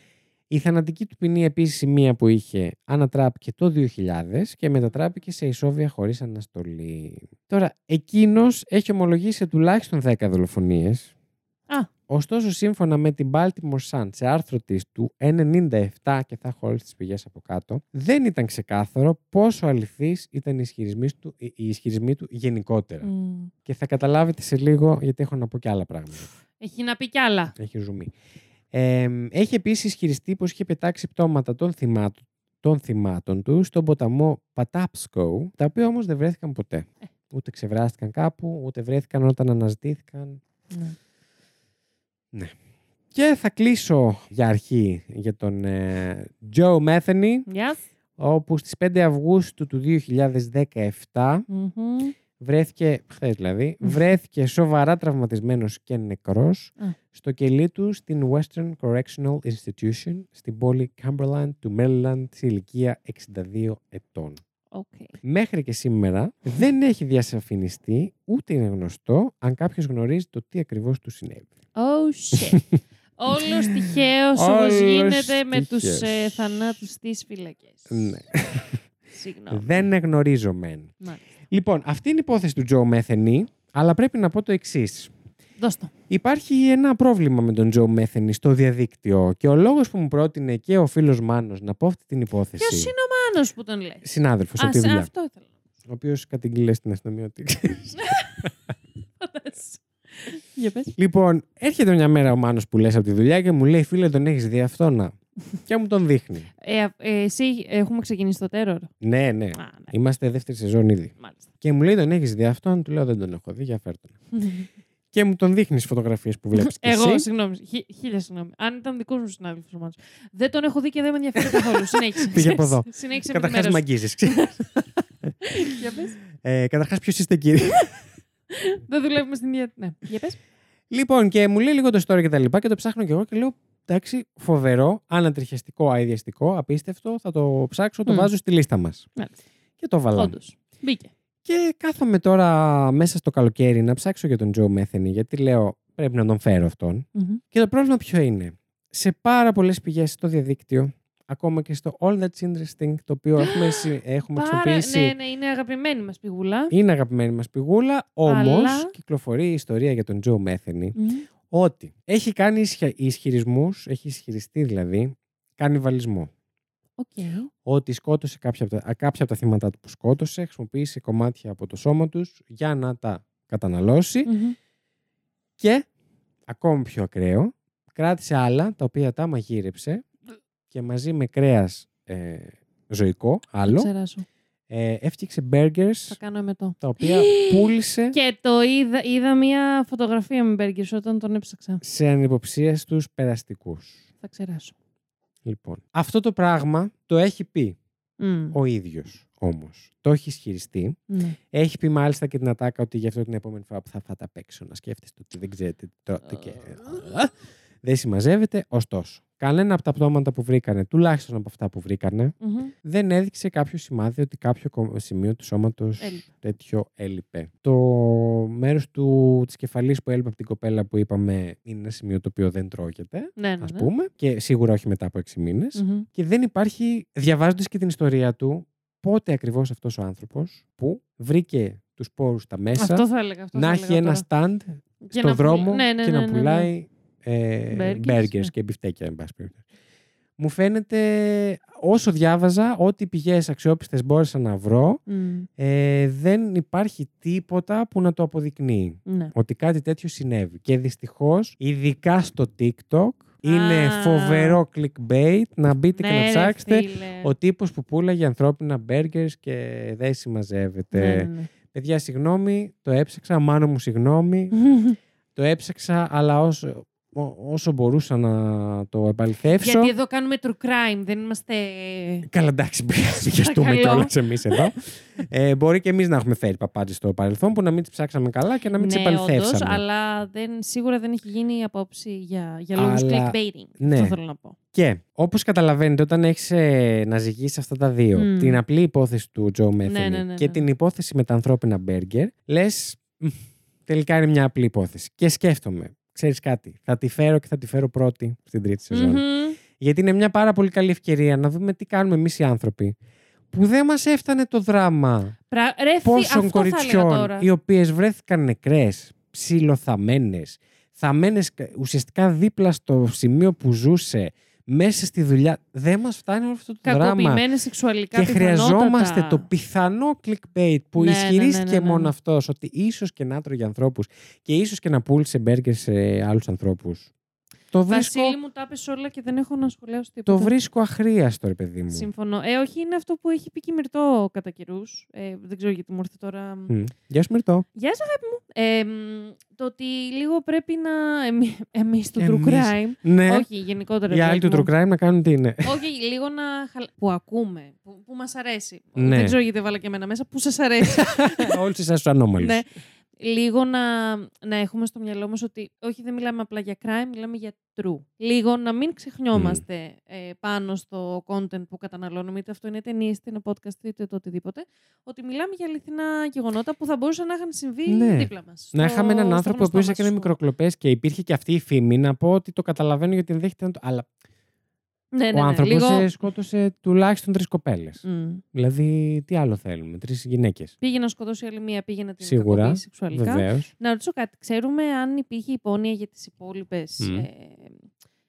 [SPEAKER 1] Η θανατική του ποινή επίσης η μία που είχε ανατράπηκε το 2000 και μετατράπηκε σε ισόβια χωρίς αναστολή. Τώρα, εκείνος έχει ομολογήσει σε τουλάχιστον 10 δολοφονίες.
[SPEAKER 2] Α.
[SPEAKER 1] Ωστόσο, σύμφωνα με την Baltimore Sun σε άρθρο της του 97 και θα έχω όλες τις πηγές από κάτω, δεν ήταν ξεκάθαρο πόσο αληθείς ήταν οι ισχυρισμοί του, οι οι ισχυρισμοί του γενικότερα.
[SPEAKER 2] Μμμ.
[SPEAKER 1] Και θα καταλάβετε σε λίγο γιατί έχω να πω και άλλα πράγματα.
[SPEAKER 2] Έχει να πει κι άλλα.
[SPEAKER 1] Έχει ζουμί. Ε, έχει επίσης ισχυριστεί πως είχε πετάξει πτώματα των θυμάτων, των θυμάτων του στον ποταμό Πατάψκο, τα οποία όμως δεν βρέθηκαν ποτέ. Ούτε ξεβράστηκαν κάπου, ούτε βρέθηκαν όταν αναζητήθηκαν.
[SPEAKER 2] Ναι.
[SPEAKER 1] Και θα κλείσω για αρχή για τον ε, Joe Metheny,
[SPEAKER 2] Γεια. σας.
[SPEAKER 1] όπου στις 5 Αυγούστου του 2017
[SPEAKER 2] Μμμ.
[SPEAKER 1] βρέθηκε, χθες δηλαδή,
[SPEAKER 2] Μμμ.
[SPEAKER 1] βρέθηκε σοβαρά τραυματισμένος και νεκρός
[SPEAKER 2] Α.
[SPEAKER 1] στο κελί του στην Western Correctional Institution στην πόλη Cumberland του Maryland σε ηλικία 62 ετών.
[SPEAKER 2] Οκ.
[SPEAKER 1] Μέχρι και σήμερα δεν έχει διασαφινιστεί ούτε είναι γνωστό αν κάποιος γνωρίζει το τι ακριβώς του συνέβη.
[SPEAKER 2] Oh shit. Όλος τυχαίος όπως
[SPEAKER 1] Όλος
[SPEAKER 2] γίνεται με του
[SPEAKER 1] τυχαίος.
[SPEAKER 2] ε, θανάτους στις φυλακές.
[SPEAKER 1] Ναι.
[SPEAKER 2] Συγγνώμη.
[SPEAKER 1] δεν εγνωρίζω μεν.
[SPEAKER 2] Μάλιστα.
[SPEAKER 1] Λοιπόν, αυτή είναι η υπόθεση του Τζο Μέθενη, αλλά πρέπει να πω το εξής.
[SPEAKER 2] Δώσ' το.
[SPEAKER 1] Υπάρχει ένα πρόβλημα με τον Τζο Μέθενη στο διαδίκτυο και ο λόγος που μου πρότεινε και ο φίλος Μάνος να πω αυτή την υπόθεση.
[SPEAKER 2] Ποιος είναι ο Μάνος που τον λέει.
[SPEAKER 1] Συνάδελφος από τη
[SPEAKER 2] Ας-
[SPEAKER 1] δουλειά.
[SPEAKER 2] Αυτό ήθελα.
[SPEAKER 1] Ο οποίος κατηγγείλε στην αστυνομία ότι.
[SPEAKER 2] Για πες.
[SPEAKER 1] λοιπόν, έρχεται μια μέρα ο Μάνος που λες από τη δουλειά και μου λέει: Φίλε, τον έχεις δει αυτόνα. και μου τον δείχνει.
[SPEAKER 2] Ε, α- ε, εσύ έχουμε ξεκινήσει το τέρορ.
[SPEAKER 1] ναι, ναι.
[SPEAKER 2] Α, ναι.
[SPEAKER 1] Είμαστε δεύτερη σεζόν ήδη.
[SPEAKER 2] Μάλιστα.
[SPEAKER 1] Και μου λέει: Τον έχεις δει αυτόν. Του λέω: Δεν τον έχω δει, για φέρτον. Και μου τον δείχνει φωτογραφίες που βλέπεις.
[SPEAKER 2] Εγώ, συγγνώμη. Χι- χίλια συγγνώμη. Αν ήταν δικός μου συνάδελφος ο Μάνος. Δεν τον έχω δει και δεν με ενδιαφέρει καθόλου. Συνέχισε.
[SPEAKER 1] Πήγε από εδώ.
[SPEAKER 2] Συνέχισε με τη
[SPEAKER 1] Καταρχά,
[SPEAKER 2] μέρα
[SPEAKER 1] μ'
[SPEAKER 2] σου.
[SPEAKER 1] αγγίζει.
[SPEAKER 2] Για πες.
[SPEAKER 1] ε, Καταρχάς, ποιος είστε, κύριε.
[SPEAKER 2] Δεν δουλεύουμε στην ίδια. Ναι. Για πες.
[SPEAKER 1] λοιπόν, και μου λέει λίγο το story και τα λοιπά και το ψάχνω κι εγώ και λέω: Εντάξει, φοβερό, ανατριχιαστικό, αειδιαστικό, απίστευτο. Θα το ψάξω, το
[SPEAKER 2] Μμ.
[SPEAKER 1] βάζω στη λίστα μας.
[SPEAKER 2] Μάλιστα.
[SPEAKER 1] Και το βάλαμε.
[SPEAKER 2] Ναι. Όντως. Μπήκε.
[SPEAKER 1] Και κάθομαι τώρα μέσα στο καλοκαίρι να ψάξω για τον Τζο Μέθενη, γιατί λέω πρέπει να τον φέρω αυτόν.
[SPEAKER 2] Μμμ.
[SPEAKER 1] Και το πρόβλημα ποιο είναι. Σε πάρα πολλές πηγές στο διαδίκτυο, ακόμα και στο All That's Interesting, το οποίο έχουμε, συ- έχουμε
[SPEAKER 2] Πάρα,
[SPEAKER 1] χρησιμοποιήσει.
[SPEAKER 2] ναι, ναι, είναι αγαπημένη μας πηγούλα.
[SPEAKER 1] Είναι αγαπημένη μας πηγούλα, όμως
[SPEAKER 2] Αλλά-
[SPEAKER 1] κυκλοφορεί η ιστορία για τον Τζο Μέθενη
[SPEAKER 2] Μμ.
[SPEAKER 1] ότι έχει κάνει ισχυρισμούς, έχει ισχυριστεί δηλαδή, κανιβαλισμό.
[SPEAKER 2] Οκ.
[SPEAKER 1] ότι σκότωσε κάποια από, τα, α, κάποια από τα θύματα του που σκότωσε, χρησιμοποίησε κομμάτια από το σώμα τους για να τα καταναλώσει
[SPEAKER 2] Μμμ.
[SPEAKER 1] και, ακόμη πιο ακραίο, κράτησε άλλα τα οποία τα μαγείρεψε και μαζί με κρέας ε, ζωικό, άλλο,
[SPEAKER 2] Ξεράσω.
[SPEAKER 1] ε, έφτιαξε
[SPEAKER 2] Θα
[SPEAKER 1] μπέργκερς
[SPEAKER 2] κάνω εμετό.
[SPEAKER 1] τα οποία πούλησε
[SPEAKER 2] Και το είδα, είδα μια φωτογραφία με Μπέργκερ όταν τον έψαξα.
[SPEAKER 1] σε ανυποψία στους περαστικούς.
[SPEAKER 2] Θα ξεράσω.
[SPEAKER 1] Λοιπόν, αυτό το πράγμα το έχει πει
[SPEAKER 2] Μμ.
[SPEAKER 1] ο ίδιος όμως. Το έχει ισχυριστεί.
[SPEAKER 2] Ναι.
[SPEAKER 1] Έχει πει μάλιστα και την Ατάκα ότι γι' αυτό την επόμενη φορά που θα, θα τα παίξω να σκέφτεστε ότι δεν ξέρετε τι τρώτε και... Δεν συμμαζεύεται, ωστόσο. Κανένα από τα πτώματα που βρήκανε, τουλάχιστον από αυτά που βρήκανε,
[SPEAKER 2] Μμμ.
[SPEAKER 1] δεν έδειξε κάποιο σημάδι ότι κάποιο κο- σημείο του σώματος
[SPEAKER 2] Έλειπε.
[SPEAKER 1] τέτοιο έλειπε. Το μέρος της κεφαλής που έλειπε από την κοπέλα που είπαμε είναι ένα σημείο το οποίο δεν τρώγεται,
[SPEAKER 2] Ναι, ναι.
[SPEAKER 1] ας
[SPEAKER 2] ναι.
[SPEAKER 1] πούμε, και σίγουρα όχι μετά από 6 μήνες.
[SPEAKER 2] Μμμ.
[SPEAKER 1] Και δεν υπάρχει, διαβάζοντας και την ιστορία του, πότε ακριβώς αυτός ο άνθρωπος που βρήκε τους πόρους τα μέσα
[SPEAKER 2] Αυτό θα έλεγα. Αυτό
[SPEAKER 1] να
[SPEAKER 2] θα
[SPEAKER 1] έχει
[SPEAKER 2] έλεγα
[SPEAKER 1] ένα
[SPEAKER 2] τώρα.
[SPEAKER 1] stand
[SPEAKER 2] Και
[SPEAKER 1] στον
[SPEAKER 2] να πουλ-
[SPEAKER 1] δρόμο
[SPEAKER 2] ναι, ναι,
[SPEAKER 1] και
[SPEAKER 2] ναι,
[SPEAKER 1] να
[SPEAKER 2] ναι, ναι.
[SPEAKER 1] πουλάει ε,
[SPEAKER 2] Μπέργκερς,
[SPEAKER 1] μπέργκερς
[SPEAKER 2] ναι.
[SPEAKER 1] και μπιφτέκια, εν πάση περιπτώσει. Μου φαίνεται, όσο διάβαζα, ό,τι πηγές αξιόπιστες μπόρεσα να βρω,
[SPEAKER 2] Μμ,
[SPEAKER 1] ε, δεν υπάρχει τίποτα που να το αποδεικνύει
[SPEAKER 2] Ναι.
[SPEAKER 1] ότι κάτι τέτοιο συνέβη. Και δυστυχώς, ειδικά στο TikTok, είναι
[SPEAKER 2] Α.
[SPEAKER 1] φοβερό clickbait να μπείτε και
[SPEAKER 2] Ναι,
[SPEAKER 1] να
[SPEAKER 2] ρε,
[SPEAKER 1] ψάξετε
[SPEAKER 2] φίλε.
[SPEAKER 1] ο τύπος που πουλάγε ανθρώπινα μπέργκερς και δεν συμμαζεύεται.
[SPEAKER 2] Ναι, ναι, ναι.
[SPEAKER 1] Παιδιά, συγγνώμη, το έψαξα, μάνα μου συγγνώμη. Το έψαξα, αλλά όσο, ό- όσο μπορούσα να το επαληθεύσω.
[SPEAKER 2] Γιατί εδώ κάνουμε true crime, δεν είμαστε.
[SPEAKER 1] Καλά, εντάξει, πιαστούμε
[SPEAKER 2] Παρακαλώ.
[SPEAKER 1] κιόλας εμείς εδώ. ε, μπορεί και εμείς να έχουμε φέρει παπάντζε στο παρελθόν που να μην τις ψάξαμε καλά και να μην τις
[SPEAKER 2] ναι, όντως,
[SPEAKER 1] επαληθεύσαμε.
[SPEAKER 2] αλλά δεν, σίγουρα δεν έχει γίνει απόψη για, για λόγους
[SPEAKER 1] Αλλά-
[SPEAKER 2] clickbaiting.
[SPEAKER 1] ναι.
[SPEAKER 2] Αυτό θέλω να πω.
[SPEAKER 1] Και όπως καταλαβαίνετε, όταν έχεις να ζυγίσεις αυτά τα δύο,
[SPEAKER 2] Μμμ.
[SPEAKER 1] την απλή υπόθεση του Τζο Μέθενη
[SPEAKER 2] ναι, ναι, ναι.
[SPEAKER 1] και την υπόθεση με τα ανθρώπινα μπέργκερ, λες. Τελικά είναι μια απλή υπόθεση. Και σκέφτομαι, ξέρεις κάτι, θα τη φέρω και θα τη φέρω πρώτη στην τρίτη σεζόν.
[SPEAKER 2] Μμμ.
[SPEAKER 1] Γιατί είναι μια πάρα πολύ καλή ευκαιρία να δούμε τι κάνουμε εμείς οι άνθρωποι. Που δεν μας έφτανε το δράμα
[SPEAKER 2] Πρα... Ρε, φι-
[SPEAKER 1] πόσων
[SPEAKER 2] αυτό θα έλεγα
[SPEAKER 1] κοριτσιών
[SPEAKER 2] τώρα.
[SPEAKER 1] οι οποίες βρέθηκαν νεκρές, ψιλοθαμένες, θαμένες ουσιαστικά δίπλα στο σημείο που ζούσε, μέσα στη δουλειά. Δεν μας φτάνει όλο αυτό το δράμα.
[SPEAKER 2] Κακοποιημένες σεξουαλικά
[SPEAKER 1] Και
[SPEAKER 2] πιθανότατα.
[SPEAKER 1] χρειαζόμαστε το πιθανό clickbait που
[SPEAKER 2] Ναι, ναι, ναι,
[SPEAKER 1] ισχυρίστηκε
[SPEAKER 2] ναι, ναι, ναι.
[SPEAKER 1] μόνο αυτός ότι ίσως και να τρώγει ανθρώπους και ίσως και να πούλησε μπέργκερ σε άλλους ανθρώπους. Το βρίσκω,
[SPEAKER 2] Βασίλη μου τα έπες όλα και δεν έχω να σχολιάσω τίποτα.
[SPEAKER 1] το βρίσκω αχρίαστο, ρε παιδί μου.
[SPEAKER 2] Συμφωνώ. Ε, όχι, είναι αυτό που έχει πει και η Μυρτώ κατά καιρούς. Ε, δεν ξέρω γιατί μου έρθει τώρα.
[SPEAKER 1] Μμ. Γεια σου, Μυρτώ.
[SPEAKER 2] Γεια σα, αγάπη μου. Ε, μ, το ότι λίγο πρέπει να. Εμείς του
[SPEAKER 1] Εμείς.
[SPEAKER 2] true crime.
[SPEAKER 1] Ναι,
[SPEAKER 2] Όχι, γενικότερα.
[SPEAKER 1] οι άλλοι του
[SPEAKER 2] βλέπουμε.
[SPEAKER 1] true crime να κάνουν τι είναι.
[SPEAKER 2] Όχι, λίγο να. χαλα- που ακούμε, που, που μας αρέσει.
[SPEAKER 1] Ναι.
[SPEAKER 2] Δεν ξέρω γιατί έβαλα και εμένα μέσα, που σας αρέσει.
[SPEAKER 1] Όλου εσά του ανώμαλου.
[SPEAKER 2] ναι. Λίγο να, να έχουμε στο μυαλό μας ότι όχι δεν μιλάμε απλά για crime, μιλάμε για true. Λίγο να μην ξεχνιόμαστε ε, πάνω στο content που καταναλώνουμε, είτε αυτό είναι ταινίε, είτε είναι podcast, είτε το οτιδήποτε, ότι μιλάμε για αληθινά γεγονότα που θα μπορούσαν να είχαν συμβεί
[SPEAKER 1] Ναι.
[SPEAKER 2] δίπλα μας.
[SPEAKER 1] Να
[SPEAKER 2] στο-
[SPEAKER 1] είχαμε έναν
[SPEAKER 2] στο
[SPEAKER 1] άνθρωπο ο
[SPEAKER 2] γνωστό
[SPEAKER 1] οποίο
[SPEAKER 2] μας,
[SPEAKER 1] έκανε
[SPEAKER 2] ας πούμε.
[SPEAKER 1] μικροκλοπές και υπήρχε και αυτή η φήμη να πω ότι το καταλαβαίνω γιατί ενδέχεται να το. Αλλά
[SPEAKER 2] Ναι, ναι, ναι.
[SPEAKER 1] ο άνθρωπος
[SPEAKER 2] Λίγο...
[SPEAKER 1] σκότωσε τουλάχιστον τρεις κοπέλες.
[SPEAKER 2] Μμ.
[SPEAKER 1] Δηλαδή, τι άλλο θέλουμε, τρεις γυναίκες.
[SPEAKER 2] Πήγε να σκοτώσει άλλη μία, πήγε να την
[SPEAKER 1] Σίγουρα,
[SPEAKER 2] κακοποιήσει σεξουαλικά.
[SPEAKER 1] Βεβαίως.
[SPEAKER 2] Να ρωτήσω κάτι. Ξέρουμε αν υπήρχε υπόνοια για τις υπόλοιπες.
[SPEAKER 1] Μμ.
[SPEAKER 2] Ε,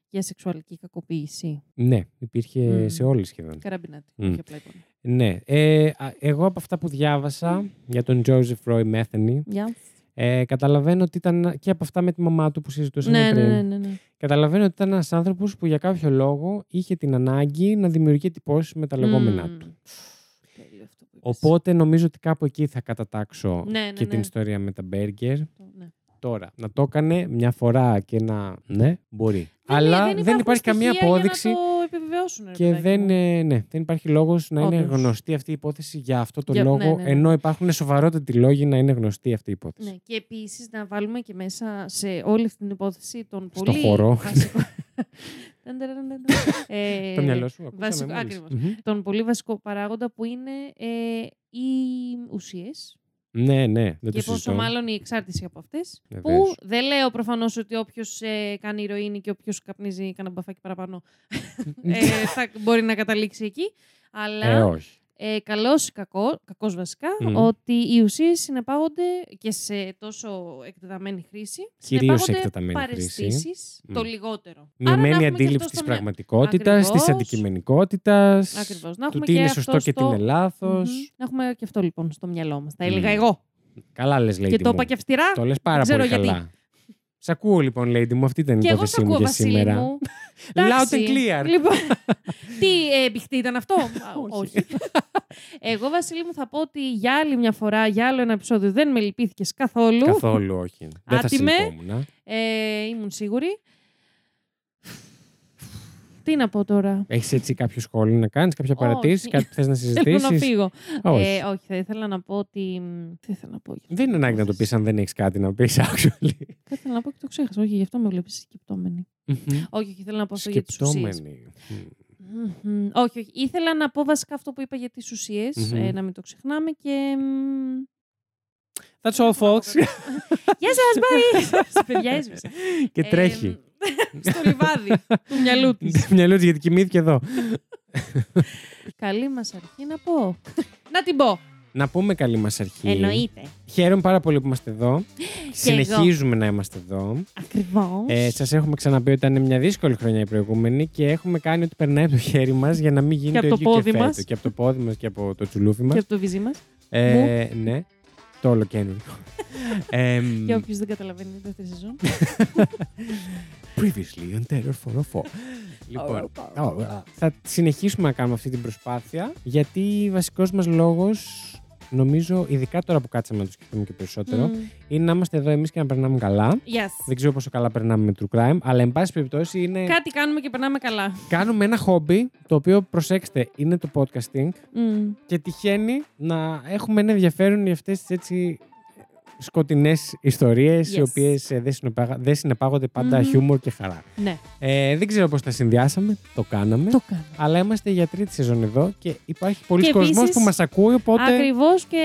[SPEAKER 2] για σεξουαλική κακοποίηση.
[SPEAKER 1] Ναι, υπήρχε
[SPEAKER 2] Μμμ.
[SPEAKER 1] σε όλη σχεδόν.
[SPEAKER 2] Καραμπινάτη.
[SPEAKER 1] Μμ.
[SPEAKER 2] όχι απλά εικόνα.
[SPEAKER 1] Ναι. Ε, α, εγώ από αυτά που διάβασα για τον Τζόζεφ Ρόι Μέθενη,
[SPEAKER 2] Γεια.
[SPEAKER 1] ε, καταλαβαίνω ότι ήταν και από αυτά με τη μαμά του που συζητούσαμε
[SPEAKER 2] Ναι,
[SPEAKER 1] πριν.
[SPEAKER 2] ναι, ναι, ναι, ναι.
[SPEAKER 1] Καταλαβαίνω ότι ήταν ένας άνθρωπος που για κάποιο λόγο είχε την ανάγκη να δημιουργεί τυπώσει με τα λεγόμενά
[SPEAKER 2] Μμμ.
[SPEAKER 1] του.
[SPEAKER 2] Τέλειο αυτό που είπες.
[SPEAKER 1] Οπότε νομίζω ότι κάπου εκεί θα κατατάξω
[SPEAKER 2] Ναι, ναι,
[SPEAKER 1] και την
[SPEAKER 2] ναι.
[SPEAKER 1] ιστορία με τα μπέργκερ.
[SPEAKER 2] Το- ναι.
[SPEAKER 1] Τώρα, να το έκανε μια φορά και να. Ναι, μπορεί.
[SPEAKER 2] Δεν-
[SPEAKER 1] Αλλά
[SPEAKER 2] δεν,
[SPEAKER 1] δεν,
[SPEAKER 2] υπάρχουν
[SPEAKER 1] υπάρχει καμία
[SPEAKER 2] στοιχεία για
[SPEAKER 1] απόδειξη
[SPEAKER 2] Να το επιβεβαιώσουν. ρε
[SPEAKER 1] και
[SPEAKER 2] παιδάκι
[SPEAKER 1] δεν,
[SPEAKER 2] μου.
[SPEAKER 1] ε, ναι, δεν υπάρχει λόγος να είναι
[SPEAKER 2] Όντως.
[SPEAKER 1] γνωστή αυτή η υπόθεση για αυτό το
[SPEAKER 2] Για- ναι,
[SPEAKER 1] λόγο,
[SPEAKER 2] ναι, ναι.
[SPEAKER 1] ενώ υπάρχουν σοβαρότεροι λόγοι να είναι γνωστή αυτή η υπόθεση.
[SPEAKER 2] Ναι, και επίσης να βάλουμε και μέσα σε όλη αυτή την υπόθεση τον
[SPEAKER 1] Στο
[SPEAKER 2] πολύ.
[SPEAKER 1] χώρο.
[SPEAKER 2] βασικό- Τεντερεντερεν. Ε,
[SPEAKER 1] Το μυαλό σου, ακούσαμε
[SPEAKER 2] βασικό-
[SPEAKER 1] μόλις.
[SPEAKER 2] ακριβώς.
[SPEAKER 1] Μμμ.
[SPEAKER 2] Τον πολύ βασικό παράγοντα που είναι ε, οι ουσίες.
[SPEAKER 1] Ναι, ναι, δεν το
[SPEAKER 2] Και
[SPEAKER 1] συζητώ. Ε,
[SPEAKER 2] πόσο μάλλον η εξάρτηση από αυτές. Που
[SPEAKER 1] Βεβαίως.
[SPEAKER 2] δεν λέω προφανώς ότι όποιος κάνει ηρωίνη και όποιος καπνίζει κανένα μπαφάκι παραπάνω ε, θα μπορεί να καταλήξει εκεί.
[SPEAKER 1] Ε,
[SPEAKER 2] Αλλά
[SPEAKER 1] όχι.
[SPEAKER 2] ε, καλός ή κακό, κακός βασικά,
[SPEAKER 1] Μμμ.
[SPEAKER 2] ότι οι ουσίες συνεπάγονται και σε τόσο εκτεταμένη χρήση.
[SPEAKER 1] Κυρίως
[SPEAKER 2] συνεπάγονται
[SPEAKER 1] εκτεταμένη χρήση.
[SPEAKER 2] παρεστήσεις,
[SPEAKER 1] Μμ.
[SPEAKER 2] το λιγότερο. Άρα να
[SPEAKER 1] Μειωμένη
[SPEAKER 2] έχουμε και
[SPEAKER 1] αντίληψη
[SPEAKER 2] αυτό
[SPEAKER 1] της
[SPEAKER 2] στο μυα-
[SPEAKER 1] πραγματικότητας, της
[SPEAKER 2] Ακριβώς.
[SPEAKER 1] αντικειμενικότητας,
[SPEAKER 2] Ακριβώς.
[SPEAKER 1] του
[SPEAKER 2] Να έχουμε
[SPEAKER 1] τι
[SPEAKER 2] και
[SPEAKER 1] είναι
[SPEAKER 2] αυτό
[SPEAKER 1] σωστό και τι
[SPEAKER 2] στο-
[SPEAKER 1] είναι λάθος.
[SPEAKER 2] Μμμ. Να έχουμε και αυτό λοιπόν στο μυαλό μας. Τα
[SPEAKER 1] Μμ.
[SPEAKER 2] έλεγα εγώ.
[SPEAKER 1] Καλά λες, λέει.
[SPEAKER 2] Και το είπα και αυστηρά.
[SPEAKER 1] Το λες πάρα
[SPEAKER 2] ξέρω
[SPEAKER 1] πολύ
[SPEAKER 2] γιατί.
[SPEAKER 1] καλά. Σ' ακούω λοιπόν, Lady μου, αυτή ήταν η
[SPEAKER 2] Και εγώ σ'
[SPEAKER 1] υπόθεσή μου
[SPEAKER 2] ακούω,
[SPEAKER 1] για
[SPEAKER 2] Βασίλη
[SPEAKER 1] σήμερα.
[SPEAKER 2] μου.
[SPEAKER 1] Loud
[SPEAKER 2] Εντάξει.
[SPEAKER 1] and clear.
[SPEAKER 2] Λοιπόν, τι ε, μπηχτή ήταν αυτό. Α,
[SPEAKER 1] Όχι.
[SPEAKER 2] Όχι. Εγώ, Βασίλη μου, θα πω ότι για άλλη μια φορά, για άλλο ένα επεισόδιο, δεν με λυπήθηκες καθόλου.
[SPEAKER 1] Καθόλου όχι. Δεν θα
[SPEAKER 2] Άτιμε.
[SPEAKER 1] συλληπόμουν.
[SPEAKER 2] Ε, ήμουν σίγουρη. Τι να πω τώρα.
[SPEAKER 1] Έχεις έτσι κάποιο σχόλιο να κάνεις, κάποια
[SPEAKER 2] Όχι.
[SPEAKER 1] παρατήρηση, κάτι που θες να
[SPEAKER 2] Θέλω να
[SPEAKER 1] συζητήσεις.
[SPEAKER 2] φύγω.
[SPEAKER 1] Όχι.
[SPEAKER 2] Ε, όχι, θα ήθελα να πω ότι. Τι ήθελα να πω. γι' αυτό.
[SPEAKER 1] Δεν είναι ανάγκη να το πεις αν δεν έχεις κάτι να πεις, actually.
[SPEAKER 2] Θα ήθελα να πω και το ξέχασα. Όχι, γι' αυτό με βλέπεις σκεπτόμενη.
[SPEAKER 1] Μμμ.
[SPEAKER 2] Όχι, όχι, ήθελα να πω αυτό για τις ουσίε.
[SPEAKER 1] Σκεπτόμενη. Μμμ.
[SPEAKER 2] Όχι, όχι. Ήθελα να πω βασικά αυτό που είπα για τις ουσιε
[SPEAKER 1] Μμμ.
[SPEAKER 2] να μην το ξεχνάμε και. μ,
[SPEAKER 1] That's all, folks.
[SPEAKER 2] Γεια σας, bye! Παιδιά, έσβησε.
[SPEAKER 1] και
[SPEAKER 2] Ε,
[SPEAKER 1] τρέχει.
[SPEAKER 2] στο λιβάδι του μυαλού της.
[SPEAKER 1] Μυαλό της, γιατί κοιμήθηκε εδώ.
[SPEAKER 2] Καλή μας αρχή να πω. να την πω.
[SPEAKER 1] Να πούμε καλή μας αρχή.
[SPEAKER 2] Εννοείται.
[SPEAKER 1] Χαίρομαι πάρα πολύ που είμαστε εδώ. Συνεχίζουμε να είμαστε εδώ.
[SPEAKER 2] Ακριβώς.
[SPEAKER 1] Ε, Σας έχουμε ξαναπεί ότι ήταν μια δύσκολη χρονιά η προηγούμενη και έχουμε κάνει ό,τι περνάει από το χέρι μας για να μην γίνει
[SPEAKER 2] Και
[SPEAKER 1] το
[SPEAKER 2] από το
[SPEAKER 1] ίδιο
[SPEAKER 2] πόδι
[SPEAKER 1] φέτο.
[SPEAKER 2] μας.
[SPEAKER 1] Και από το πόδι μας και από το τσουλούφι μα.
[SPEAKER 2] Και από το βυζί μας.
[SPEAKER 1] Ε, ναι, το όλο καινούριο. Εμ,
[SPEAKER 2] Για όποιος δεν καταλαβαίνει, είναι η δεύτερη σεζόν.
[SPEAKER 1] previously on Terror 404. λοιπόν, oh, θα συνεχίσουμε να κάνουμε αυτή την προσπάθεια γιατί βασικός μας λόγος νομίζω, ειδικά τώρα που κάτσαμε να το σκεφτούμε και περισσότερο,
[SPEAKER 2] Μμ.
[SPEAKER 1] είναι να είμαστε εδώ εμείς και να περνάμε καλά.
[SPEAKER 2] Yes.
[SPEAKER 1] Δεν ξέρω πόσο καλά περνάμε με true crime, αλλά εν πάση περιπτώσει είναι.
[SPEAKER 2] Κάτι κάνουμε και περνάμε καλά.
[SPEAKER 1] Κάνουμε ένα χόμπι το οποίο, προσέξτε, είναι το podcasting
[SPEAKER 2] Μμ.
[SPEAKER 1] και τυχαίνει να έχουμε ένα ενδιαφέρον για αυτές τις έτσι σκοτεινές ιστορίες οι
[SPEAKER 2] Yes.
[SPEAKER 1] οποίες ε, δεν, συνεπάγα- δεν συνεπάγονται πάντα
[SPEAKER 2] Μμμ.
[SPEAKER 1] χιούμορ και χαρά.
[SPEAKER 2] Ναι,
[SPEAKER 1] Ε, δεν ξέρω πώς τα συνδυάσαμε, το κάναμε,
[SPEAKER 2] το κάνουμε.
[SPEAKER 1] αλλά είμαστε για τρίτη σεζόν εδώ και υπάρχει πολλοί
[SPEAKER 2] Και
[SPEAKER 1] κόσμος
[SPEAKER 2] επίσης,
[SPEAKER 1] που μας ακούει, οπότε...
[SPEAKER 2] Ακριβώς και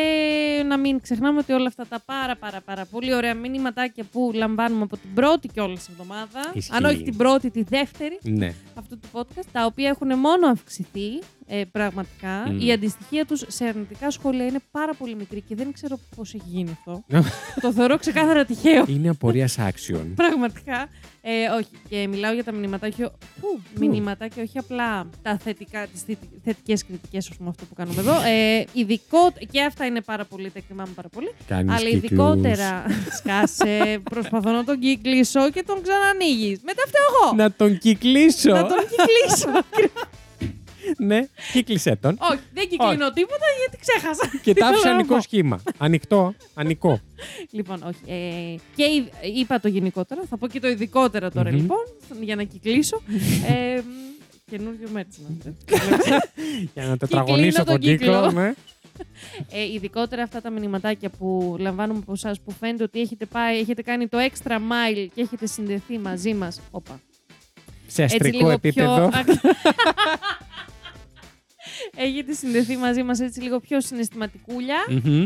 [SPEAKER 2] να μην ξεχνάμε ότι όλα αυτά τα πάρα πάρα πάρα πολύ ωραία μηνύματάκια που λαμβάνουμε από την πρώτη κιόλα εβδομάδα.
[SPEAKER 1] Ισχύει.
[SPEAKER 2] Αν όχι την πρώτη, τη δεύτερη
[SPEAKER 1] Ναι,
[SPEAKER 2] αυτού του podcast, τα οποία έχουν μόνο αυξηθεί ε, πραγματικά.
[SPEAKER 1] Μμμ.
[SPEAKER 2] Η αντιστοιχεία τους σε αρνητικά σχόλια είναι πάρα πολύ μικρή και δεν ξέρω πώς έχει γίνει αυτό.
[SPEAKER 1] Ναι.
[SPEAKER 2] Το θεωρώ ξεκάθαρα τυχαίο.
[SPEAKER 1] είναι απορίας άξιων.
[SPEAKER 2] Πραγματικά. Ε, όχι, και μιλάω για τα μηνύματάκια. Πού, μηνύματάκια, όχι απλά τα θετικά, τις θετικές κριτικές, ας πούμε, αυτό που κάνουμε εδώ. Ε, ειδικό, και αυτά είναι πάρα πολύ, τα εκτιμάμε πάρα πολύ.
[SPEAKER 1] Κάνεις
[SPEAKER 2] αλλά
[SPEAKER 1] κύκλους.
[SPEAKER 2] ειδικότερα, σκάσε, προσπαθώ να τον κυκλίσω και τον ξανανοίγεις. Μετά φταίω εγώ.
[SPEAKER 1] Να τον κυκλίσω!
[SPEAKER 2] Να τον κυκλίσω.
[SPEAKER 1] ναι, κύκλισε τον.
[SPEAKER 2] όχι, δεν κυκλίνω τίποτα γιατί ξέχασα.
[SPEAKER 1] Και
[SPEAKER 2] Τι
[SPEAKER 1] τα άφησε
[SPEAKER 2] θέλω να
[SPEAKER 1] ανικό
[SPEAKER 2] πω.
[SPEAKER 1] σχήμα. Ανοιχτό, ανικό.
[SPEAKER 2] Λοιπόν, όχι. Ε, και η- είπα το γενικότερα, θα πω και το ειδικότερα τώρα,
[SPEAKER 1] Μμμ.
[SPEAKER 2] λοιπόν, για να κυκλίσω. ε, μ, καινούριο μέτρημα.
[SPEAKER 1] Για να
[SPEAKER 2] κλείνω
[SPEAKER 1] τετραγωνίσω
[SPEAKER 2] τον
[SPEAKER 1] τον κύκλο.
[SPEAKER 2] κύκλο.
[SPEAKER 1] ναι.
[SPEAKER 2] ε, ειδικότερα αυτά τα μηνυματάκια που λαμβάνουμε από εσάς που φαίνεται ότι έχετε, πάει, έχετε κάνει το extra mile και έχετε συνδεθεί μαζί μας. Όπα.
[SPEAKER 1] Σε
[SPEAKER 2] Έτσι
[SPEAKER 1] αστρικό
[SPEAKER 2] λίγο
[SPEAKER 1] επίπεδο.
[SPEAKER 2] Πιο... έχετε συνδεθεί μαζί μας έτσι λίγο πιο συναισθηματικούλια.
[SPEAKER 1] Μμμ.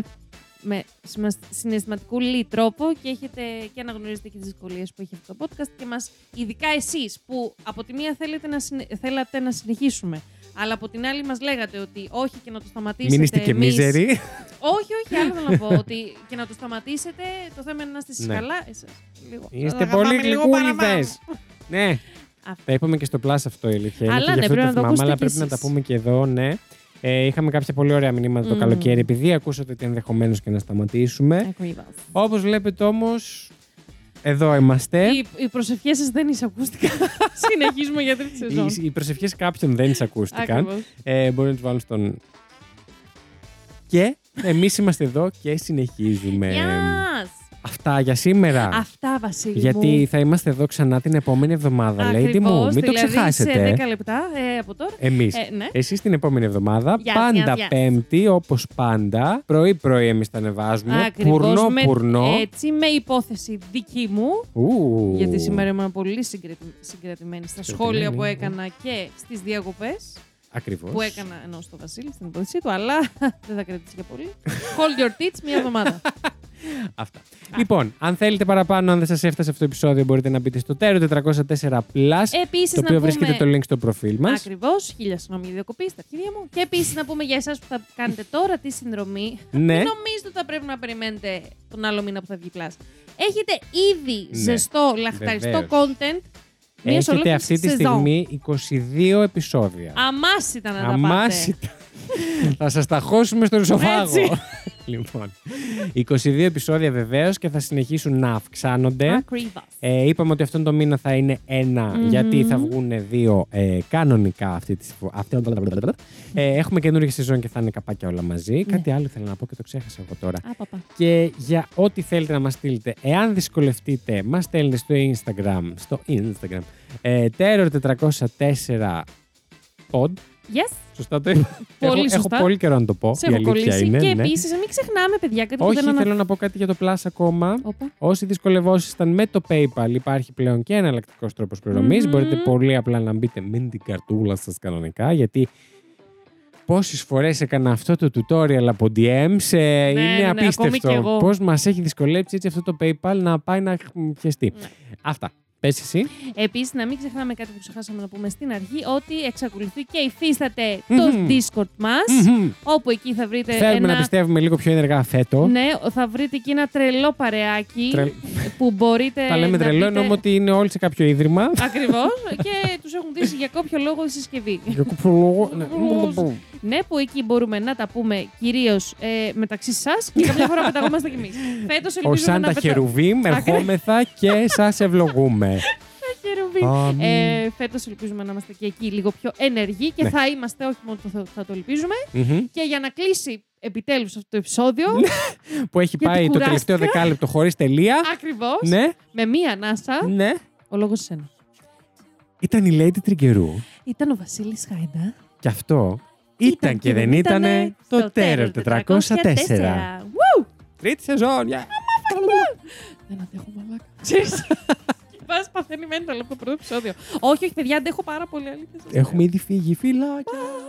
[SPEAKER 2] με σημα- συναισθηματικούλη τρόπο και, έχετε, και αναγνωρίζετε και τις δυσκολίες που έχει αυτό το podcast και μας, ειδικά εσείς που από τη μία θέλετε να, συνε- θέλατε να συνεχίσουμε αλλά από την άλλη μας λέγατε ότι όχι και να το σταματήσετε
[SPEAKER 1] Μην είστε και
[SPEAKER 2] εμείς-
[SPEAKER 1] μίζεροι.
[SPEAKER 2] Όχι, όχι, άλλο θέλω να πω ότι και να το σταματήσετε το θέμα είναι να είστε εσείς
[SPEAKER 1] Ναι.
[SPEAKER 2] καλά εσείς, λίγο.
[SPEAKER 1] Είστε
[SPEAKER 2] Θα
[SPEAKER 1] πολύ
[SPEAKER 2] πάμε λίγο
[SPEAKER 1] γλυκούλιδε.
[SPEAKER 2] παραπάνω.
[SPEAKER 1] Ναι.
[SPEAKER 2] Αυτό.
[SPEAKER 1] Τα είπαμε και στο Plus αυτό η αλήθεια. είναι,
[SPEAKER 2] Αλλά
[SPEAKER 1] και γι'
[SPEAKER 2] ναι,
[SPEAKER 1] αυτό
[SPEAKER 2] πρέπει να το
[SPEAKER 1] θυμάμαι,
[SPEAKER 2] ακούσετε
[SPEAKER 1] αλλά
[SPEAKER 2] κι
[SPEAKER 1] πρέπει να τα
[SPEAKER 2] εσείς.
[SPEAKER 1] πούμε και εδώ, ναι. Ε, είχαμε κάποια πολύ ωραία μηνύματα το
[SPEAKER 2] Μμμ.
[SPEAKER 1] καλοκαίρι, επειδή ακούσατε ότι ενδεχομένως και να σταματήσουμε.
[SPEAKER 2] Ακριβώς.
[SPEAKER 1] Όπως βλέπετε όμως, εδώ είμαστε.
[SPEAKER 2] Οι, οι προσευχές σας δεν εισακούστηκαν. Συνεχίζουμε για τρίτη σεζόν.
[SPEAKER 1] Οι, οι προσευχές κάποιων δεν εισακούστηκαν.
[SPEAKER 2] Ακριβώς.
[SPEAKER 1] Ε, μπορεί να τους βάλω στον. Και εμείς είμαστε εδώ και συνεχίζουμε.
[SPEAKER 2] Γεια σας.
[SPEAKER 1] Αυτά για σήμερα.
[SPEAKER 2] Αυτά, Βασίλη μου.
[SPEAKER 1] Γιατί θα είμαστε εδώ ξανά την επόμενη εβδομάδα, lady
[SPEAKER 2] Ακριβώς,
[SPEAKER 1] μου. Μην το
[SPEAKER 2] δηλαδή
[SPEAKER 1] ξεχάσετε.
[SPEAKER 2] Σε 10 λεπτά ε, από τώρα.
[SPEAKER 1] Εμείς.
[SPEAKER 2] Ε, ναι.
[SPEAKER 1] Εσείς την επόμενη εβδομάδα,
[SPEAKER 2] Γεια,
[SPEAKER 1] πάντα
[SPEAKER 2] γεια, γεια.
[SPEAKER 1] Πέμπτη, όπως πάντα, πρωί-πρωί εμείς τα ανεβάζουμε.
[SPEAKER 2] Ακριβώς,
[SPEAKER 1] πουρνό,
[SPEAKER 2] με-
[SPEAKER 1] πουρνό.
[SPEAKER 2] Έτσι, με υπόθεση δική μου.
[SPEAKER 1] Ου.
[SPEAKER 2] Γιατί σήμερα ήμουν πολύ συγκρατι- συγκρατημένη στα σχόλια που
[SPEAKER 1] ναι.
[SPEAKER 2] έκανα και στις διακοπές
[SPEAKER 1] Ακριβώς.
[SPEAKER 2] που έκανα ενώ στο Βασίλη στην υπόθεσή του, αλλά δεν θα κρατήσει για πολύ. Hold your tits μία εβδομάδα.
[SPEAKER 1] Αυτά. Λοιπόν, αν θέλετε παραπάνω, αν δεν σας έφτασε αυτό το επεισόδιο, μπορείτε να μπείτε στο Tero 404 Plus,
[SPEAKER 2] Επίσης
[SPEAKER 1] το
[SPEAKER 2] Ε, να
[SPEAKER 1] οποίο
[SPEAKER 2] πούμε...
[SPEAKER 1] βρίσκεται το link στο προφίλ μας.
[SPEAKER 2] Ακριβώς, χίλια συγγνώμη διακοπή στα αρχίδια μου. Και επίσης να πούμε για εσάς που θα κάνετε τώρα τη συνδρομή
[SPEAKER 1] Ναι.
[SPEAKER 2] Μην νομίζετε ότι θα πρέπει να περιμένετε τον άλλο μήνα που θα βγει πλάς. Έχετε ήδη
[SPEAKER 1] Ναι,
[SPEAKER 2] ζεστό, λαχταριστό
[SPEAKER 1] βεβαίως.
[SPEAKER 2] content. μιας
[SPEAKER 1] Έχετε
[SPEAKER 2] ολόκληρης
[SPEAKER 1] αυτή τη
[SPEAKER 2] σεζόν.
[SPEAKER 1] στιγμή 22 επεισόδια.
[SPEAKER 2] Αμάς ήταν να τα
[SPEAKER 1] Αμάσιτα. θα σας ταχώσουμε στον
[SPEAKER 2] Έτσι.
[SPEAKER 1] σοφάγο. λοιπόν, 22 επεισόδια βεβαίως και θα συνεχίσουν να αυξάνονται.
[SPEAKER 2] πάτε. Ακριβώς.
[SPEAKER 1] Ε, είπαμε ότι αυτόν τον μήνα θα είναι ένα,
[SPEAKER 2] Μμμ.
[SPEAKER 1] γιατί θα βγουν δύο ε, κανονικά αυτή τη φο- αυτή... Ε, έχουμε καινούργια σεζόν και θα είναι καπάκια όλα μαζί.
[SPEAKER 2] Ναι.
[SPEAKER 1] Κάτι άλλο ήθελα να πω και το ξέχασα εγώ τώρα.
[SPEAKER 2] Άπαπα.
[SPEAKER 1] Και για ό,τι θέλετε να μας στείλετε, εάν δυσκολευτείτε, μας στέλνετε στο Instagram, στο Instagram, ε, terror404pod,
[SPEAKER 2] Yes.
[SPEAKER 1] Σωστά το είπα.
[SPEAKER 2] Πολύ
[SPEAKER 1] έχω,
[SPEAKER 2] σωστά.
[SPEAKER 1] Έχω πολύ καιρρο να το πω.
[SPEAKER 2] Σε
[SPEAKER 1] η
[SPEAKER 2] έχω
[SPEAKER 1] αλήθεια
[SPEAKER 2] κολλήσει.
[SPEAKER 1] είναι,
[SPEAKER 2] και
[SPEAKER 1] ναι.
[SPEAKER 2] επίσης, επίση, μην ξεχνάμε, παιδιά, κάτι
[SPEAKER 1] Όχι,
[SPEAKER 2] που δεν
[SPEAKER 1] θέλω να πω κάτι για το Plus ακόμα.
[SPEAKER 2] Όπα.
[SPEAKER 1] Όσοι δυσκολευόσασταν με το PayPal, υπάρχει πλέον και εναλλακτικός τρόπος
[SPEAKER 2] Μμμ.
[SPEAKER 1] Μπορείτε πολύ απλά να μπείτε με την καρτούλα σας κανονικά, γιατί πόσες φορές έκανα αυτό το tutorial από DMs, ε, είναι
[SPEAKER 2] ναι, ακόμη
[SPEAKER 1] απίστευτο.
[SPEAKER 2] κι εγώ.
[SPEAKER 1] Πώς μας έχει δυσκολέψει έτσι αυτό το PayPal να πάει να πιεστεί.
[SPEAKER 2] Ναι.
[SPEAKER 1] Αυτά. Πες εσύ.
[SPEAKER 2] Επίσης, να μην ξεχνάμε κάτι που ξεχάσαμε να πούμε στην αρχή, ότι εξακολουθεί και υφίσταται
[SPEAKER 1] Μμμ.
[SPEAKER 2] το Discord μας,
[SPEAKER 1] Μμμ.
[SPEAKER 2] όπου εκεί θα βρείτε
[SPEAKER 1] Θέλουμε να
[SPEAKER 2] ένα.
[SPEAKER 1] πιστεύουμε λίγο πιο ενεργά φέτο.
[SPEAKER 2] Ναι, θα βρείτε εκεί ένα τρελό παρεάκι
[SPEAKER 1] Τρελ-
[SPEAKER 2] που μπορείτε.
[SPEAKER 1] Τα λέμε
[SPEAKER 2] ε, να
[SPEAKER 1] τρελό,
[SPEAKER 2] πείτε...
[SPEAKER 1] εννοούμε ότι είναι όλοι σε κάποιο ίδρυμα.
[SPEAKER 2] Ακριβώς. και τους έχουν δείσει για κάποιο λόγο η συσκευή.
[SPEAKER 1] Για κάποιο λόγο, ναι.
[SPEAKER 2] ναι, που εκεί μπορούμε να τα πούμε κυρίως ε, μεταξύ σας και καμιά φορά πεταγόμαστε κι εμείς. Φέτος
[SPEAKER 1] Ο
[SPEAKER 2] ελπίζουμε να
[SPEAKER 1] Σάντα
[SPEAKER 2] πετά-
[SPEAKER 1] Χερουβίμ, ερχόμεθα και σας ευλογούμε.
[SPEAKER 2] Τα χερουβί.
[SPEAKER 1] Αμήν.
[SPEAKER 2] Ε, Φέτος ελπίζουμε να είμαστε και εκεί λίγο πιο ενεργοί και
[SPEAKER 1] Ναι.
[SPEAKER 2] θα είμαστε, όχι μόνο το θα, θα το ελπίζουμε.
[SPEAKER 1] Μμμ.
[SPEAKER 2] Και για να κλείσει επιτέλους αυτό το επεισόδιο,
[SPEAKER 1] Ναι. που έχει
[SPEAKER 2] Γιατί
[SPEAKER 1] πάει το
[SPEAKER 2] κουράστηκα.
[SPEAKER 1] τελευταίο δεκάλεπτο χωρίς τελεία.
[SPEAKER 2] ακριβώς
[SPEAKER 1] ναι,
[SPEAKER 2] με μία ανάσα,
[SPEAKER 1] ναι.
[SPEAKER 2] ο λόγος σένα.
[SPEAKER 1] Ήταν η Lady Τριγκερού.
[SPEAKER 2] Ήταν ο Βασίλης Χάιντα.
[SPEAKER 1] Και αυτό ήταν και δεν ήταν το Terror 404.
[SPEAKER 2] Woo!
[SPEAKER 1] Τρίτη σεζόν, γεια!
[SPEAKER 2] Δεν αντέχω μαλάκα. Ξέρεις. Πα παθαίνει μένει το λεπτό πρώτο επεισόδιο. Όχι, όχι, παιδιά, αντέχω πάρα πολύ. αλήθεια σας λέω.
[SPEAKER 1] Έχουμε ήδη φύγει, φυλάκια.